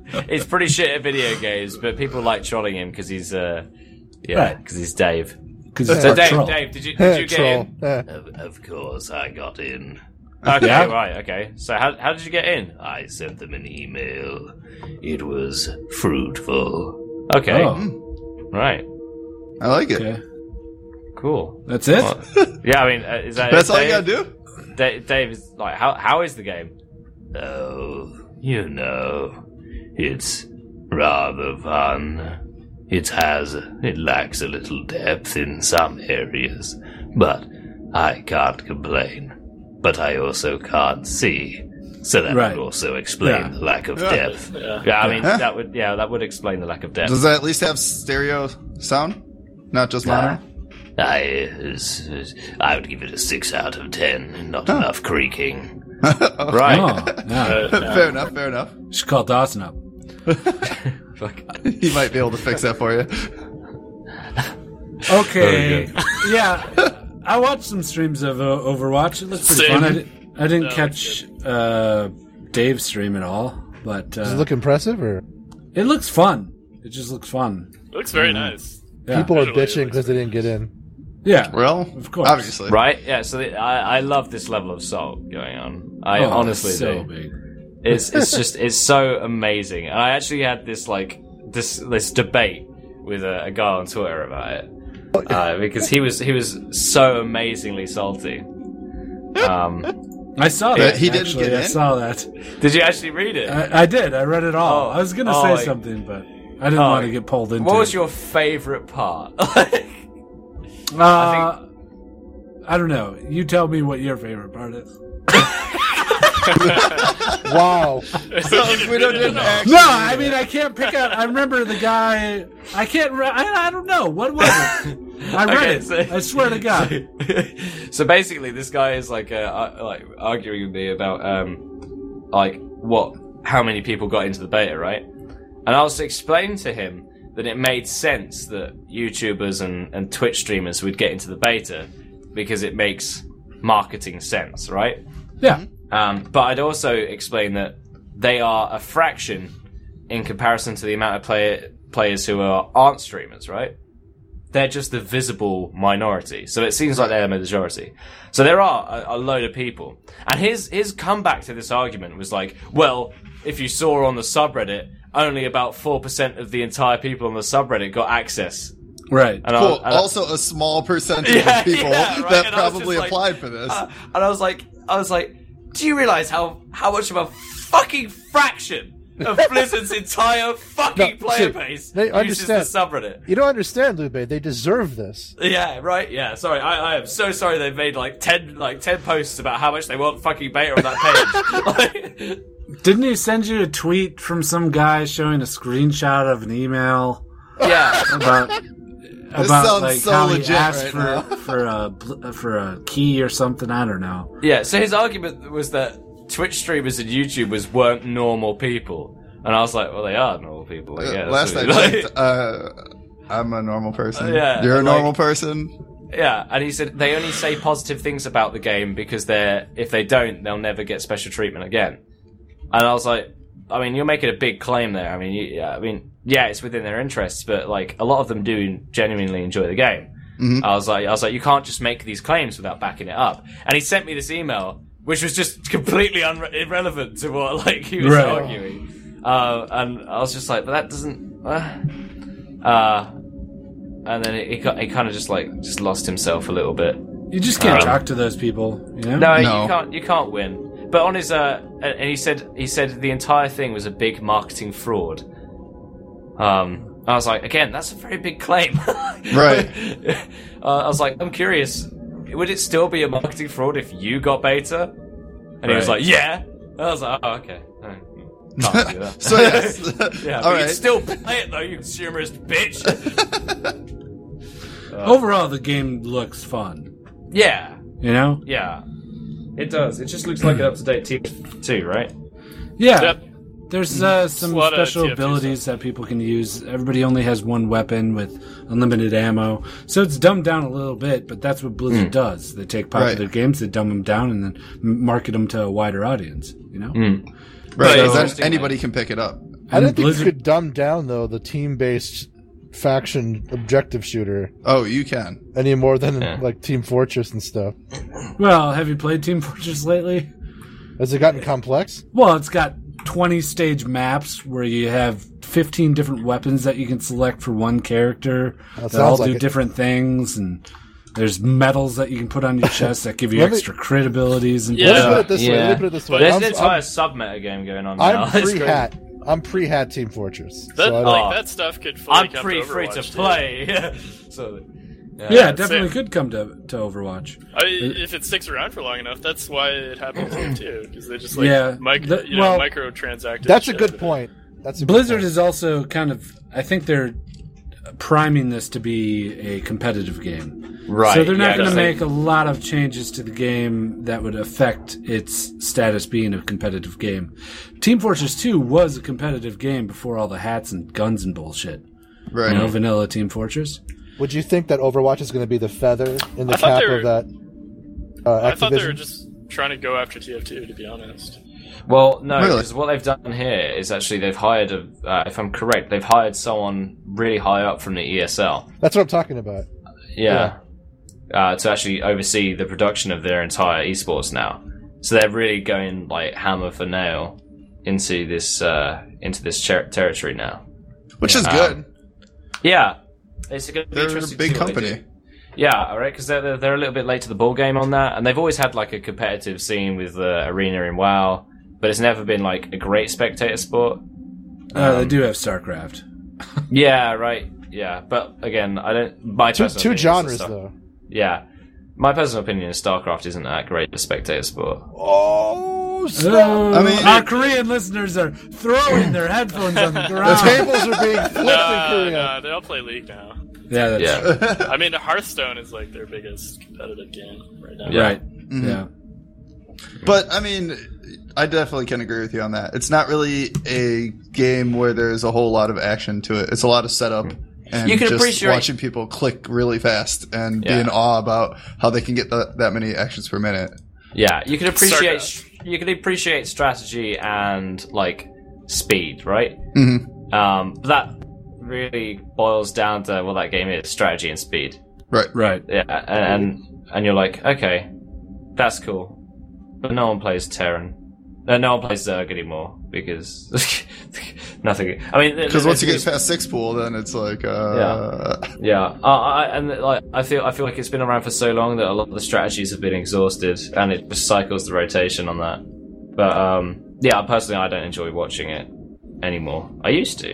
Speaker 4: it's pretty shit at video games, but people like trolling him because he's uh, yeah,
Speaker 1: Right.
Speaker 4: because he's Dave.
Speaker 1: Because
Speaker 4: So Dave, Dave, did you did you get
Speaker 5: troll.
Speaker 4: in?
Speaker 5: Yeah.
Speaker 7: Of, of course, I got in.
Speaker 4: Okay,
Speaker 1: Yeah.
Speaker 4: right, okay. So how how did you get in?
Speaker 7: I sent them an email. It was fruitful.
Speaker 4: Okay,
Speaker 1: Oh,
Speaker 4: right,
Speaker 3: I like it.
Speaker 1: okay.
Speaker 4: cool.
Speaker 1: That's it.
Speaker 4: Well, yeah, I mean, uh, is that
Speaker 3: That's
Speaker 4: Dave,
Speaker 3: all you gotta do.
Speaker 4: Da- Dave is like, how how is the game?
Speaker 7: Oh, you know, it's rather fun. It has, it lacks a little depth in some areas, but I can't complain. But I also can't see, so that
Speaker 1: Right.
Speaker 7: would also explain
Speaker 1: Yeah.
Speaker 7: the lack of
Speaker 3: Yeah.
Speaker 7: depth.
Speaker 4: Yeah, I mean,
Speaker 3: Huh?
Speaker 4: that would yeah, that would explain the lack of depth.
Speaker 3: Does that at least have stereo sound? Not just mono?
Speaker 7: I, uh, s- s- I would give it a six out of ten. Not enough creaking.
Speaker 4: Right.
Speaker 1: Oh, yeah.
Speaker 2: But, uh,
Speaker 3: fair enough. Fair enough.
Speaker 1: Should call Dawson up.
Speaker 3: He might be able to fix that for you.
Speaker 1: Okay. yeah. I watched some streams of uh, Overwatch. It looks pretty
Speaker 2: Same.
Speaker 1: fun. I, di- I didn't
Speaker 2: No,
Speaker 1: catch uh, Dave's stream at all, but
Speaker 5: Does
Speaker 1: uh,
Speaker 5: it look impressive or
Speaker 1: it looks fun. It just looks fun.
Speaker 2: looks very
Speaker 5: Hmm.
Speaker 2: nice.
Speaker 1: Yeah.
Speaker 5: people are
Speaker 2: Visually, it
Speaker 5: bitching
Speaker 2: looks
Speaker 5: because they didn't get in?
Speaker 1: Yeah.
Speaker 3: Well,
Speaker 1: Of course.
Speaker 3: obviously.
Speaker 4: Right? Yeah. So the, I I love this level of salt going on. I
Speaker 1: Oh,
Speaker 4: honestly
Speaker 1: that's so
Speaker 4: do.
Speaker 1: big.
Speaker 4: It's it's just it's so amazing. And I actually had this like this this debate with a, a guy on Twitter about it uh, because he was he was so amazingly salty. Um,
Speaker 1: I saw
Speaker 3: Yeah,
Speaker 1: that.
Speaker 3: he didn't
Speaker 1: actually.
Speaker 3: get
Speaker 1: I
Speaker 3: in?
Speaker 1: saw that.
Speaker 4: did you actually read it?
Speaker 1: I, I did. I read it all.
Speaker 4: Oh.
Speaker 1: I was gonna
Speaker 4: Oh,
Speaker 1: say
Speaker 4: I-
Speaker 1: something, but I didn't
Speaker 4: Oh,
Speaker 1: want to get pulled into.
Speaker 4: what
Speaker 1: it.
Speaker 4: was your favorite part?
Speaker 1: Uh, I, don't know. You tell me what your favorite part is.
Speaker 5: Wow.
Speaker 3: So we don't didn't actually-
Speaker 1: No, I mean I can't pick out. I remember the guy. I can't. Re- I, I don't know what was it. I read
Speaker 4: Okay,
Speaker 1: it.
Speaker 4: so-
Speaker 1: I swear to God.
Speaker 4: so basically, this guy is like uh, ar- like arguing with me about um like what how many people got into the beta, right? And I was to explain to him that it made sense that YouTubers and, and Twitch streamers would get into the beta because it makes marketing sense, right?
Speaker 1: Yeah.
Speaker 4: Um, but I'd also explain that they are a fraction in comparison to the amount of player, players who are aren't streamers, right? They're just the visible minority. So it seems like they're the majority. So there are a, a load of people. And his his comeback to this argument was like, well, if you saw on the subreddit, only about four percent of the entire people on the subreddit got access.
Speaker 1: Right.
Speaker 4: And Uh, I-
Speaker 3: Cool.
Speaker 4: and I-
Speaker 3: also, a small percentage
Speaker 4: Yeah,
Speaker 3: of people
Speaker 4: yeah, right,
Speaker 3: that
Speaker 4: and I was
Speaker 3: probably
Speaker 4: just like-
Speaker 3: applied for this.
Speaker 4: Uh, and I was like, I was like, do you realize how how much of a fucking fraction of Blizzard's entire fucking
Speaker 5: No,
Speaker 4: player
Speaker 5: see,
Speaker 4: base
Speaker 5: they
Speaker 4: uses the
Speaker 5: understand.
Speaker 4: subreddit?
Speaker 5: You don't understand, Lube. They deserve this.
Speaker 4: Yeah, right. Yeah, sorry. I, I am so sorry. They made like ten like ten posts about how much they want fucking beta on that page. Like,
Speaker 1: Didn't he send you a tweet from some guy showing a screenshot of an email
Speaker 4: yeah,
Speaker 1: about about
Speaker 3: sounds
Speaker 1: like
Speaker 3: so
Speaker 1: how he
Speaker 3: legit
Speaker 1: asked
Speaker 3: right
Speaker 1: for
Speaker 3: now.
Speaker 1: for a bl- for a key or something? I don't know.
Speaker 4: yeah. So his argument was that Twitch streamers and YouTubers weren't normal people. And I was like, well, they are normal people. I
Speaker 3: Uh,
Speaker 4: guess.
Speaker 3: Last I
Speaker 4: Like-
Speaker 3: checked, uh, I'm a normal person.
Speaker 4: Yeah,
Speaker 3: You're a
Speaker 4: like-
Speaker 3: normal person.
Speaker 4: Yeah, and he said they only say positive things about the game because they're if they don't, they'll never get special treatment again. And I was like, I mean, you're making a big claim there. I mean, you, yeah, I mean, yeah, it's within their interests, but like a lot of them do genuinely enjoy the game. I was like, I was like, you can't just make these claims without backing it up. And he sent me this email, which was just completely unre- irrelevant to what like he was
Speaker 1: Right.
Speaker 4: arguing. Uh, and I was just like, but that doesn't. Uh, uh, and then he, got, he kind of just like just lost himself a little bit.
Speaker 1: You just can't
Speaker 4: Um,
Speaker 1: talk to those people. You know.
Speaker 4: No,
Speaker 3: No.
Speaker 4: you can't. You can't win. But on his, uh, and he said he said the entire thing was a big marketing fraud. Um, I was like, again, that's a very big claim.
Speaker 3: Right.
Speaker 4: uh, I was like, I'm curious, would it still be a marketing fraud if you got beta? And he was
Speaker 1: Right.
Speaker 4: like, yeah. And I was like, oh, okay. All right. Can't do that.
Speaker 3: So yes.
Speaker 4: yeah,
Speaker 3: All
Speaker 4: but
Speaker 3: right.
Speaker 4: you still play it though, you consumerist bitch.
Speaker 1: Overall, the game looks fun.
Speaker 4: yeah,
Speaker 1: You know.
Speaker 4: yeah. It does. It just looks like an up to date T two, right?
Speaker 1: Yeah.
Speaker 2: Yep.
Speaker 1: There's uh, some
Speaker 2: lot of
Speaker 1: special
Speaker 2: TFT
Speaker 1: abilities that people can use. Everybody only has one weapon with unlimited ammo, so it's dumbed down a little bit. But that's what
Speaker 5: Mm.
Speaker 1: Blizzard does. They take popular
Speaker 3: Right.
Speaker 1: games, they dumb them down, and then m- market them to a wider audience. You know,
Speaker 3: Right.
Speaker 4: Yeah,
Speaker 3: 'cause then
Speaker 4: interesting.
Speaker 3: anybody can pick it up.
Speaker 5: Mm. I
Speaker 1: And
Speaker 5: don't think
Speaker 1: Blizzard-
Speaker 5: you could dumb down though the team-based faction objective shooter
Speaker 3: Oh, you can.
Speaker 5: any more than like Team Fortress and stuff.
Speaker 1: well, have you played Team Fortress lately?
Speaker 5: Has it gotten complex?
Speaker 1: Well, it's got 20 stage maps where you have 15 different weapons that you can select for one character that,
Speaker 5: sounds
Speaker 1: all
Speaker 5: like
Speaker 1: do
Speaker 5: it.
Speaker 1: different things and there's medals that you can put on your chest that give you
Speaker 5: Let me-
Speaker 1: extra crit abilities and
Speaker 5: Let me put
Speaker 2: Yeah.
Speaker 5: it this way. Let me put it this way.
Speaker 4: There's
Speaker 5: I'm,
Speaker 4: an
Speaker 5: I'm-
Speaker 4: entire sub meta game going on
Speaker 5: I'm
Speaker 4: now. It's great.
Speaker 5: pre-hat. I'm pre-hat Team Fortress.
Speaker 2: That,
Speaker 5: so I don't-
Speaker 2: like, that stuff could fully
Speaker 4: I'm
Speaker 2: come
Speaker 4: pre
Speaker 2: to
Speaker 4: free to
Speaker 2: Overwatch,
Speaker 4: play. so,
Speaker 1: yeah, it definitely
Speaker 2: same.
Speaker 1: could come to, to Overwatch.
Speaker 2: dude. I, if it sticks around for long enough, that's why it happens here too, because they just like
Speaker 1: Yeah.
Speaker 2: micro,
Speaker 1: The-
Speaker 2: you
Speaker 1: well,
Speaker 2: know, microtransacted.
Speaker 5: that's a
Speaker 2: shit.
Speaker 5: good point. That's a good
Speaker 1: Blizzard
Speaker 5: point.
Speaker 1: is also kind of I think they're priming this to be a competitive game.
Speaker 4: Right.
Speaker 1: so they're not
Speaker 4: yeah,
Speaker 1: going to
Speaker 4: 'cause
Speaker 1: make
Speaker 4: they-
Speaker 1: a lot of changes to the game that would affect its status being a competitive game. Team Fortress 2 was a competitive game before all the hats and guns and bullshit.
Speaker 3: Right.
Speaker 1: You know, vanilla Team Fortress.
Speaker 5: Would you think that Overwatch is going to be the feather in the
Speaker 2: I thought
Speaker 5: cap
Speaker 2: they
Speaker 5: of
Speaker 2: were-
Speaker 5: that? Uh,
Speaker 2: I thought they were
Speaker 5: Activision?
Speaker 2: just trying to go after TF2, to be honest.
Speaker 4: Well, no,
Speaker 3: Really?
Speaker 4: because what they've done here is actually they've hired a. Uh, if I'm correct, they've hired someone really high up from the ESL.
Speaker 5: That's what I'm talking about.
Speaker 4: Yeah. Uh, to actually oversee the production of their entire esports now. So they're really going like hammer for nail into this uh, into this ter- territory now.
Speaker 3: Which is good.
Speaker 4: Yeah, it's going to be
Speaker 3: They're a
Speaker 4: interesting. to
Speaker 3: big
Speaker 4: see what they
Speaker 3: company.
Speaker 4: do. Yeah, all right, because they're, they're they're a little bit late to the ball game on that, and they've always had like a competitive scene with the arena in WoW, but it's never been like a great spectator sport.
Speaker 1: Uh, they do have StarCraft.
Speaker 4: Yeah, right. Yeah, but again, I don't. My
Speaker 5: Two,
Speaker 4: personal
Speaker 5: two
Speaker 4: opinion is
Speaker 5: genres,
Speaker 4: that Star-
Speaker 5: though.
Speaker 4: Yeah, my personal opinion is StarCraft isn't that great a spectator sport.
Speaker 5: Oh,
Speaker 1: Oh,
Speaker 3: I mean-
Speaker 1: our Korean listeners are throwing their headphones on the
Speaker 5: The
Speaker 1: ground.
Speaker 5: tables are being flipped in
Speaker 2: No,
Speaker 5: Korea.
Speaker 2: no, they all play League now.
Speaker 1: yeah, that's
Speaker 4: Yeah,
Speaker 2: I mean, Hearthstone is like their biggest competitive game right now.
Speaker 4: Yeah.
Speaker 1: right. Yeah.
Speaker 3: But I mean, I definitely can agree with you on that. It's not really a game where there's a whole lot of action to it. It's a lot of setup and
Speaker 4: Hmm. You can
Speaker 3: just
Speaker 4: appreciate-
Speaker 3: watching people click really fast and be
Speaker 4: Yeah.
Speaker 3: in awe about how they can get that that many actions per minute.
Speaker 4: yeah. You can appreciate
Speaker 2: StarCraft.
Speaker 4: you can appreciate strategy and like speed, right?
Speaker 3: Mhm.
Speaker 4: Um, but that really boils down to what that game is: strategy and speed.
Speaker 1: Right.
Speaker 4: yeah, and and- and you're like, okay, that's cool, but no one plays Terran. No, no one plays Zerg anymore because nothing. I mean,
Speaker 3: Because once you
Speaker 4: it's-
Speaker 3: get past six pool, then it's like, uh,
Speaker 4: yeah, uh, I, and like I feel I feel like it's been around for so long that a lot of the strategies have been exhausted, and it just cycles the rotation on that. But um, yeah, personally, I don't enjoy watching it anymore. I used to,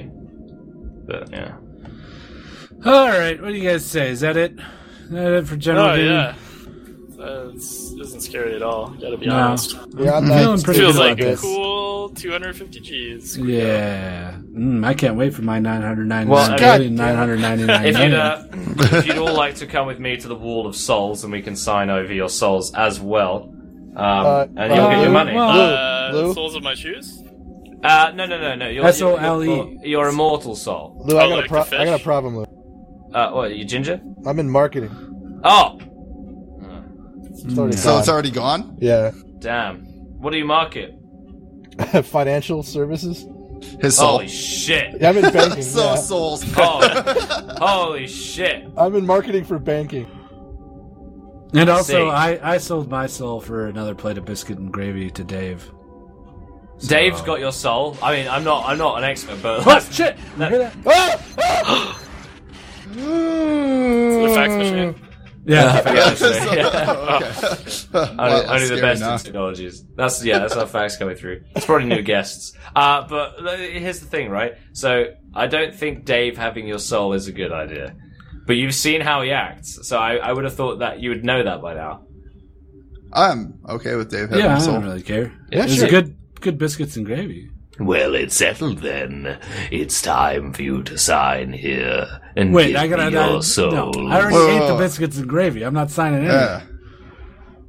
Speaker 4: but yeah.
Speaker 1: All right. What do you guys say? Is that it? Is that it for General
Speaker 2: Oh,
Speaker 1: Duty?
Speaker 2: yeah. That's isn't scary at all. Gotta be
Speaker 1: No.
Speaker 2: honest.
Speaker 5: Yeah, I'm
Speaker 1: I'm
Speaker 5: not-
Speaker 1: feeling pretty
Speaker 2: Feels
Speaker 1: good
Speaker 2: like
Speaker 1: about
Speaker 2: a
Speaker 1: this.
Speaker 2: cool 250 G's.
Speaker 1: Yeah. Mm, I can't wait for my 999
Speaker 4: Well,
Speaker 1: well,
Speaker 4: God If you'd, uh,
Speaker 1: million.
Speaker 4: if you'd all like to come with me to the Wall of Souls, and we can sign over your souls as well, um,
Speaker 5: Uh,
Speaker 4: and you'll
Speaker 5: uh,
Speaker 4: get your money.
Speaker 1: well-
Speaker 2: Uh,
Speaker 5: Lou?
Speaker 2: soles of my shoes?
Speaker 4: Uh, no, no, no, no. You're,
Speaker 1: S.O.L.E..
Speaker 4: You're, you're, you're immortal soul.
Speaker 5: Lou, I
Speaker 2: Oh,
Speaker 5: got, a
Speaker 2: like
Speaker 5: pro-
Speaker 2: the
Speaker 5: I got a
Speaker 2: fish?
Speaker 5: problem, Lou.
Speaker 4: Uh, what? You ginger?
Speaker 5: I'm in marketing.
Speaker 4: Oh,
Speaker 5: It's already
Speaker 1: Mm.
Speaker 3: so
Speaker 5: gone.
Speaker 3: it's already gone.
Speaker 5: yeah.
Speaker 4: damn. What do you market?
Speaker 5: Financial services?
Speaker 3: His soul.
Speaker 4: Holy shit!
Speaker 5: Yeah, I'm in banking.
Speaker 3: so
Speaker 5: yeah.
Speaker 3: souls.
Speaker 4: Oh, holy shit!
Speaker 5: I'm in marketing for banking.
Speaker 1: And also,
Speaker 4: Sage.
Speaker 1: I, I sold my soul for another plate of biscuit and gravy to Dave.
Speaker 4: Dave's got your soul. I mean, I'm not, I'm not an expert, but that's shit.
Speaker 5: Ah!
Speaker 2: The fax machine.
Speaker 1: Yeah.
Speaker 3: okay.
Speaker 4: Only,
Speaker 3: Well,
Speaker 4: only the
Speaker 3: scary
Speaker 4: best
Speaker 3: now.
Speaker 4: in technologies. That's yeah, that's how facts coming through. It's probably new guests. Uh, but uh, here's the thing, right? So I don't think Dave having your soul is a good idea. But you've seen how he acts, so I, I would have thought that you would know that by now.
Speaker 3: I'm okay with Dave having
Speaker 1: yeah,
Speaker 3: a
Speaker 1: I
Speaker 3: soul.
Speaker 1: don't really care.
Speaker 4: Yeah,
Speaker 1: It's
Speaker 4: sure.
Speaker 1: good, good biscuits and gravy.
Speaker 7: Well, it's settled then. It's time for you to sign here and
Speaker 1: Wait,
Speaker 7: give
Speaker 1: I gotta.
Speaker 7: me
Speaker 1: I,
Speaker 7: your
Speaker 1: no,
Speaker 7: soul.
Speaker 1: I already
Speaker 3: Whoa,
Speaker 1: ate
Speaker 3: whoa,
Speaker 1: the
Speaker 3: whoa.
Speaker 1: biscuits and gravy. I'm not signing in.
Speaker 3: Yeah.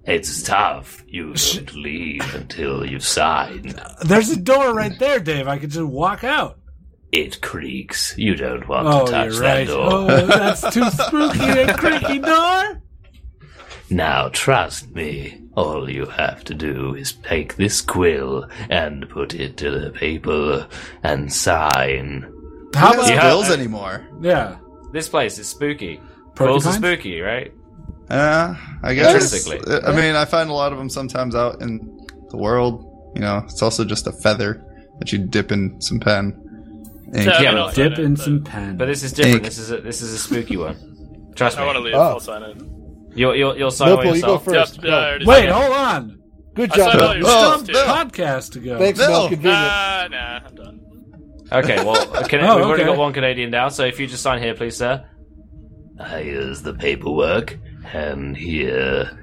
Speaker 7: It's tough. You don't leave until you've signed.
Speaker 1: There's a door right there, Dave. I could just walk out.
Speaker 7: It creaks. You don't want
Speaker 1: Oh,
Speaker 7: to touch
Speaker 1: you're
Speaker 7: that
Speaker 1: right.
Speaker 7: door.
Speaker 1: Oh, that's too spooky. That creaky door.
Speaker 7: Now trust me. All you have to do is take this quill and put it to the paper and sign.
Speaker 1: How
Speaker 3: Who
Speaker 1: about
Speaker 3: has
Speaker 4: Yeah.
Speaker 3: bills anymore?
Speaker 1: yeah?
Speaker 4: This place is spooky. Balls are
Speaker 1: Porcupines?
Speaker 4: spooky, right?
Speaker 3: Uh, I guess.
Speaker 4: Intrinsically.
Speaker 3: I mean, I find a lot of them sometimes out in the world. You know, it's also just a feather that you dip in some pen. And
Speaker 2: Yeah,
Speaker 4: Yeah,
Speaker 2: but I'll
Speaker 1: Dip
Speaker 2: sign it,
Speaker 1: in
Speaker 2: but
Speaker 1: some pen.
Speaker 4: But this is different.
Speaker 3: Ink.
Speaker 4: This is a, this is a spooky one. Trust
Speaker 2: I want to
Speaker 4: me.
Speaker 2: leave.
Speaker 5: Oh.
Speaker 2: I'll sign it.
Speaker 4: You'll you'll, you'll sign
Speaker 5: Millpool,
Speaker 4: away
Speaker 5: you go
Speaker 4: yourself.
Speaker 5: first.
Speaker 2: Yep, yeah, I
Speaker 5: Go.
Speaker 2: already
Speaker 1: Wait,
Speaker 2: signed it.
Speaker 1: hold on.
Speaker 5: Good
Speaker 2: I signed
Speaker 5: job,
Speaker 2: all
Speaker 5: Bill.
Speaker 2: your
Speaker 3: Oh,
Speaker 2: stuff,
Speaker 1: The
Speaker 2: too.
Speaker 3: Bill.
Speaker 1: podcast to go.
Speaker 5: Thanks,
Speaker 3: Oh, Bill.
Speaker 5: Bill. Convenient.
Speaker 2: Nah, nah, I'm done.
Speaker 4: Okay, well, a Cana-
Speaker 1: Oh,
Speaker 4: we've already
Speaker 1: okay.
Speaker 4: got one Canadian down. So if you just sign here, please, sir.
Speaker 7: Here's the paperwork, and here.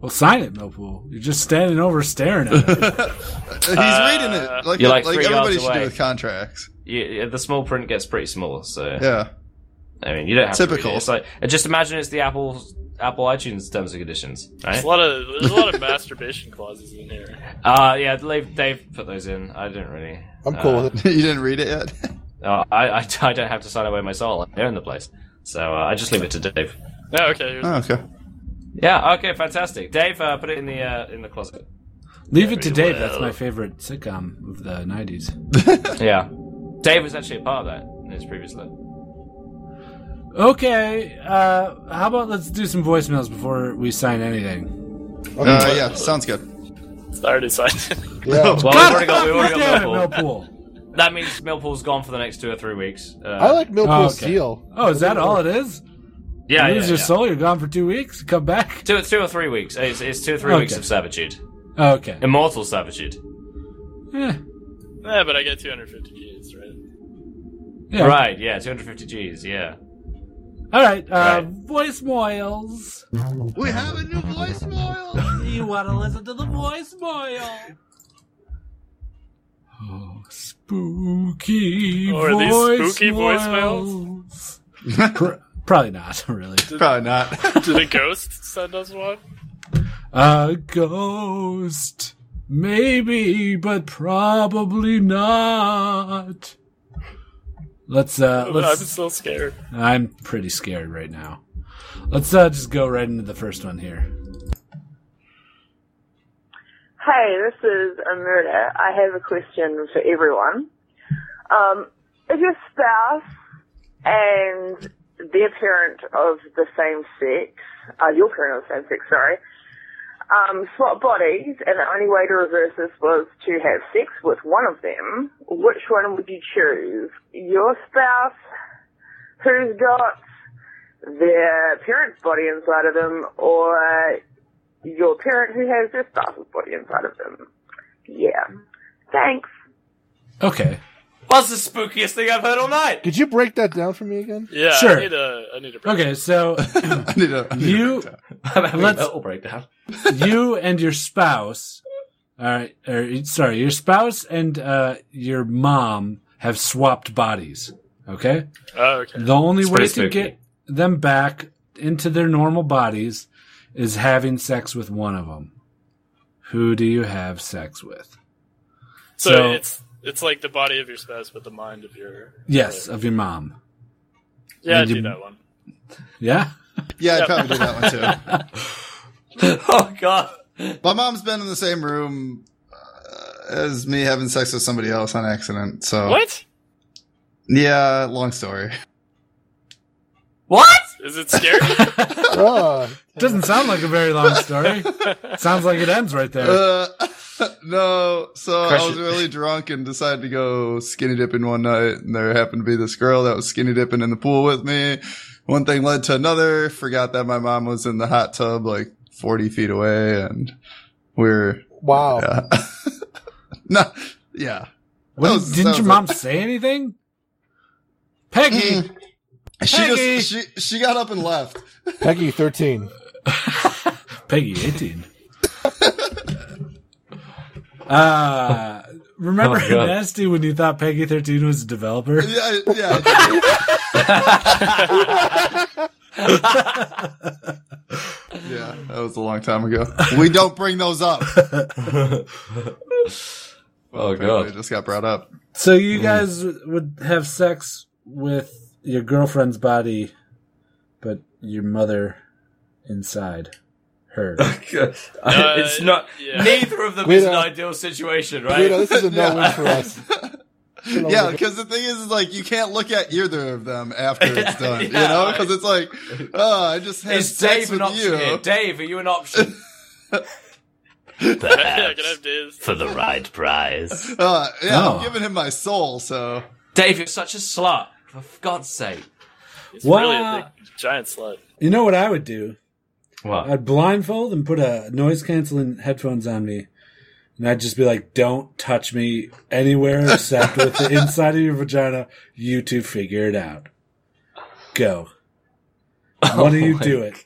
Speaker 1: Well, sign it, Millpool. You're just standing over staring at it.
Speaker 3: He's reading it like,
Speaker 4: you're
Speaker 3: like,
Speaker 4: like three
Speaker 3: everybody
Speaker 4: yards
Speaker 3: should do
Speaker 4: away.
Speaker 3: with contracts.
Speaker 4: You, the small print gets pretty small. So
Speaker 3: Yeah.
Speaker 4: I mean, you don't have To
Speaker 3: Typical.
Speaker 4: read it. It's like just imagine it's the Apple Apple iTunes terms and conditions, right?
Speaker 2: There's a lot of there's a lot of masturbation clauses in here.
Speaker 4: Uh, yeah, they've, they've put those in. I didn't really.
Speaker 5: I'm cool
Speaker 4: uh,
Speaker 5: with it.
Speaker 3: you didn't read it yet.
Speaker 4: uh, I, I I don't have to sign away my soul. They're in the place, so uh, I just leave it to Dave.
Speaker 2: No, okay. here's-
Speaker 3: oh, okay.
Speaker 4: Yeah. Okay. Fantastic. Dave, uh, put it in the uh, in the closet.
Speaker 1: Leave it to Dave. That's my favorite sitcom of the '90s.
Speaker 4: Yeah. Dave was actually a part of that in his previous life.
Speaker 1: Okay, uh, how about let's do some voicemails before we sign anything?
Speaker 3: Uh, yeah, sounds good.
Speaker 2: I already signed.
Speaker 5: Yeah.
Speaker 4: Well, we've already got we've already got
Speaker 1: Damn it,
Speaker 4: Millpool.
Speaker 1: Millpool.
Speaker 4: That means Millpool's gone for the next two or three weeks. Uh,
Speaker 5: I like Millpool's
Speaker 1: Oh, okay.
Speaker 5: deal.
Speaker 1: Oh, is that all it is?
Speaker 4: yeah,
Speaker 1: you
Speaker 4: yeah,
Speaker 1: lose your
Speaker 4: yeah.
Speaker 1: soul, you're gone for two weeks, come back.
Speaker 4: Two, two or three weeks. It's, it's two or three
Speaker 1: Okay.
Speaker 4: weeks of servitude.
Speaker 1: Okay.
Speaker 4: Immortal servitude.
Speaker 1: Eh,
Speaker 2: yeah, but I get 250 G's, right?
Speaker 1: yeah.
Speaker 4: Right, yeah, 250 G's, yeah.
Speaker 1: All right. Uh,
Speaker 4: Right.
Speaker 1: Voicemails.
Speaker 3: We have a new voicemail.
Speaker 1: you want to listen to the voicemail? Oh, spooky
Speaker 2: Oh, are these spooky
Speaker 1: voicemails. Pr- Probably not, really.
Speaker 3: Probably not.
Speaker 2: Did a ghost send us one?
Speaker 1: A ghost. Maybe, but probably not. Let's uh
Speaker 2: I'm
Speaker 1: let's
Speaker 2: still scared.
Speaker 1: I'm pretty scared right now. Let's uh just go right into the first one here.
Speaker 10: Hey, this is Amurda. I have a question for everyone. Um, if your spouse and their parent of the same sex, uh, your parent of the same sex, sorry, um, swap bodies and the only way to reverse this was to have sex with one of them, which one would you choose? Your spouse who's got their parent's body inside of them or your parent who has their spouse's body inside of them. Yeah. Thanks.
Speaker 1: Okay.
Speaker 4: What's the spookiest thing I've heard all night?
Speaker 5: Could you break that down for me again?
Speaker 2: Yeah,
Speaker 1: Sure.
Speaker 2: I need a I need a break.
Speaker 1: Okay, so
Speaker 3: I need a, I need a
Speaker 1: you
Speaker 3: breakdown.
Speaker 4: I'm having
Speaker 1: Let's-
Speaker 4: a mental breakdown.
Speaker 1: you and your spouse, all right, or sorry, your spouse and uh, your mom have swapped bodies. Okay,
Speaker 2: Oh, okay.
Speaker 1: the only
Speaker 4: It's
Speaker 1: way to
Speaker 4: pretty spooky.
Speaker 1: get them back into their normal bodies is having sex with one of them. Who do you have sex with?
Speaker 2: So,
Speaker 1: So-
Speaker 2: it's it's like the body of your spouse, but the mind of your
Speaker 1: Yes, of your mom.
Speaker 2: yeah, I
Speaker 1: And you-
Speaker 2: do that one.
Speaker 1: Yeah.
Speaker 3: Yeah, I'd probably do that one too.
Speaker 4: Oh, God.
Speaker 3: My mom's been in the same room uh, as me having sex with somebody else on accident. So
Speaker 2: What
Speaker 3: Yeah, long story.
Speaker 4: What?
Speaker 2: is it scary?
Speaker 5: Oh,
Speaker 1: Doesn't sound like a very long story. Sounds like it ends right there.
Speaker 3: Uh, no, so
Speaker 4: Crush
Speaker 3: I was
Speaker 4: it.
Speaker 3: really drunk and decided to go skinny dipping one night, and there happened to be this girl that was skinny dipping in the pool with me. One thing led to another. Forgot that my mom was in the hot tub like 40 feet away, and we are
Speaker 5: wow.
Speaker 3: yeah. no, yeah.
Speaker 1: What-
Speaker 3: that was- that
Speaker 1: didn't your
Speaker 3: was
Speaker 1: mom say anything? Peggy.
Speaker 3: She
Speaker 1: Peggy!
Speaker 3: just she she got up and left.
Speaker 5: Peggy 13.
Speaker 1: Peggy 18. uh, remember
Speaker 4: Oh, God.
Speaker 1: Nasty when you thought Peggy 13 was a developer?
Speaker 3: Yeah, I- yeah. I did. yeah, that was a long time ago. We don't bring those up.
Speaker 4: Oh,
Speaker 3: Apparently
Speaker 4: God.
Speaker 3: It just got brought up.
Speaker 1: So
Speaker 2: Mm.
Speaker 1: you guys would have sex with your girlfriend's body, but your mother inside her.
Speaker 4: it's not.
Speaker 2: yeah.
Speaker 4: Neither of them is
Speaker 1: uh,
Speaker 5: Guido.
Speaker 4: an ideal situation, right?
Speaker 5: Guido, this is a no win for us.
Speaker 3: Yeah, because the thing is, is, like, you can't look at either of them after it's done, you
Speaker 4: Yeah,
Speaker 3: know?
Speaker 4: right.
Speaker 3: Because it's like, oh, I just had
Speaker 4: Is
Speaker 3: sex
Speaker 4: Dave
Speaker 3: with
Speaker 4: an option
Speaker 3: you.
Speaker 4: here? Dave, are you an option?
Speaker 2: yeah, I can have
Speaker 7: Perhaps
Speaker 2: days.
Speaker 7: for the right prize.
Speaker 3: Uh, yeah,
Speaker 1: Oh.
Speaker 3: I'm giving him my soul, so.
Speaker 4: Dave, you're such a slut. For God's sake.
Speaker 2: It's
Speaker 1: Wow.
Speaker 2: really a big, giant slut.
Speaker 1: You know what I would do?
Speaker 4: What?
Speaker 1: I'd blindfold and put a noise canceling headphones on me. And I'd just be like, don't touch me anywhere except with the inside of your vagina. You two figure it out. Go. What do you do it?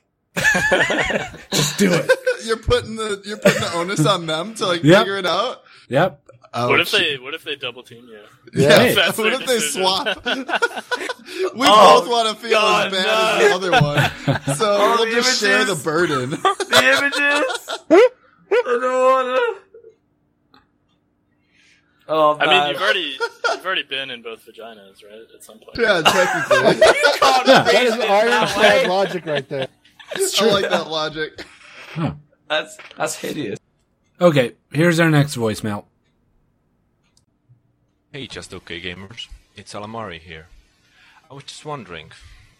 Speaker 1: just do it.
Speaker 3: You're putting the you're putting the onus on them to like
Speaker 1: Yep.
Speaker 3: figure it out.
Speaker 1: Yep.
Speaker 3: Oh,
Speaker 2: what if they What if they double team you?
Speaker 3: Yeah.
Speaker 2: If that's
Speaker 3: What
Speaker 2: their
Speaker 3: if they
Speaker 2: decision.
Speaker 3: swap? We
Speaker 2: Oh,
Speaker 3: both want to feel
Speaker 2: God,
Speaker 3: as bad as the other one, so
Speaker 4: All
Speaker 3: we'll
Speaker 4: the
Speaker 3: just share the
Speaker 4: images.
Speaker 3: burden.
Speaker 4: the images. I don't wanna. Oh,
Speaker 2: I
Speaker 4: man.
Speaker 2: mean, you've already you've already been in both vaginas, right? At some point.
Speaker 3: Yeah, technically.
Speaker 5: Yeah, that is ironclad logic right there.
Speaker 3: I like that logic.
Speaker 4: that's that's hideous.
Speaker 1: Okay, here's our next voicemail.
Speaker 11: Hey, just okay gamers. It's Alamari here. I was just wondering,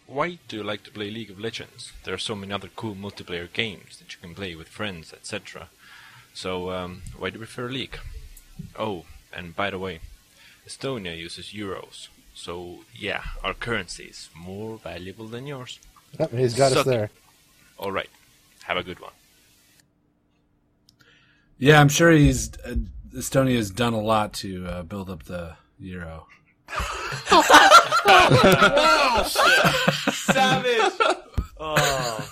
Speaker 11: why do you like to play League of Legends? There are so many other cool multiplayer games that you can play with friends, etc. So, um, why do you prefer League? Oh, and by the way, Estonia uses euros. So, yeah, our currency is more valuable than yours.
Speaker 5: Yep, he's got us
Speaker 11: Suck it.
Speaker 5: there.
Speaker 11: Alright, have a good one.
Speaker 1: Yeah, I'm sure he's uh, Estonia's done a lot to uh, build up the euro.
Speaker 4: Savage. Oh.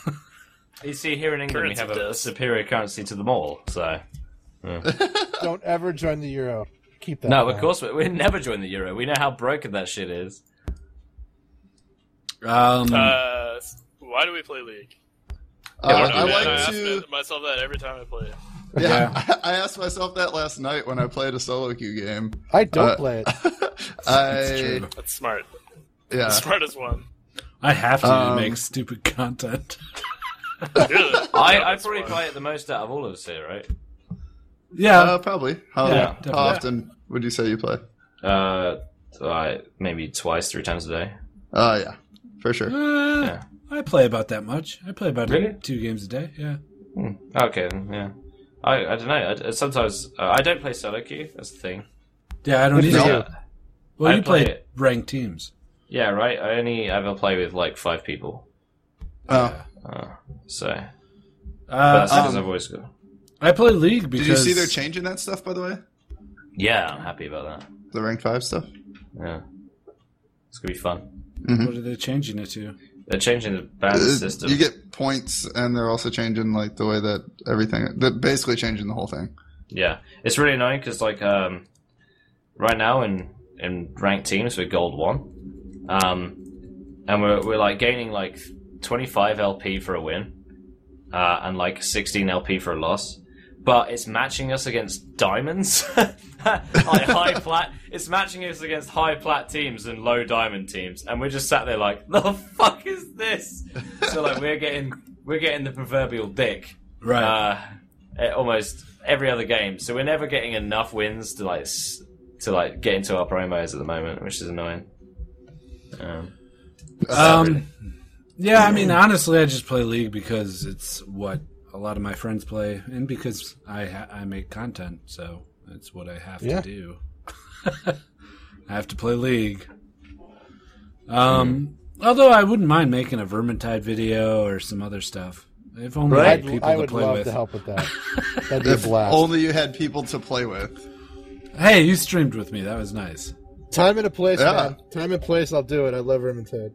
Speaker 4: You see, here in England
Speaker 2: Currency
Speaker 4: we have a, a
Speaker 2: does.
Speaker 4: superior currency to them all. So
Speaker 5: Don't ever join the euro. Keep that. in
Speaker 4: no, of
Speaker 5: mind.
Speaker 4: course we, we never join the euro. We know how broken that shit is.
Speaker 1: Um,
Speaker 2: Uh, why do we play League?
Speaker 3: Uh,
Speaker 2: I, don't know,
Speaker 3: I
Speaker 2: man. I
Speaker 3: like
Speaker 2: ask
Speaker 3: to.
Speaker 2: myself that every time I play it.
Speaker 3: Yeah, I asked myself that last night when I played a solo queue game.
Speaker 5: I don't
Speaker 3: Uh,
Speaker 5: play it.
Speaker 1: it's
Speaker 3: I
Speaker 1: true.
Speaker 2: That's smart.
Speaker 3: yeah.
Speaker 2: The smartest one.
Speaker 1: I have to
Speaker 3: Um,
Speaker 1: make stupid content.
Speaker 2: You're the
Speaker 4: I, I
Speaker 2: dumbest
Speaker 4: probably
Speaker 2: one.
Speaker 4: play it the most out of all of us here, right?
Speaker 1: Yeah,
Speaker 3: Uh, probably. How,
Speaker 1: Yeah,
Speaker 3: how
Speaker 1: definitely.
Speaker 3: often would you say you play?
Speaker 4: Uh, I, maybe twice, three times a day.
Speaker 3: Uh, yeah, for sure.
Speaker 1: Uh,
Speaker 4: Yeah.
Speaker 1: I play about that much. I play about
Speaker 4: Really?
Speaker 1: two games a day. Yeah.
Speaker 4: Hmm. Okay, yeah. I, I don't know. I, sometimes uh, I don't play solo queue. That's the thing.
Speaker 1: Yeah, I don't
Speaker 3: Good for
Speaker 1: either.
Speaker 3: you.
Speaker 4: Yeah.
Speaker 1: Well,
Speaker 4: I
Speaker 1: you play,
Speaker 4: play it.
Speaker 1: ranked teams.
Speaker 4: Yeah, right. I only ever play with like five people.
Speaker 3: Oh.
Speaker 4: Uh, so but
Speaker 1: Uh,
Speaker 4: that's because
Speaker 3: um,
Speaker 4: I've always got.
Speaker 1: I play League because
Speaker 3: Did you see they're changing that stuff, by the way?
Speaker 4: Yeah, I'm happy about that.
Speaker 3: The rank five stuff?
Speaker 4: Yeah, it's gonna be fun.
Speaker 1: What are they changing it to?
Speaker 4: They're changing the ban
Speaker 3: Uh,
Speaker 4: system.
Speaker 3: You get points, and they're also changing like the way that everything. They're basically changing the whole thing.
Speaker 4: Yeah, it's really annoying because like um, right now in in ranked teams we're gold one, um, and we're we're like gaining like twenty five LP for a win, uh, and like sixteen LP for a loss. But it's matching us against diamonds, like high plat. It's matching us against high plat teams and low diamond teams, and we're just sat there like, the fuck is this? so like we're getting we're getting the proverbial dick
Speaker 1: Right.
Speaker 4: uh, at almost every other game. So we're never getting enough wins to like s- to like get into our promos at the moment, which is annoying. Um,
Speaker 1: um, yeah, I mean, honestly, I just play League because it's what a lot of my friends play, and because I ha- I make content, so that's what I have
Speaker 5: Yeah.
Speaker 1: to do. I have to play League. Um, although I wouldn't mind making a Vermintide video or some other stuff. If only I had
Speaker 5: I'd,
Speaker 1: people
Speaker 5: I
Speaker 1: to
Speaker 5: would
Speaker 1: play
Speaker 5: love
Speaker 1: with.
Speaker 5: to help with that. That'd be a
Speaker 3: If
Speaker 5: blast.
Speaker 3: only you had people to play with.
Speaker 1: Hey, you streamed with me. That was nice.
Speaker 5: Time and a place,
Speaker 3: Yeah.
Speaker 5: man. Time and place. I'll do it. I love Herman Ted.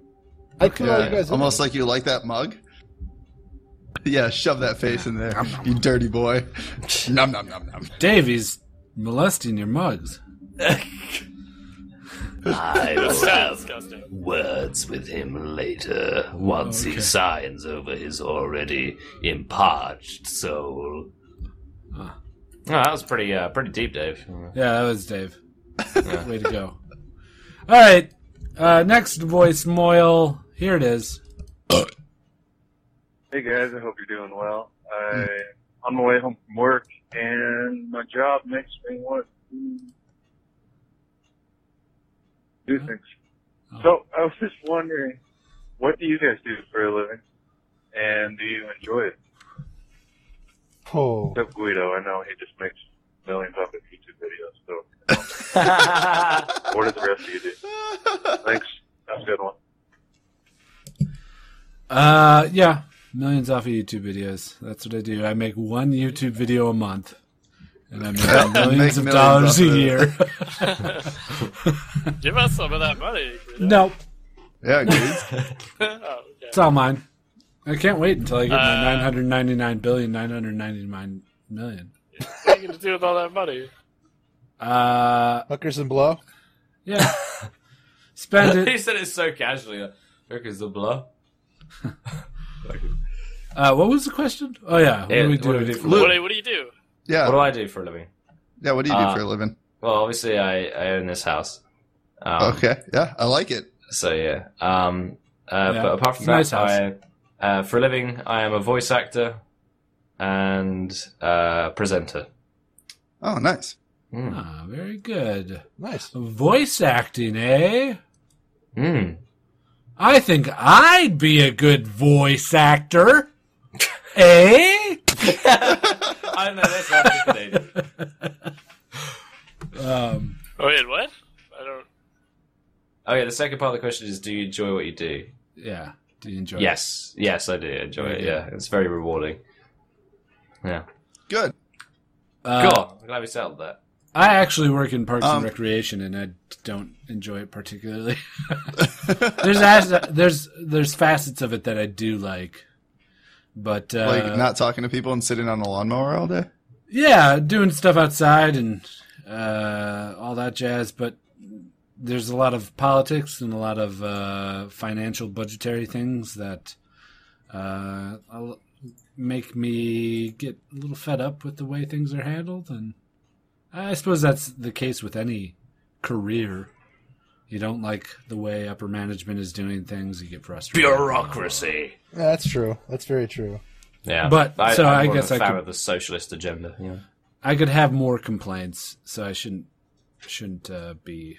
Speaker 5: I put all you guys. in
Speaker 3: almost
Speaker 5: there.
Speaker 3: like you like that mug. Yeah, shove that face in there, you dirty boy. Nom nom nom nom.
Speaker 1: Davey's molesting your mugs.
Speaker 7: I will
Speaker 2: That's
Speaker 7: have
Speaker 2: disgusting.
Speaker 7: words with him later once
Speaker 1: Okay.
Speaker 7: he signs over his already imparched soul.
Speaker 4: oh, that was pretty uh, pretty deep, Dave.
Speaker 1: Yeah, that was Dave. Way to go. All right. Uh, next voice, Moyle. Here it is.
Speaker 12: Hey guys, I hope you're doing well. I, I'm on my way home from work, and my job makes me want to do things. So I was just wondering, what do you guys do for a living, and do you enjoy it?
Speaker 5: Oh,
Speaker 12: Except Guido, I know he just makes millions off of YouTube videos. So what do the rest of you do? Thanks. Have a good one.
Speaker 1: Uh, yeah, millions off of YouTube videos. That's what I do. I make one YouTube video a month, and I make millions of
Speaker 3: millions
Speaker 1: dollars
Speaker 3: off
Speaker 1: a
Speaker 3: of it.
Speaker 1: year.
Speaker 2: Give us some of that money. you know?
Speaker 1: nope,
Speaker 3: Yeah, dude.
Speaker 2: oh, okay.
Speaker 1: it's all mine. I can't wait until I get my
Speaker 2: Uh,
Speaker 1: nine hundred ninety nine billion nine hundred ninety nine million.
Speaker 2: What are you going to do with all that money?
Speaker 1: Uh,
Speaker 5: Hookers and blow.
Speaker 1: Yeah. Spend it.
Speaker 4: he said it so casually. Like, Hookers the blow.
Speaker 1: Uh, what was the question? Oh yeah, what do we do?
Speaker 4: for a
Speaker 1: Lu-
Speaker 4: living?
Speaker 2: What do you do?
Speaker 3: Yeah.
Speaker 4: What do I Uh, do for a living?
Speaker 3: Yeah, what do you do for a living?
Speaker 4: Well, obviously, I, I own this house. Um,
Speaker 3: Okay. Yeah, I like it.
Speaker 4: So yeah. Um, uh,
Speaker 3: Yeah,
Speaker 4: But apart
Speaker 3: it's
Speaker 4: from
Speaker 3: a nice
Speaker 4: that,
Speaker 3: house.
Speaker 4: I, uh, for a living, I am a voice actor and uh, presenter.
Speaker 3: Oh, nice.
Speaker 1: Ah, very good.
Speaker 5: Nice.
Speaker 1: Voice acting, eh?
Speaker 4: Hmm.
Speaker 1: I think I'd be a good voice actor. eh?
Speaker 4: I don't know. That's not
Speaker 1: Um,
Speaker 2: Oh, wait, what? I don't.
Speaker 4: Oh yeah. The second part of the question is: Do you enjoy what you do?
Speaker 1: yeah. Do you enjoy?
Speaker 4: yes. Yes, I do enjoy
Speaker 1: Very
Speaker 4: it.
Speaker 1: good.
Speaker 4: Yeah, it's very rewarding. Yeah.
Speaker 3: Good.
Speaker 1: Uh,
Speaker 4: cool. I'm glad we settled that.
Speaker 1: I actually work in parks
Speaker 4: Um,
Speaker 1: and recreation, and I don't enjoy it particularly. there's as- there's there's facets of it that I do like, but uh,
Speaker 3: like not talking to people and sitting on a lawnmower all day.
Speaker 1: yeah, doing stuff outside and uh, all that jazz. But there's a lot of politics and a lot of uh, financial budgetary things that uh, I'll- make me get a little fed up with the way things are handled. And I suppose that's the case with any career. You don't like the way upper management is doing things, you get frustrated.
Speaker 4: Bureaucracy.
Speaker 5: Yeah, that's true. That's very true.
Speaker 4: Yeah.
Speaker 1: But-
Speaker 4: I,
Speaker 1: so
Speaker 4: I'm
Speaker 1: I
Speaker 4: more of
Speaker 1: guess
Speaker 4: a
Speaker 1: I
Speaker 4: fan
Speaker 1: could-
Speaker 4: of the socialist agenda. You know.
Speaker 1: I could have more complaints, so I shouldn't shouldn't uh, be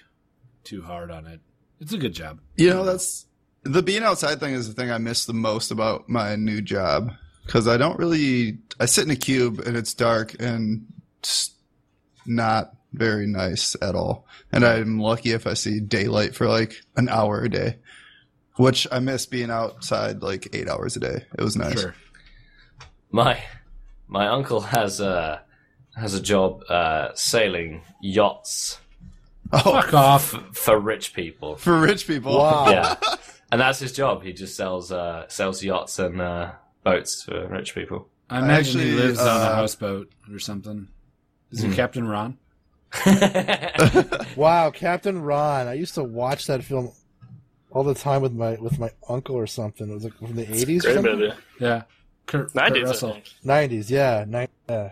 Speaker 1: too hard on it. It's a good job.
Speaker 3: You know, that's the being outside thing is the thing I miss the most about my new job because I don't really. I sit in a cube and it's dark and it's not very nice at all. And I'm lucky if I see daylight for like an hour a day, which I miss being outside like eight hours a day. It was nice.
Speaker 4: Sure. My my uncle has a has a job uh, sailing yachts.
Speaker 1: Fuck off
Speaker 4: for rich people.
Speaker 3: Oh, For rich people.
Speaker 4: yeah. And that's his job. He just sells uh, sells yachts and uh, boats for rich people.
Speaker 1: I imagine he
Speaker 3: actually,
Speaker 1: lives on a
Speaker 3: uh,
Speaker 1: houseboat or something. Is he
Speaker 4: Hmm.
Speaker 1: Captain Ron?
Speaker 5: Wow, Captain Ron. I used to watch that film all the time with my with my uncle or something. It was like from the eighties.
Speaker 2: great movie.
Speaker 1: Yeah. Kurt, Kurt
Speaker 2: 90s, I
Speaker 1: Russell.
Speaker 2: think.
Speaker 5: Nineties. Yeah. Ni- yeah.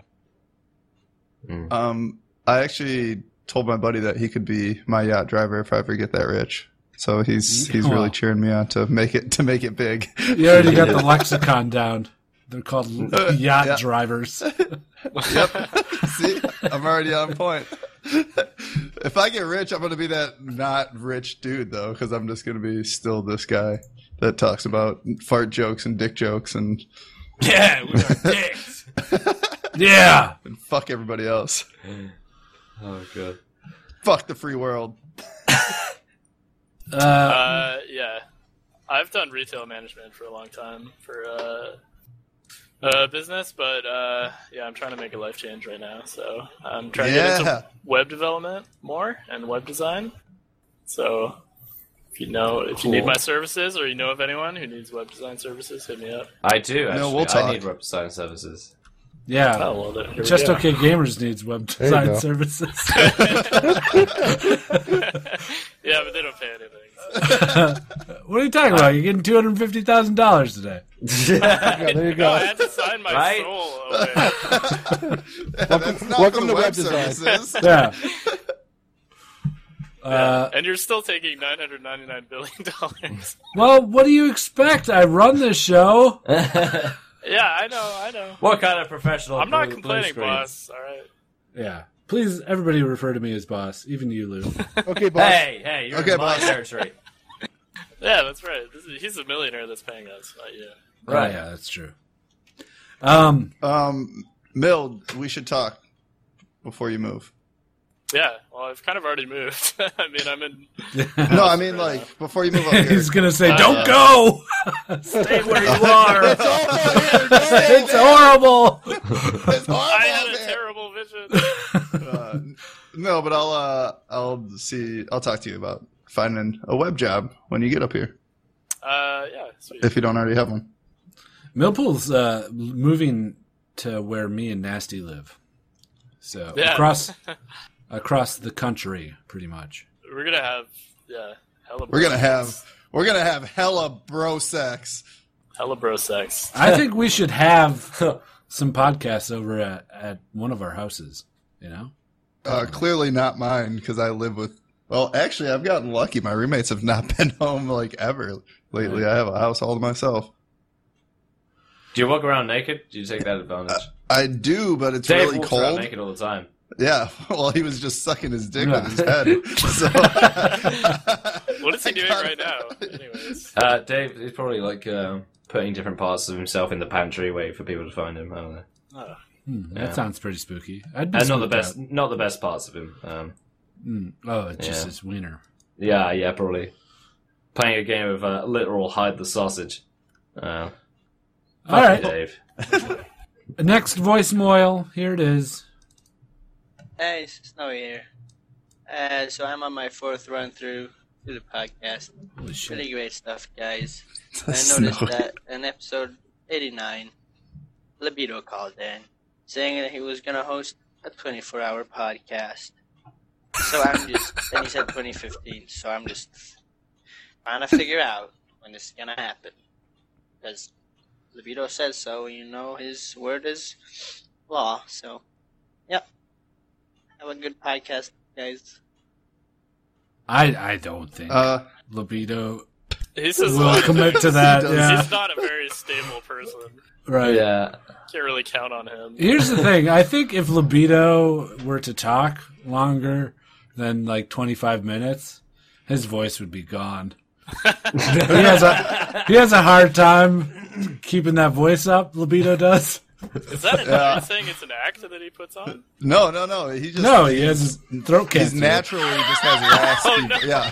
Speaker 3: Um, I actually told my buddy that he could be my yacht driver if I ever get that rich. So he's he's
Speaker 1: Wow.
Speaker 3: really cheering me on to make it to make it big.
Speaker 1: You already got the lexicon down. They're called
Speaker 3: Uh,
Speaker 1: l- yacht
Speaker 3: yeah.
Speaker 1: drivers.
Speaker 3: yep. See, I'm already on point. if I get rich, I'm going to be that not rich dude though, because I'm just going to be still this guy that talks about fart jokes and dick jokes and
Speaker 4: yeah, we are dicks.
Speaker 1: yeah,
Speaker 3: and fuck everybody else.
Speaker 4: Oh god.
Speaker 3: Fuck the free world.
Speaker 2: Uh, yeah. I've done retail management for a long time for uh, uh, business, but uh, yeah, I'm trying to make a life change right now. So I'm trying to get
Speaker 3: Yeah.
Speaker 2: into web development more and web design. So if you know, if you need
Speaker 4: Cool.
Speaker 2: my services or you know of anyone who needs web design services, hit me up.
Speaker 4: I do actually.
Speaker 3: No, we'll
Speaker 4: I
Speaker 3: talk.
Speaker 4: need web design services.
Speaker 1: Yeah.
Speaker 2: Oh, well, there- here we
Speaker 1: Just
Speaker 2: go.
Speaker 1: okay gamers needs web
Speaker 5: There you
Speaker 1: design
Speaker 5: go.
Speaker 1: services.
Speaker 2: yeah, but they don't pay anything.
Speaker 1: what are you talking about? You're getting two hundred fifty thousand dollars today.
Speaker 5: Yeah, there you
Speaker 2: No, I
Speaker 5: go.
Speaker 2: had to sign my
Speaker 4: Right?
Speaker 2: soul away.
Speaker 3: Welcome,
Speaker 5: welcome to web design.
Speaker 1: Yeah.
Speaker 2: Yeah, and you're still taking nine hundred ninety nine billion dollars.
Speaker 1: Well, what do you expect? I run this show.
Speaker 4: Uh,
Speaker 2: yeah, I know, I know.
Speaker 4: What kind of professional?
Speaker 2: I'm not
Speaker 4: blue- blue
Speaker 2: complaining,
Speaker 4: screen?
Speaker 2: boss. All right.
Speaker 1: Yeah. Please, everybody refer to me as boss, even you, Lou. Oh,
Speaker 5: Okay, boss.
Speaker 4: Hey, hey, you're
Speaker 3: Okay,
Speaker 4: in my
Speaker 3: boss.
Speaker 4: territory.
Speaker 2: Yeah, that's right. This is, he's a millionaire that's paying us, not you.
Speaker 1: Right. yeah, that's true. Um,
Speaker 3: Um, Mild, we should talk before you move.
Speaker 2: Yeah. Well, I've kind of already moved. I mean, I'm in.
Speaker 3: No, I mean like before you move up here.
Speaker 1: he's gonna say,
Speaker 2: Uh,
Speaker 1: "Don't go. Stay where you are. it's horrible."
Speaker 2: I had a terrible vision.
Speaker 3: Uh, no, but I'll uh, I'll see. I'll talk to you about finding a web job when you get up here,
Speaker 2: Uh, yeah. Sweet.
Speaker 3: if you don't already have one.
Speaker 1: Millpool's uh, moving to where me and Nasty live, so
Speaker 2: Yeah.
Speaker 1: across across the country, pretty much.
Speaker 2: We're gonna have yeah, hella.
Speaker 3: We're gonna
Speaker 2: bro
Speaker 3: have
Speaker 2: sex.
Speaker 3: we're gonna have hella bro sex.
Speaker 2: hella bro sex.
Speaker 1: I think we should have some podcasts over at, at one of our houses. You know,
Speaker 3: Uh,
Speaker 2: Uh-huh.
Speaker 3: clearly not mine because I live with. Well, actually, I've gotten lucky. My roommates have not been home like ever lately. I have a house all to myself.
Speaker 4: Do you walk around naked? Do you take that advantage?
Speaker 3: I do, but it's
Speaker 4: Dave
Speaker 3: really
Speaker 4: walks around
Speaker 3: cold.
Speaker 4: naked all the time.
Speaker 3: Yeah, well, he was just sucking his dick
Speaker 4: Yeah.
Speaker 3: with his head. So,
Speaker 2: What is he doing right now? Anyways,
Speaker 4: Uh, Dave is probably like uh, putting different parts of himself in the pantry, waiting for people to find him. I don't know.
Speaker 2: Oh.
Speaker 1: Hmm, that
Speaker 4: Yeah.
Speaker 1: sounds pretty spooky. I'd
Speaker 4: And
Speaker 1: be
Speaker 4: not the
Speaker 1: spooked
Speaker 4: best,
Speaker 1: out.
Speaker 4: not the best parts of him. Um,
Speaker 1: Mm, Oh, it's just
Speaker 4: Yeah.
Speaker 1: his wiener.
Speaker 4: yeah, yeah, probably playing a game of uh, literal hide the sausage. Uh,
Speaker 1: All
Speaker 4: fuck
Speaker 1: right.
Speaker 4: you, Dave.
Speaker 1: Next voicemail. Here it is.
Speaker 13: Hey, it's Snowy here. Uh, so I'm on my fourth run through through the podcast.
Speaker 1: Holy shit.
Speaker 13: Really great stuff, guys. I
Speaker 1: That's
Speaker 13: noticed
Speaker 1: Snowy.
Speaker 13: that in episode 89, Libido called in saying that he was going to host a 24 hour podcast. So I'm just, and he said 2015, so I'm just trying to figure out when this is going to happen. Because Libido says so, and you know his word is law, so yep. Have a good podcast, guys.
Speaker 1: I I don't think
Speaker 3: uh,
Speaker 1: libido
Speaker 2: he says
Speaker 1: will commit to that. yeah.
Speaker 2: He's not a very stable person.
Speaker 1: Right.
Speaker 4: Yeah.
Speaker 2: Can't really count on him.
Speaker 1: Here's the thing. I think if libido were to talk longer than like 25 minutes, his voice would be gone. he has a he has a hard time keeping that voice up. Libido does.
Speaker 2: Is that another
Speaker 1: Yeah.
Speaker 2: thing? It's an act that he puts on.
Speaker 3: no, no, no. He just
Speaker 1: No, he has his throat
Speaker 3: He's
Speaker 1: cancer.
Speaker 3: naturally just has raspy.
Speaker 2: Oh, no.
Speaker 3: Yeah,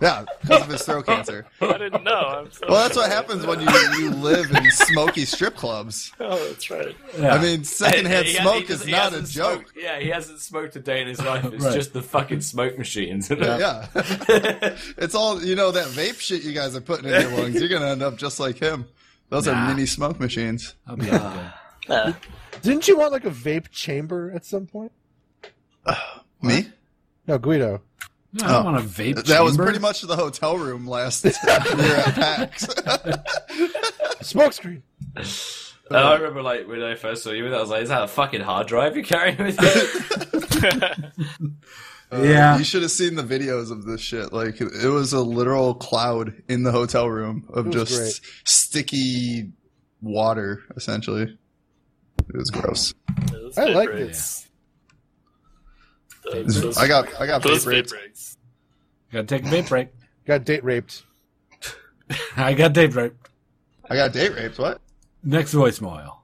Speaker 3: yeah, because of his throat cancer.
Speaker 2: I didn't know. I'm so
Speaker 3: Well, that's
Speaker 2: sorry.
Speaker 3: what happens when you you live in smoky strip clubs.
Speaker 2: Oh, that's right.
Speaker 3: I mean, secondhand
Speaker 4: He- he- he
Speaker 3: smoke
Speaker 4: doesn't-
Speaker 3: is
Speaker 4: he
Speaker 3: not a
Speaker 4: hasn't
Speaker 3: joke.
Speaker 4: smoked- yeah, he hasn't smoked a day in his life. It's
Speaker 3: Right.
Speaker 4: just the fucking smoke machines.
Speaker 3: Yeah. it's all, you know, that vape shit you guys are putting in your lungs. You're going to end up just like him. Those
Speaker 5: Nah.
Speaker 3: are mini smoke machines.
Speaker 1: I'll
Speaker 5: be all good. Didn't you want like a vape chamber at some point?
Speaker 3: Me?
Speaker 5: No, Guido.
Speaker 1: No, I don't want a vape
Speaker 3: oh, That was pretty much the hotel room last year at PAX.
Speaker 5: Smokescreen.
Speaker 4: And I remember, like when I first saw you, I was like, "Is that a fucking hard drive you're carrying with you?"
Speaker 1: Yeah.
Speaker 3: Uh, You should have seen the videos of this shit. Like, it was a literal cloud in the hotel room of
Speaker 5: It was
Speaker 3: just
Speaker 5: great.
Speaker 3: sticky water, essentially. It was gross.
Speaker 5: I like this.
Speaker 3: I got, I got vape raped.
Speaker 1: Gotta take a vape break.
Speaker 5: Got date raped.
Speaker 1: I got date raped.
Speaker 3: I got date raped. What?
Speaker 1: Next voicemail.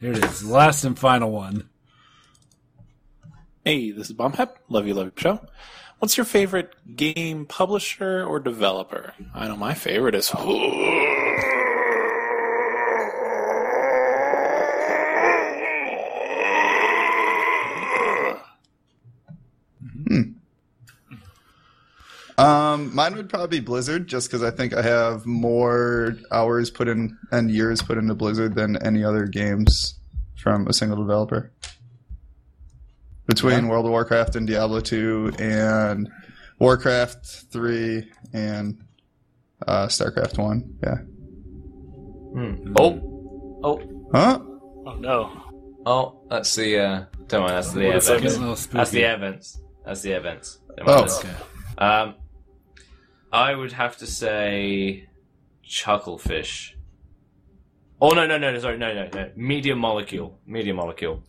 Speaker 1: Here it is. Last and final one.
Speaker 14: Hey, this is Bombhep. Love you, love your show. What's your favorite game publisher or developer? I know my favorite is.
Speaker 3: Um, mine would probably be Blizzard, just because I think I have more hours put in and years put into Blizzard than any other games from a single developer. Between World of Warcraft and Diablo 2 and Warcraft 3 and uh, StarCraft 1, yeah.
Speaker 2: Hmm.
Speaker 4: Oh, oh,
Speaker 3: Huh?
Speaker 2: Oh no!
Speaker 4: oh! That's the. Uh, don't mind. That's the
Speaker 2: What
Speaker 4: air
Speaker 2: is that? Getting
Speaker 4: vents.
Speaker 2: a little
Speaker 4: That's the
Speaker 2: spooky.
Speaker 4: air vents. That's the air vents. Don't
Speaker 3: Oh.
Speaker 4: mind that. Um, I would have to say, Chucklefish. Oh no no no no, sorry no no no Media Molecule Media Molecule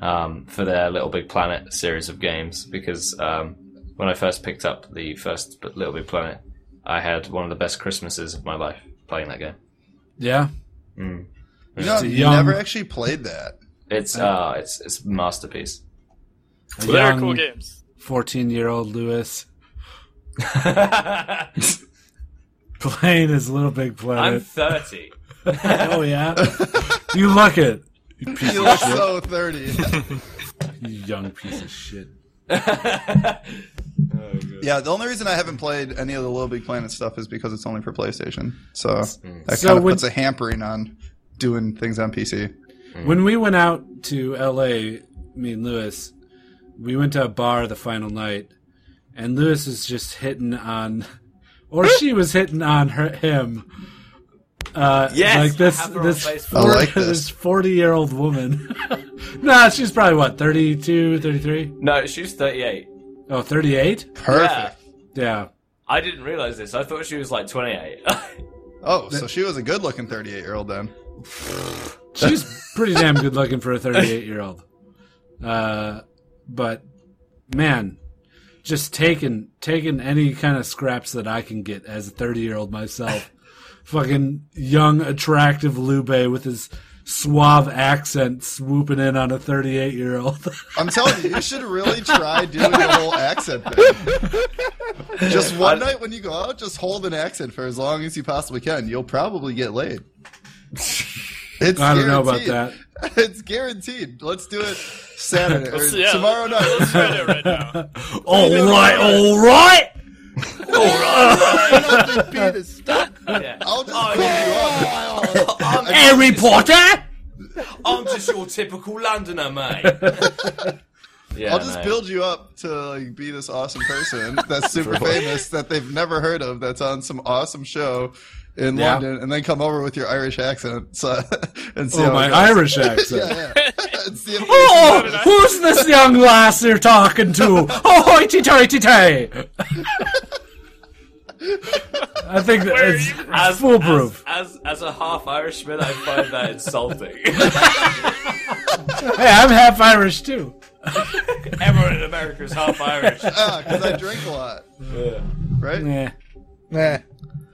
Speaker 4: um, for their Little Big Planet series of games because um, when I first picked up the first Little Big Planet I had one of the best Christmases of my life playing that game.
Speaker 1: Yeah.
Speaker 4: Mm.
Speaker 3: You know,
Speaker 4: It's a
Speaker 3: you
Speaker 4: young-
Speaker 3: never actually played that.
Speaker 4: It's uh, it's it's masterpiece.
Speaker 1: A
Speaker 4: Well, they are cool
Speaker 1: young
Speaker 4: games.
Speaker 1: 14 year old Lewis. playing his little big
Speaker 4: I'm
Speaker 1: planet.
Speaker 4: 30.
Speaker 1: oh, yeah. You look it. You piece
Speaker 3: You
Speaker 1: of
Speaker 3: look
Speaker 1: shit.
Speaker 3: so 30.
Speaker 1: you young piece of shit.
Speaker 3: Yeah, the only reason I haven't played any of the Little Big Planet stuff is because it's only for PlayStation. So that
Speaker 1: So
Speaker 3: kind of
Speaker 1: when-
Speaker 3: puts a hampering on doing things on PC.
Speaker 1: When we went out to LA, me and Lewis, we went to a bar the final night, and Lewis is just hitting on, or she was hitting on her him. Uh,
Speaker 4: Yes,
Speaker 1: like this
Speaker 4: have her on
Speaker 1: this,
Speaker 4: Facebook.
Speaker 1: four,
Speaker 4: I like
Speaker 1: this forty year old woman. nah, she's probably what 32, 33?
Speaker 4: No, she was 38.
Speaker 1: Oh, 38?
Speaker 4: Perfect.
Speaker 1: Yeah.
Speaker 4: I didn't realize this. I thought she was like 28.
Speaker 3: Oh, so she was a good looking 38 year old then.
Speaker 1: She's pretty damn good looking for a 38 year old. Uh, but man, just taking taking any kind of scraps that I can get as a 30 year old myself. Fucking young, attractive Lube with his suave accent swooping in on a 38 year old.
Speaker 3: I'm telling you, you should really try doing the whole accent thing. Just one night when you go out, just hold an accent for as long as you possibly can. You'll probably get laid. It's
Speaker 1: I don't know about
Speaker 3: guaranteed. It's guaranteed. Let's do it Saturday or
Speaker 1: Let's- yeah,
Speaker 3: tomorrow night.
Speaker 1: let's try that right
Speaker 3: now.
Speaker 1: all right, all right.
Speaker 3: I'll just
Speaker 4: call you up.
Speaker 1: Harry Potter?
Speaker 4: I'm just your typical Londoner, mate. Yeah,
Speaker 3: I'll just
Speaker 4: no.
Speaker 3: build you up to like be this awesome person that's super
Speaker 4: For what?
Speaker 3: famous that they've never heard of that's on some awesome show in
Speaker 1: Yeah.
Speaker 3: London, and then come over with your Irish accent so, and see
Speaker 1: Oh,
Speaker 3: how it
Speaker 1: my
Speaker 3: goes.
Speaker 1: Irish accent.
Speaker 3: yeah,
Speaker 1: Oh, who's this young lass you're talking to? Oh, hoity toity tay. I think that it's, it's foolproof.
Speaker 4: As, as, as a half Irishman, I find that insulting.
Speaker 1: hey, I'm half Irish too.
Speaker 4: Everyone in America is half Irish.
Speaker 3: Ah, 'cause I drink a lot.
Speaker 4: Yeah.
Speaker 3: right?
Speaker 1: Yeah.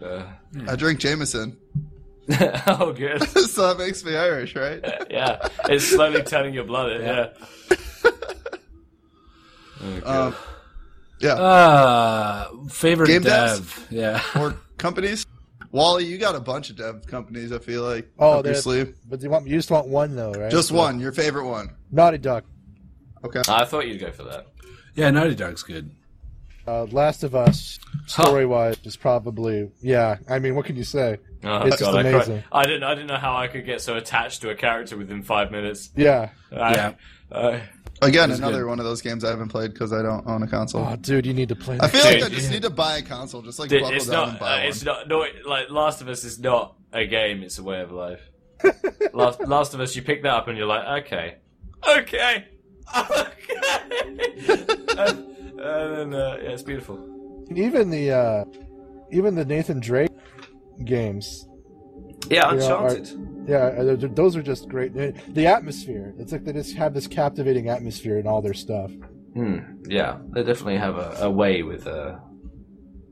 Speaker 5: Nah.
Speaker 3: I drink Jameson.
Speaker 4: oh, good.
Speaker 3: so that makes me Irish, right?
Speaker 4: Yeah, it's slowly turning your blood. in, Yeah. Oh,
Speaker 3: Um, yeah.
Speaker 1: Uh, favorite
Speaker 3: Game
Speaker 1: dev.
Speaker 3: devs?
Speaker 1: Yeah.
Speaker 3: Or companies? Wally, you got a bunch of dev companies, I feel like.
Speaker 5: Oh,
Speaker 3: up your
Speaker 5: there's-
Speaker 3: sleeve.
Speaker 5: But you want you just want one though, right?
Speaker 3: Just one, your favorite one.
Speaker 5: Naughty Dog,
Speaker 3: Okay.
Speaker 4: I thought you'd go for that.
Speaker 1: Yeah, Naughty Dog's good.
Speaker 5: uh, Last of Us, story wise is probably yeah. I mean, what can you say?
Speaker 4: Oh,
Speaker 5: it's just
Speaker 4: God, I, cried.
Speaker 5: amazing.
Speaker 4: I didn't. I didn't know how I could get so attached to a character within five minutes.
Speaker 5: Yeah.
Speaker 4: I-
Speaker 5: Yeah.
Speaker 4: I-
Speaker 3: Again,
Speaker 4: It's
Speaker 3: another
Speaker 4: good.
Speaker 3: one of those games I haven't played because I don't own a console.
Speaker 5: Oh, dude, you need to play.
Speaker 3: I
Speaker 5: that.
Speaker 3: feel like I
Speaker 4: Dude,
Speaker 3: just
Speaker 4: yeah.
Speaker 3: need to buy a console, just like
Speaker 4: Dude,
Speaker 3: buckle
Speaker 4: it's
Speaker 3: down and
Speaker 4: not.
Speaker 3: buy
Speaker 4: uh,
Speaker 3: one.
Speaker 4: it's not. No, it- like Last of Us is not a game. It's a way of life. Last Last of Us, you pick that up and you're like, okay, okay, okay. and, and, uh, yeah, it's beautiful.
Speaker 5: even the uh, even the Nathan Drake games.
Speaker 4: Yeah,
Speaker 5: you know, are-
Speaker 4: Uncharted.
Speaker 5: yeah, uh, th- those are just great. Uh, The atmosphere. It's like they just have this captivating atmosphere in all their stuff.
Speaker 4: Hmm. Yeah, they definitely have a, a way with a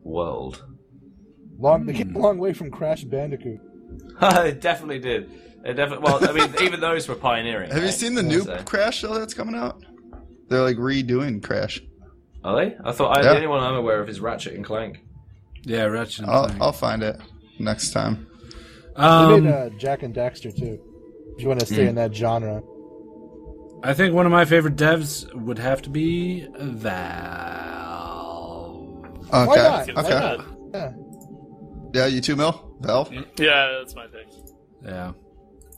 Speaker 4: world.
Speaker 5: Long, they keep a long way from Crash Bandicoot.
Speaker 4: they definitely did. They definitely. Well, I mean, even those were pioneering.
Speaker 3: Have you
Speaker 4: right?
Speaker 3: seen the new
Speaker 4: So-
Speaker 3: Crash show that's coming out? They're like redoing Crash.
Speaker 4: Are they? I thought I,
Speaker 3: Yeah.
Speaker 4: the only one I'm aware of is Ratchet and Clank.
Speaker 1: Yeah, Ratchet and
Speaker 3: I'll,
Speaker 1: Clank.
Speaker 3: I'll find it next time.
Speaker 5: they
Speaker 1: Um,
Speaker 5: made uh, Jack and Daxter too. If you want to stay
Speaker 1: Hmm.
Speaker 5: in that genre,
Speaker 1: I think one of my favorite devs would have to be Valve.
Speaker 3: Okay.
Speaker 5: Why not?
Speaker 3: Okay.
Speaker 5: Why not? Yeah.
Speaker 3: Yeah, you too, Mel? Valve?
Speaker 2: Yeah, that's my pick.
Speaker 1: Yeah.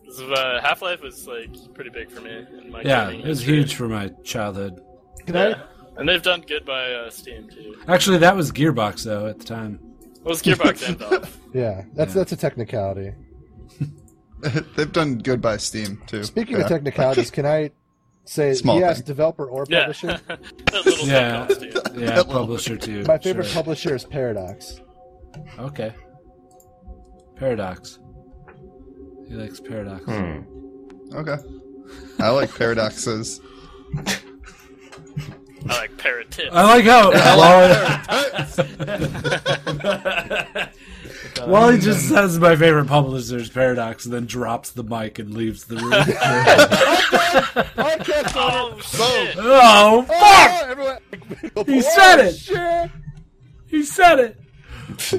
Speaker 2: This is, Uh, Half Life was like pretty big for me. In my
Speaker 1: Yeah,
Speaker 2: gaming
Speaker 1: it was
Speaker 2: history.
Speaker 1: huge for my childhood.
Speaker 5: Can
Speaker 2: Yeah. And they've done good by uh, Steam too.
Speaker 1: Actually, that was Gearbox though at the time.
Speaker 2: Well, it's Gearbox and Valve.
Speaker 5: Yeah, that's that's a technicality.
Speaker 3: They've done good by Steam, too.
Speaker 5: Speaking
Speaker 3: Yeah.
Speaker 5: of technicalities, can I say
Speaker 3: Small
Speaker 5: yes,
Speaker 3: thing.
Speaker 5: developer or
Speaker 2: Yeah.
Speaker 5: publisher?
Speaker 1: Yeah, yeah, publisher too.
Speaker 5: My favorite
Speaker 1: sure.
Speaker 5: publisher is Paradox.
Speaker 1: Okay. Paradox. He likes paradox.
Speaker 5: Hmm.
Speaker 3: Okay. I like paradoxes.
Speaker 2: I like parrot tips.
Speaker 1: I like how Wally, Wally just says my favorite publisher's paradox and then drops the mic and leves the room.
Speaker 2: oh, shit.
Speaker 1: oh fuck!
Speaker 5: Oh,
Speaker 1: He said it. He said it.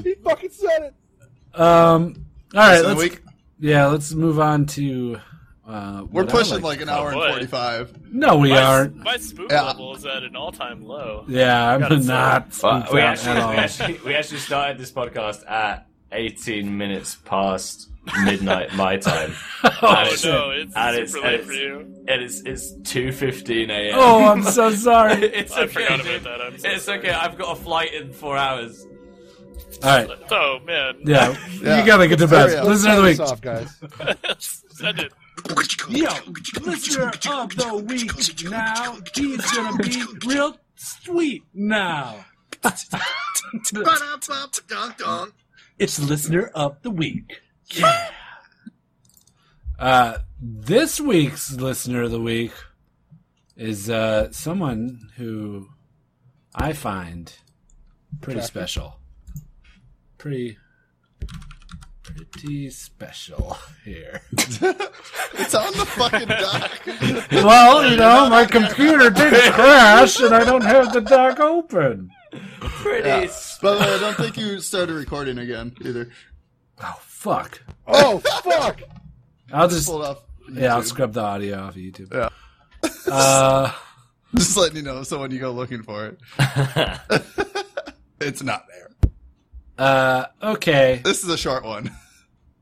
Speaker 5: he fucking said it.
Speaker 1: Um. All right.
Speaker 3: Person of the
Speaker 1: Let's,
Speaker 3: week?
Speaker 1: Yeah. Let's move on to. Uh,
Speaker 3: We're
Speaker 1: what I
Speaker 3: pushing
Speaker 1: like.
Speaker 3: like an hour and
Speaker 2: boy.
Speaker 3: 45.
Speaker 1: No, we
Speaker 2: my,
Speaker 1: aren't.
Speaker 2: My spook level is at an all-time low.
Speaker 1: Yeah, I'm
Speaker 2: Gotta say.
Speaker 1: not spooked
Speaker 4: we
Speaker 1: out
Speaker 4: actually,
Speaker 1: at all.
Speaker 4: we actually we actually started this podcast at 18 minutes past midnight my time.
Speaker 2: Oh,
Speaker 4: And it's-
Speaker 2: no, it's
Speaker 4: and
Speaker 2: super
Speaker 4: and
Speaker 2: late for you.
Speaker 4: And it's it's 2:15 a.m.
Speaker 1: Oh, I'm so sorry.
Speaker 4: it's
Speaker 2: I
Speaker 4: okay,
Speaker 2: forgot about
Speaker 4: dude.
Speaker 2: that. I'm
Speaker 4: it's okay. I've got a flight in four hours.
Speaker 1: All right.
Speaker 2: Oh man.
Speaker 1: Yeah. You gotta get to
Speaker 4: Hurry
Speaker 1: bed.
Speaker 4: up.
Speaker 1: Listener of the
Speaker 4: Let's
Speaker 1: week.
Speaker 4: turn this
Speaker 2: Send it.
Speaker 6: Yo, listener of the week now. He's gonna be real sweet now.
Speaker 1: It's listener of the week. Yeah. Uh, this week's listener of the week is uh, someone who I find pretty
Speaker 5: Attractive.
Speaker 1: special. Pretty, pretty special here.
Speaker 3: It's on the fucking dock.
Speaker 1: well, you know, my computer did crash, and I don't have the dock open.
Speaker 4: Pretty.
Speaker 3: Yeah. By the way, I don't think you started recording again either.
Speaker 1: Oh fuck!
Speaker 5: Oh fuck!
Speaker 1: I'll just
Speaker 3: pulled off.
Speaker 1: Yeah, I'll
Speaker 3: YouTube.
Speaker 1: scrub the audio off of YouTube.
Speaker 3: Yeah.
Speaker 1: Uh,
Speaker 3: Just letting you know, so when you go looking for it, it's not there.
Speaker 1: Uh, okay.
Speaker 3: This is a short one.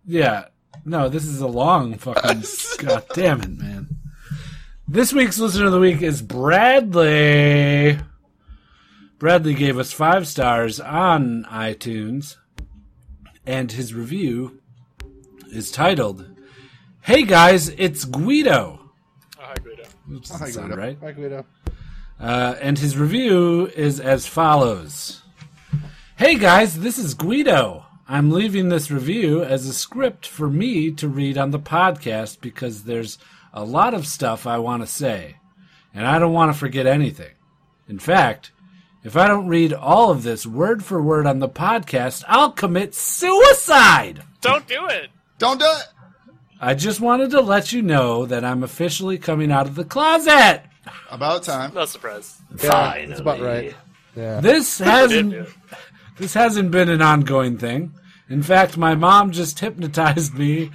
Speaker 1: Yeah. No, this is a long fucking. God damn it, man. This week's listener of the week is Bradley. Bradley gave us five stars on iTunes, and his review is titled, Hey guys, it's Guido. Which doesn't sound right.
Speaker 5: Hi, Guido.
Speaker 1: Uh, and his review is as follows Hey guys, this is Guido. I'm leaving this review as a script for me to read on the podcast because there's a lot of stuff I want to say, and I don't want to forget anything. In fact, if I don't read all of this word for word on the podcast, I'll commit suicide!
Speaker 2: Don't do it.
Speaker 3: Don't do it.
Speaker 1: I just wanted to let you know that I'm officially coming out of the closet!
Speaker 3: About time.
Speaker 2: No surprise.
Speaker 5: Yeah, that's about right. Yeah.
Speaker 1: This hasn't this hasn't been an ongoing thing. In fact, my mom just hypnotized me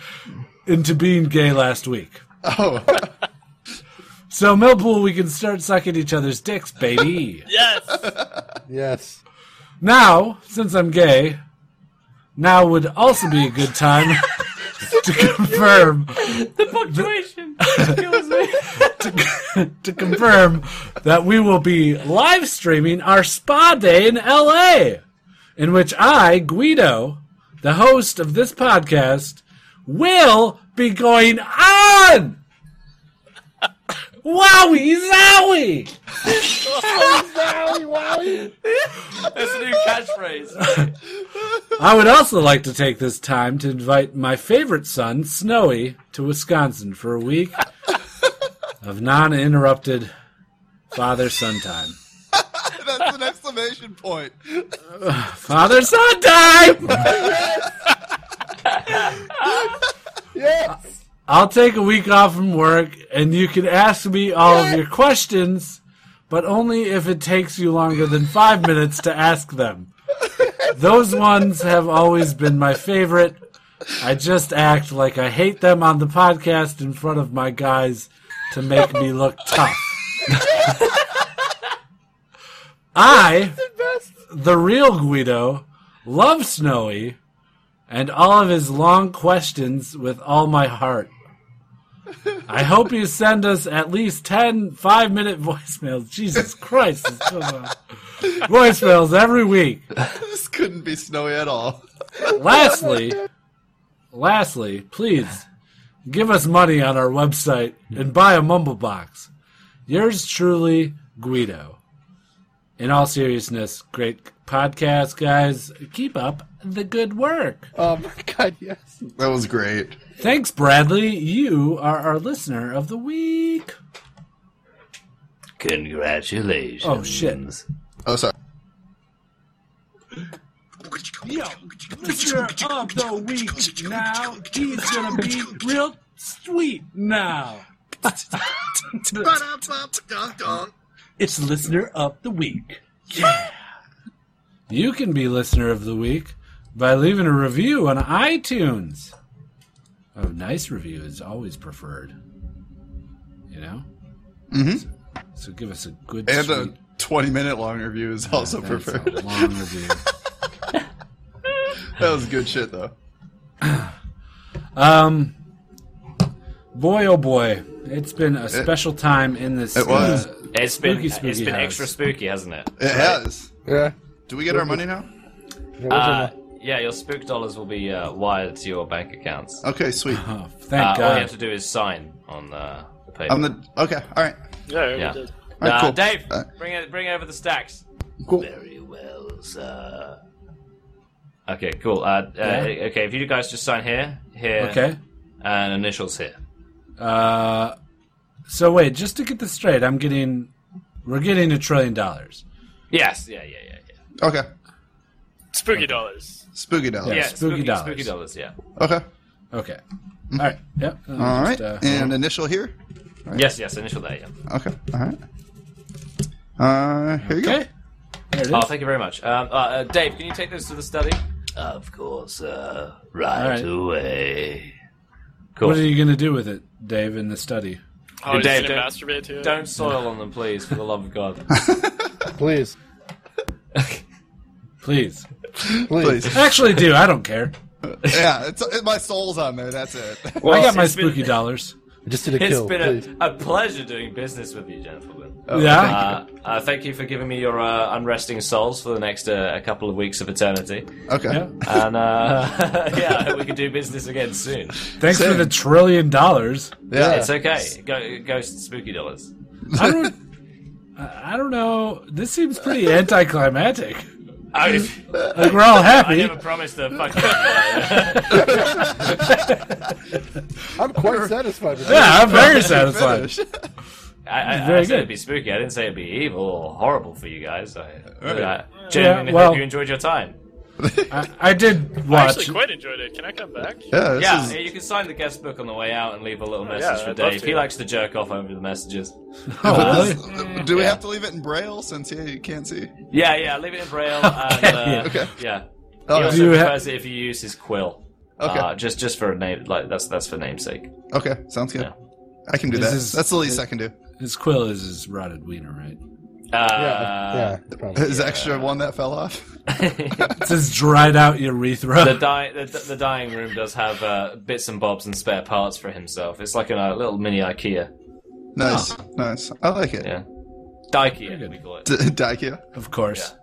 Speaker 1: into being gay last week.
Speaker 3: Oh.
Speaker 1: so Millpool, we can start sucking each other's dicks, baby.
Speaker 5: Yes.
Speaker 1: now, since I'm gay, now would also be a good time to confirm
Speaker 4: The punctuation kills me.
Speaker 1: to confirm that we will be live streaming our spa day in LA, in which I, Guido, the host of this podcast, will be going on. Wowie zowie!
Speaker 4: That's a new catchphrase.
Speaker 1: I would also like to take this time to invite my favorite son, Snowy, to Wisconsin for a week of non interrupted father son time.
Speaker 3: That's an exclamation point.
Speaker 1: Father son time!
Speaker 5: Yes.
Speaker 1: I'll take a week off from work and you can ask me all of your questions, but only if it takes you longer than five minutes to ask them. Those ones have always been my favorite. I just act like I hate them on the podcast in front of my guys to make me look tough. I, the real Guido, love Snowy and all of his long questions with all my heart. I hope you send us at least 10 five minute voicemails. Jesus Christ. it's so long. voicemails every week.
Speaker 3: this couldn't be snowy at all.
Speaker 1: Lastly, lastly, please give us money on our website and buy a mumble box. Yours truly, Guido. In all seriousness, great podcast, guys. Keep up the good work.
Speaker 5: Oh my god, yes.
Speaker 3: That was great.
Speaker 1: Thanks, Bradley. You are our listener of the week.
Speaker 7: Congratulations.
Speaker 1: Oh, shit.
Speaker 3: Oh, sorry.
Speaker 6: Yo, listener of the week now. He's gonna be real sweet now.
Speaker 1: It's listener of the week. Yeah. You can be listener of the week by leaving a review on iTunes. A nice review is always preferred. You know?
Speaker 3: Mm-hmm.
Speaker 1: So give us a good
Speaker 3: And uh,
Speaker 1: sweet-
Speaker 3: a 20 minute long review is also
Speaker 1: That's
Speaker 3: preferred.
Speaker 1: a long review.
Speaker 3: That was good shit, though.
Speaker 1: Um, boy, oh boy, it's been a special time in this. uh,
Speaker 3: it was.
Speaker 4: It's been
Speaker 1: spooky, spooky
Speaker 4: it's been
Speaker 1: house.
Speaker 4: extra spooky, hasn't it?
Speaker 3: It has.
Speaker 5: Yeah.
Speaker 3: Do we get our money now?
Speaker 4: Uh, yeah, your spook dollars will be uh, wired to your bank accounts.
Speaker 3: Okay, sweet.
Speaker 1: Uh-huh. oh, thank
Speaker 4: uh, All
Speaker 1: God.
Speaker 4: you have to do is sign on uh, the paper.
Speaker 3: On the okay, all right.
Speaker 4: Yeah, yeah.
Speaker 3: did.
Speaker 4: Uh,
Speaker 3: Alright, cool.
Speaker 4: Dave,
Speaker 3: Alright.
Speaker 4: bring it, bring over the stacks.
Speaker 3: Cool.
Speaker 4: Very well, sir. Okay, cool. Uh, uh,
Speaker 1: Yeah.
Speaker 4: Okay, if you guys just sign here, here,
Speaker 1: Okay.
Speaker 4: and initials here.
Speaker 1: Uh, so wait, just to get this straight, I'm getting, we're getting a trillion dollars.
Speaker 4: Yes, yeah, yeah, yeah.
Speaker 3: Okay.
Speaker 2: Spooky dollars.
Speaker 3: Spooky dollars.
Speaker 1: Yeah, spooky, dollars.
Speaker 4: Spooky dollars, yeah.
Speaker 3: Okay.
Speaker 1: Okay. All right. Yep.
Speaker 3: All
Speaker 1: Um,
Speaker 3: right.
Speaker 1: just, uh,
Speaker 3: and initial here. All right.
Speaker 4: Yes, yes, initial there, yeah.
Speaker 3: Okay. All right. Uh, here you go.
Speaker 4: Oh, thank you very much. Um, uh, uh, Dave, can you take this to the study? Of course, uh,
Speaker 1: All right.
Speaker 4: away.
Speaker 1: What are you gonna do with it, Dave, in the study?
Speaker 2: Oh, he's
Speaker 4: Dave,
Speaker 2: gonna
Speaker 4: don't-
Speaker 2: masturbate to it.
Speaker 4: Don't soil on them, please, for the love of God.
Speaker 5: Please.
Speaker 1: Please.
Speaker 5: Please.
Speaker 1: Actually, do I don't care.
Speaker 3: yeah, it's, it, my soul's on there. That's it.
Speaker 1: I got my
Speaker 4: it's been-
Speaker 1: spooky dollars.
Speaker 5: Just
Speaker 4: It's been a, a pleasure doing business with you, gentlemen.
Speaker 1: Oh, Yeah?
Speaker 4: Uh, uh, thank you for giving me your uh, unresting souls for the next uh, a couple of weeks of eternity.
Speaker 3: Okay.
Speaker 4: And uh, yeah, I hope we can do business again soon.
Speaker 1: Thanks for the trillion dollars.
Speaker 4: it's okay. Go, ghost spooky dollars.
Speaker 1: I don't. I I don't know. This seems pretty anticlimactic.
Speaker 4: I,
Speaker 1: Like, we're all happy.
Speaker 4: Oh, I never promised a fucking.
Speaker 5: I'm quite satisfied with
Speaker 4: Uh,
Speaker 1: Yeah,
Speaker 5: that.
Speaker 1: I'm very satisfied.
Speaker 4: I, I,
Speaker 1: Very
Speaker 4: I said
Speaker 1: good.
Speaker 4: it'd be spooky. I didn't say it'd be evil or horrible for you guys. I,
Speaker 1: Right.
Speaker 4: I
Speaker 1: Yeah,
Speaker 4: genuinely
Speaker 1: well-
Speaker 4: hope you enjoyed your time.
Speaker 1: I, I did
Speaker 2: I
Speaker 1: watch.
Speaker 2: actually quite enjoyed it. Can I come back?
Speaker 3: Yeah, this
Speaker 4: yeah
Speaker 3: is-
Speaker 4: you can sign the guest book on the way out and leave a little
Speaker 2: Oh, yeah,
Speaker 4: message for
Speaker 2: I'd love
Speaker 4: Dave.
Speaker 2: to.
Speaker 4: He likes to jerk off over the messages.
Speaker 1: Oh,
Speaker 3: But
Speaker 4: Uh,
Speaker 3: this- do we have to leave it in braille since yeah, you can't see?
Speaker 4: yeah, yeah, leave it in braille. And, uh,
Speaker 3: Okay.
Speaker 4: Yeah.
Speaker 3: Oh,
Speaker 4: he
Speaker 3: yeah.
Speaker 4: also
Speaker 3: Do you ha-
Speaker 4: prefers it if you use his quill.
Speaker 3: Okay.
Speaker 4: Uh, just just for a name, like that's that's for namesake.
Speaker 3: Okay, sounds good. I can do
Speaker 1: This
Speaker 3: that.
Speaker 1: is-
Speaker 3: That's the least I can do.
Speaker 1: His quill is his rotted wiener, right?
Speaker 4: Uh,
Speaker 3: Is extra one that fell off?
Speaker 1: It's his dried out urethra.
Speaker 4: the, di- the, the dying room does have uh, bits and bobs and spare parts for himself. It's like a little mini IKEA.
Speaker 3: Nice, nice. I like it.
Speaker 4: Yeah. Dikea, we call it.
Speaker 3: D- Daikia.
Speaker 1: Of course.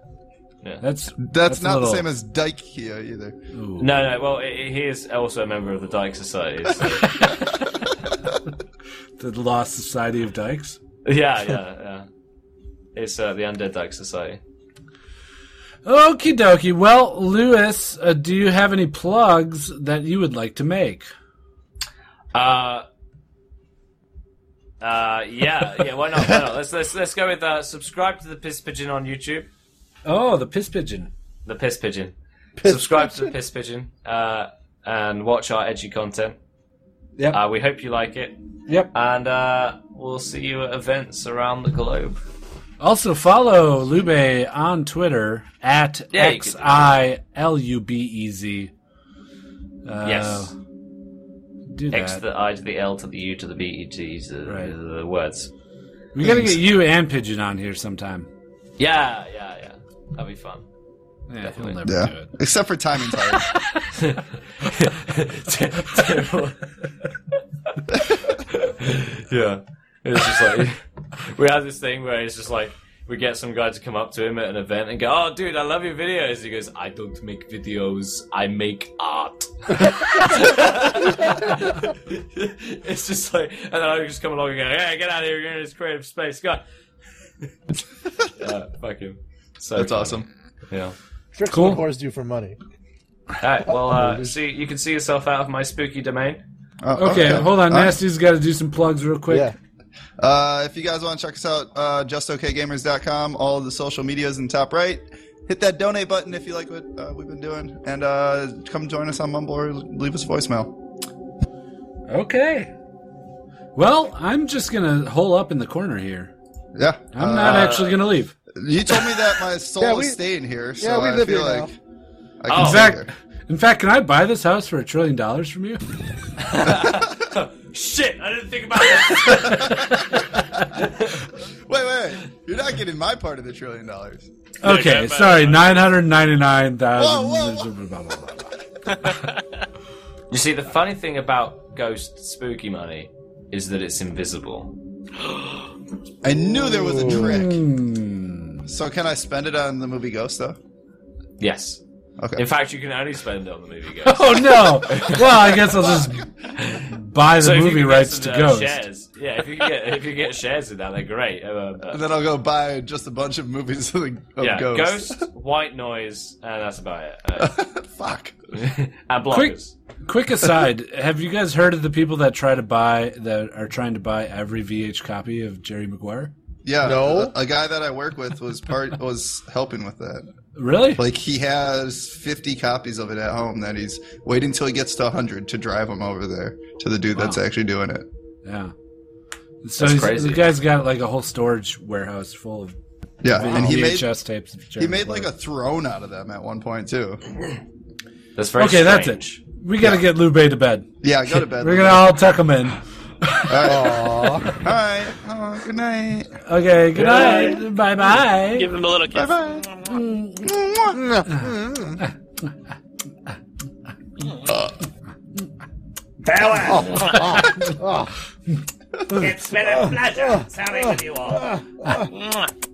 Speaker 4: Yeah. Yeah.
Speaker 1: That's
Speaker 3: That's,
Speaker 1: a
Speaker 3: not
Speaker 1: little-
Speaker 3: the same as Daikia either.
Speaker 4: No, no. Well, i i- he is also a member of the Dyke Society. So.
Speaker 1: the Lost Society of Dykes.
Speaker 4: yeah, yeah, yeah. It's uh, the Undead Dyke Society.
Speaker 1: Okie dokie. Well, Lewis, uh, do you have any plugs that you would like to make?
Speaker 4: Uh, uh, yeah, yeah. Why not? Why not? Let's let's let's go with uh, subscribe to the Piss Pigeon on YouTube.
Speaker 1: Oh, the piss pigeon.
Speaker 4: The Piss Pigeon. subscribe to the Piss Pigeon uh, and watch our edgy content.
Speaker 1: Yep.
Speaker 4: Uh, we hope you like it.
Speaker 1: Yep.
Speaker 4: And uh, we'll see you at events around the globe.
Speaker 1: Also, follow Lube on Twitter at
Speaker 4: Yeah, you could do
Speaker 1: X I L U B E Z. Uh,
Speaker 4: yes.
Speaker 1: Do
Speaker 4: X
Speaker 1: that.
Speaker 4: to the I to the L to the U to the B to G's the, the words.
Speaker 1: we got to get you and Pigeon on here sometime.
Speaker 4: Yeah, yeah, yeah. That'd be fun.
Speaker 1: Yeah, he'll never
Speaker 3: Yeah.
Speaker 1: do it.
Speaker 3: Except for timing's hard.
Speaker 4: Terrible. yeah. It's just like we have this thing where it's just like we get some guy to come up to him at an event and go, "Oh, dude, I love your videos." He goes, "I don't make videos. I make art." it's just like, and then I just come along and go, "Yeah, get out of here. You're in this creative space, go." yeah, fuck him. So
Speaker 3: That's
Speaker 4: funny.
Speaker 3: awesome.
Speaker 4: Yeah.
Speaker 5: Tricks
Speaker 4: Cool.
Speaker 5: and whores do for money.
Speaker 4: All right. Well, uh, see, you can see yourself out of my spooky domain.
Speaker 1: Okay, hold on.
Speaker 3: Uh, All right.
Speaker 1: Nasty's got to do some plugs real quick.
Speaker 5: Yeah.
Speaker 3: Uh, if you guys want to check us out, uh, justokgamers.com. All of the social medias in the top right. Hit that donate button if you like what uh, we've been doing, and uh, come join us on Mumble or leave us a voicemail.
Speaker 1: Okay. Well, I'm just gonna hole up in the corner here.
Speaker 3: Yeah,
Speaker 1: I'm not
Speaker 3: Uh,
Speaker 1: actually gonna leave.
Speaker 3: You told me that my soul
Speaker 5: Yeah, we-
Speaker 3: is staying here, so
Speaker 5: yeah, we
Speaker 3: I
Speaker 5: live
Speaker 3: feel
Speaker 5: here
Speaker 3: like I
Speaker 1: In
Speaker 3: can stay
Speaker 1: fact,
Speaker 3: here.
Speaker 1: in fact, can I buy this house for a trillion dollars from you?
Speaker 4: Shit, I didn't think about that.
Speaker 3: Wait, wait, you're not getting my part of the trillion dollars.
Speaker 1: Okay, sorry, nine hundred ninety-nine
Speaker 3: Whoa, whoa,
Speaker 1: thousand.
Speaker 4: You see, the funny thing about ghost spooky money is that it's invisible.
Speaker 3: I knew there was a
Speaker 5: Hmm.
Speaker 3: trick. So can I spend it on the movie Ghost though?
Speaker 4: Yes.
Speaker 3: Okay.
Speaker 4: In fact, you can only spend it on the movie Ghost.
Speaker 1: Oh no! Well, I guess I'll just buy the
Speaker 4: So if you
Speaker 1: movie
Speaker 4: can get
Speaker 1: rights
Speaker 4: some,
Speaker 1: to
Speaker 4: uh,
Speaker 1: Ghost.
Speaker 4: Shares. Yeah, if you can get if you get shares in that, they're great. Uh, but-
Speaker 3: And then I'll go buy just a bunch of movies of, the, of
Speaker 4: yeah,
Speaker 3: Ghost.
Speaker 4: white noise, and that's about it. Uh,
Speaker 3: Fuck.
Speaker 4: and
Speaker 1: Quick,
Speaker 4: blockers.
Speaker 1: quick aside: Have you guys heard of the people that try to buy that are trying to buy every VH copy of Jerry Maguire?
Speaker 3: Yeah,
Speaker 1: No?
Speaker 3: A, a guy that I work with was part was helping with that.
Speaker 1: Really?
Speaker 3: Like he has 50 copies of it at home that he's waiting till he gets to 100 to drive him over there to the dude that's actually doing it.
Speaker 1: Yeah. So
Speaker 3: That's
Speaker 1: he's-
Speaker 3: crazy.
Speaker 1: the guy's got like a whole storage warehouse full of
Speaker 3: Yeah,
Speaker 1: V-
Speaker 3: and he made
Speaker 1: VHS tapes. Of Jerry
Speaker 3: He made
Speaker 1: Maguire.
Speaker 3: like a throne out of them at one point too.
Speaker 4: That's
Speaker 1: okay. That's it. We gotta get Lou Bay to bed.
Speaker 3: Yeah, go to bed,
Speaker 1: We're
Speaker 3: Lou
Speaker 1: gonna
Speaker 3: Bay.
Speaker 1: all tuck him in.
Speaker 3: All right. Oh, good night.
Speaker 1: Okay. Good night. Bye bye.
Speaker 2: Give him a little kiss.
Speaker 15: it's been a pleasure serving with you all.
Speaker 2: Ah, Ah,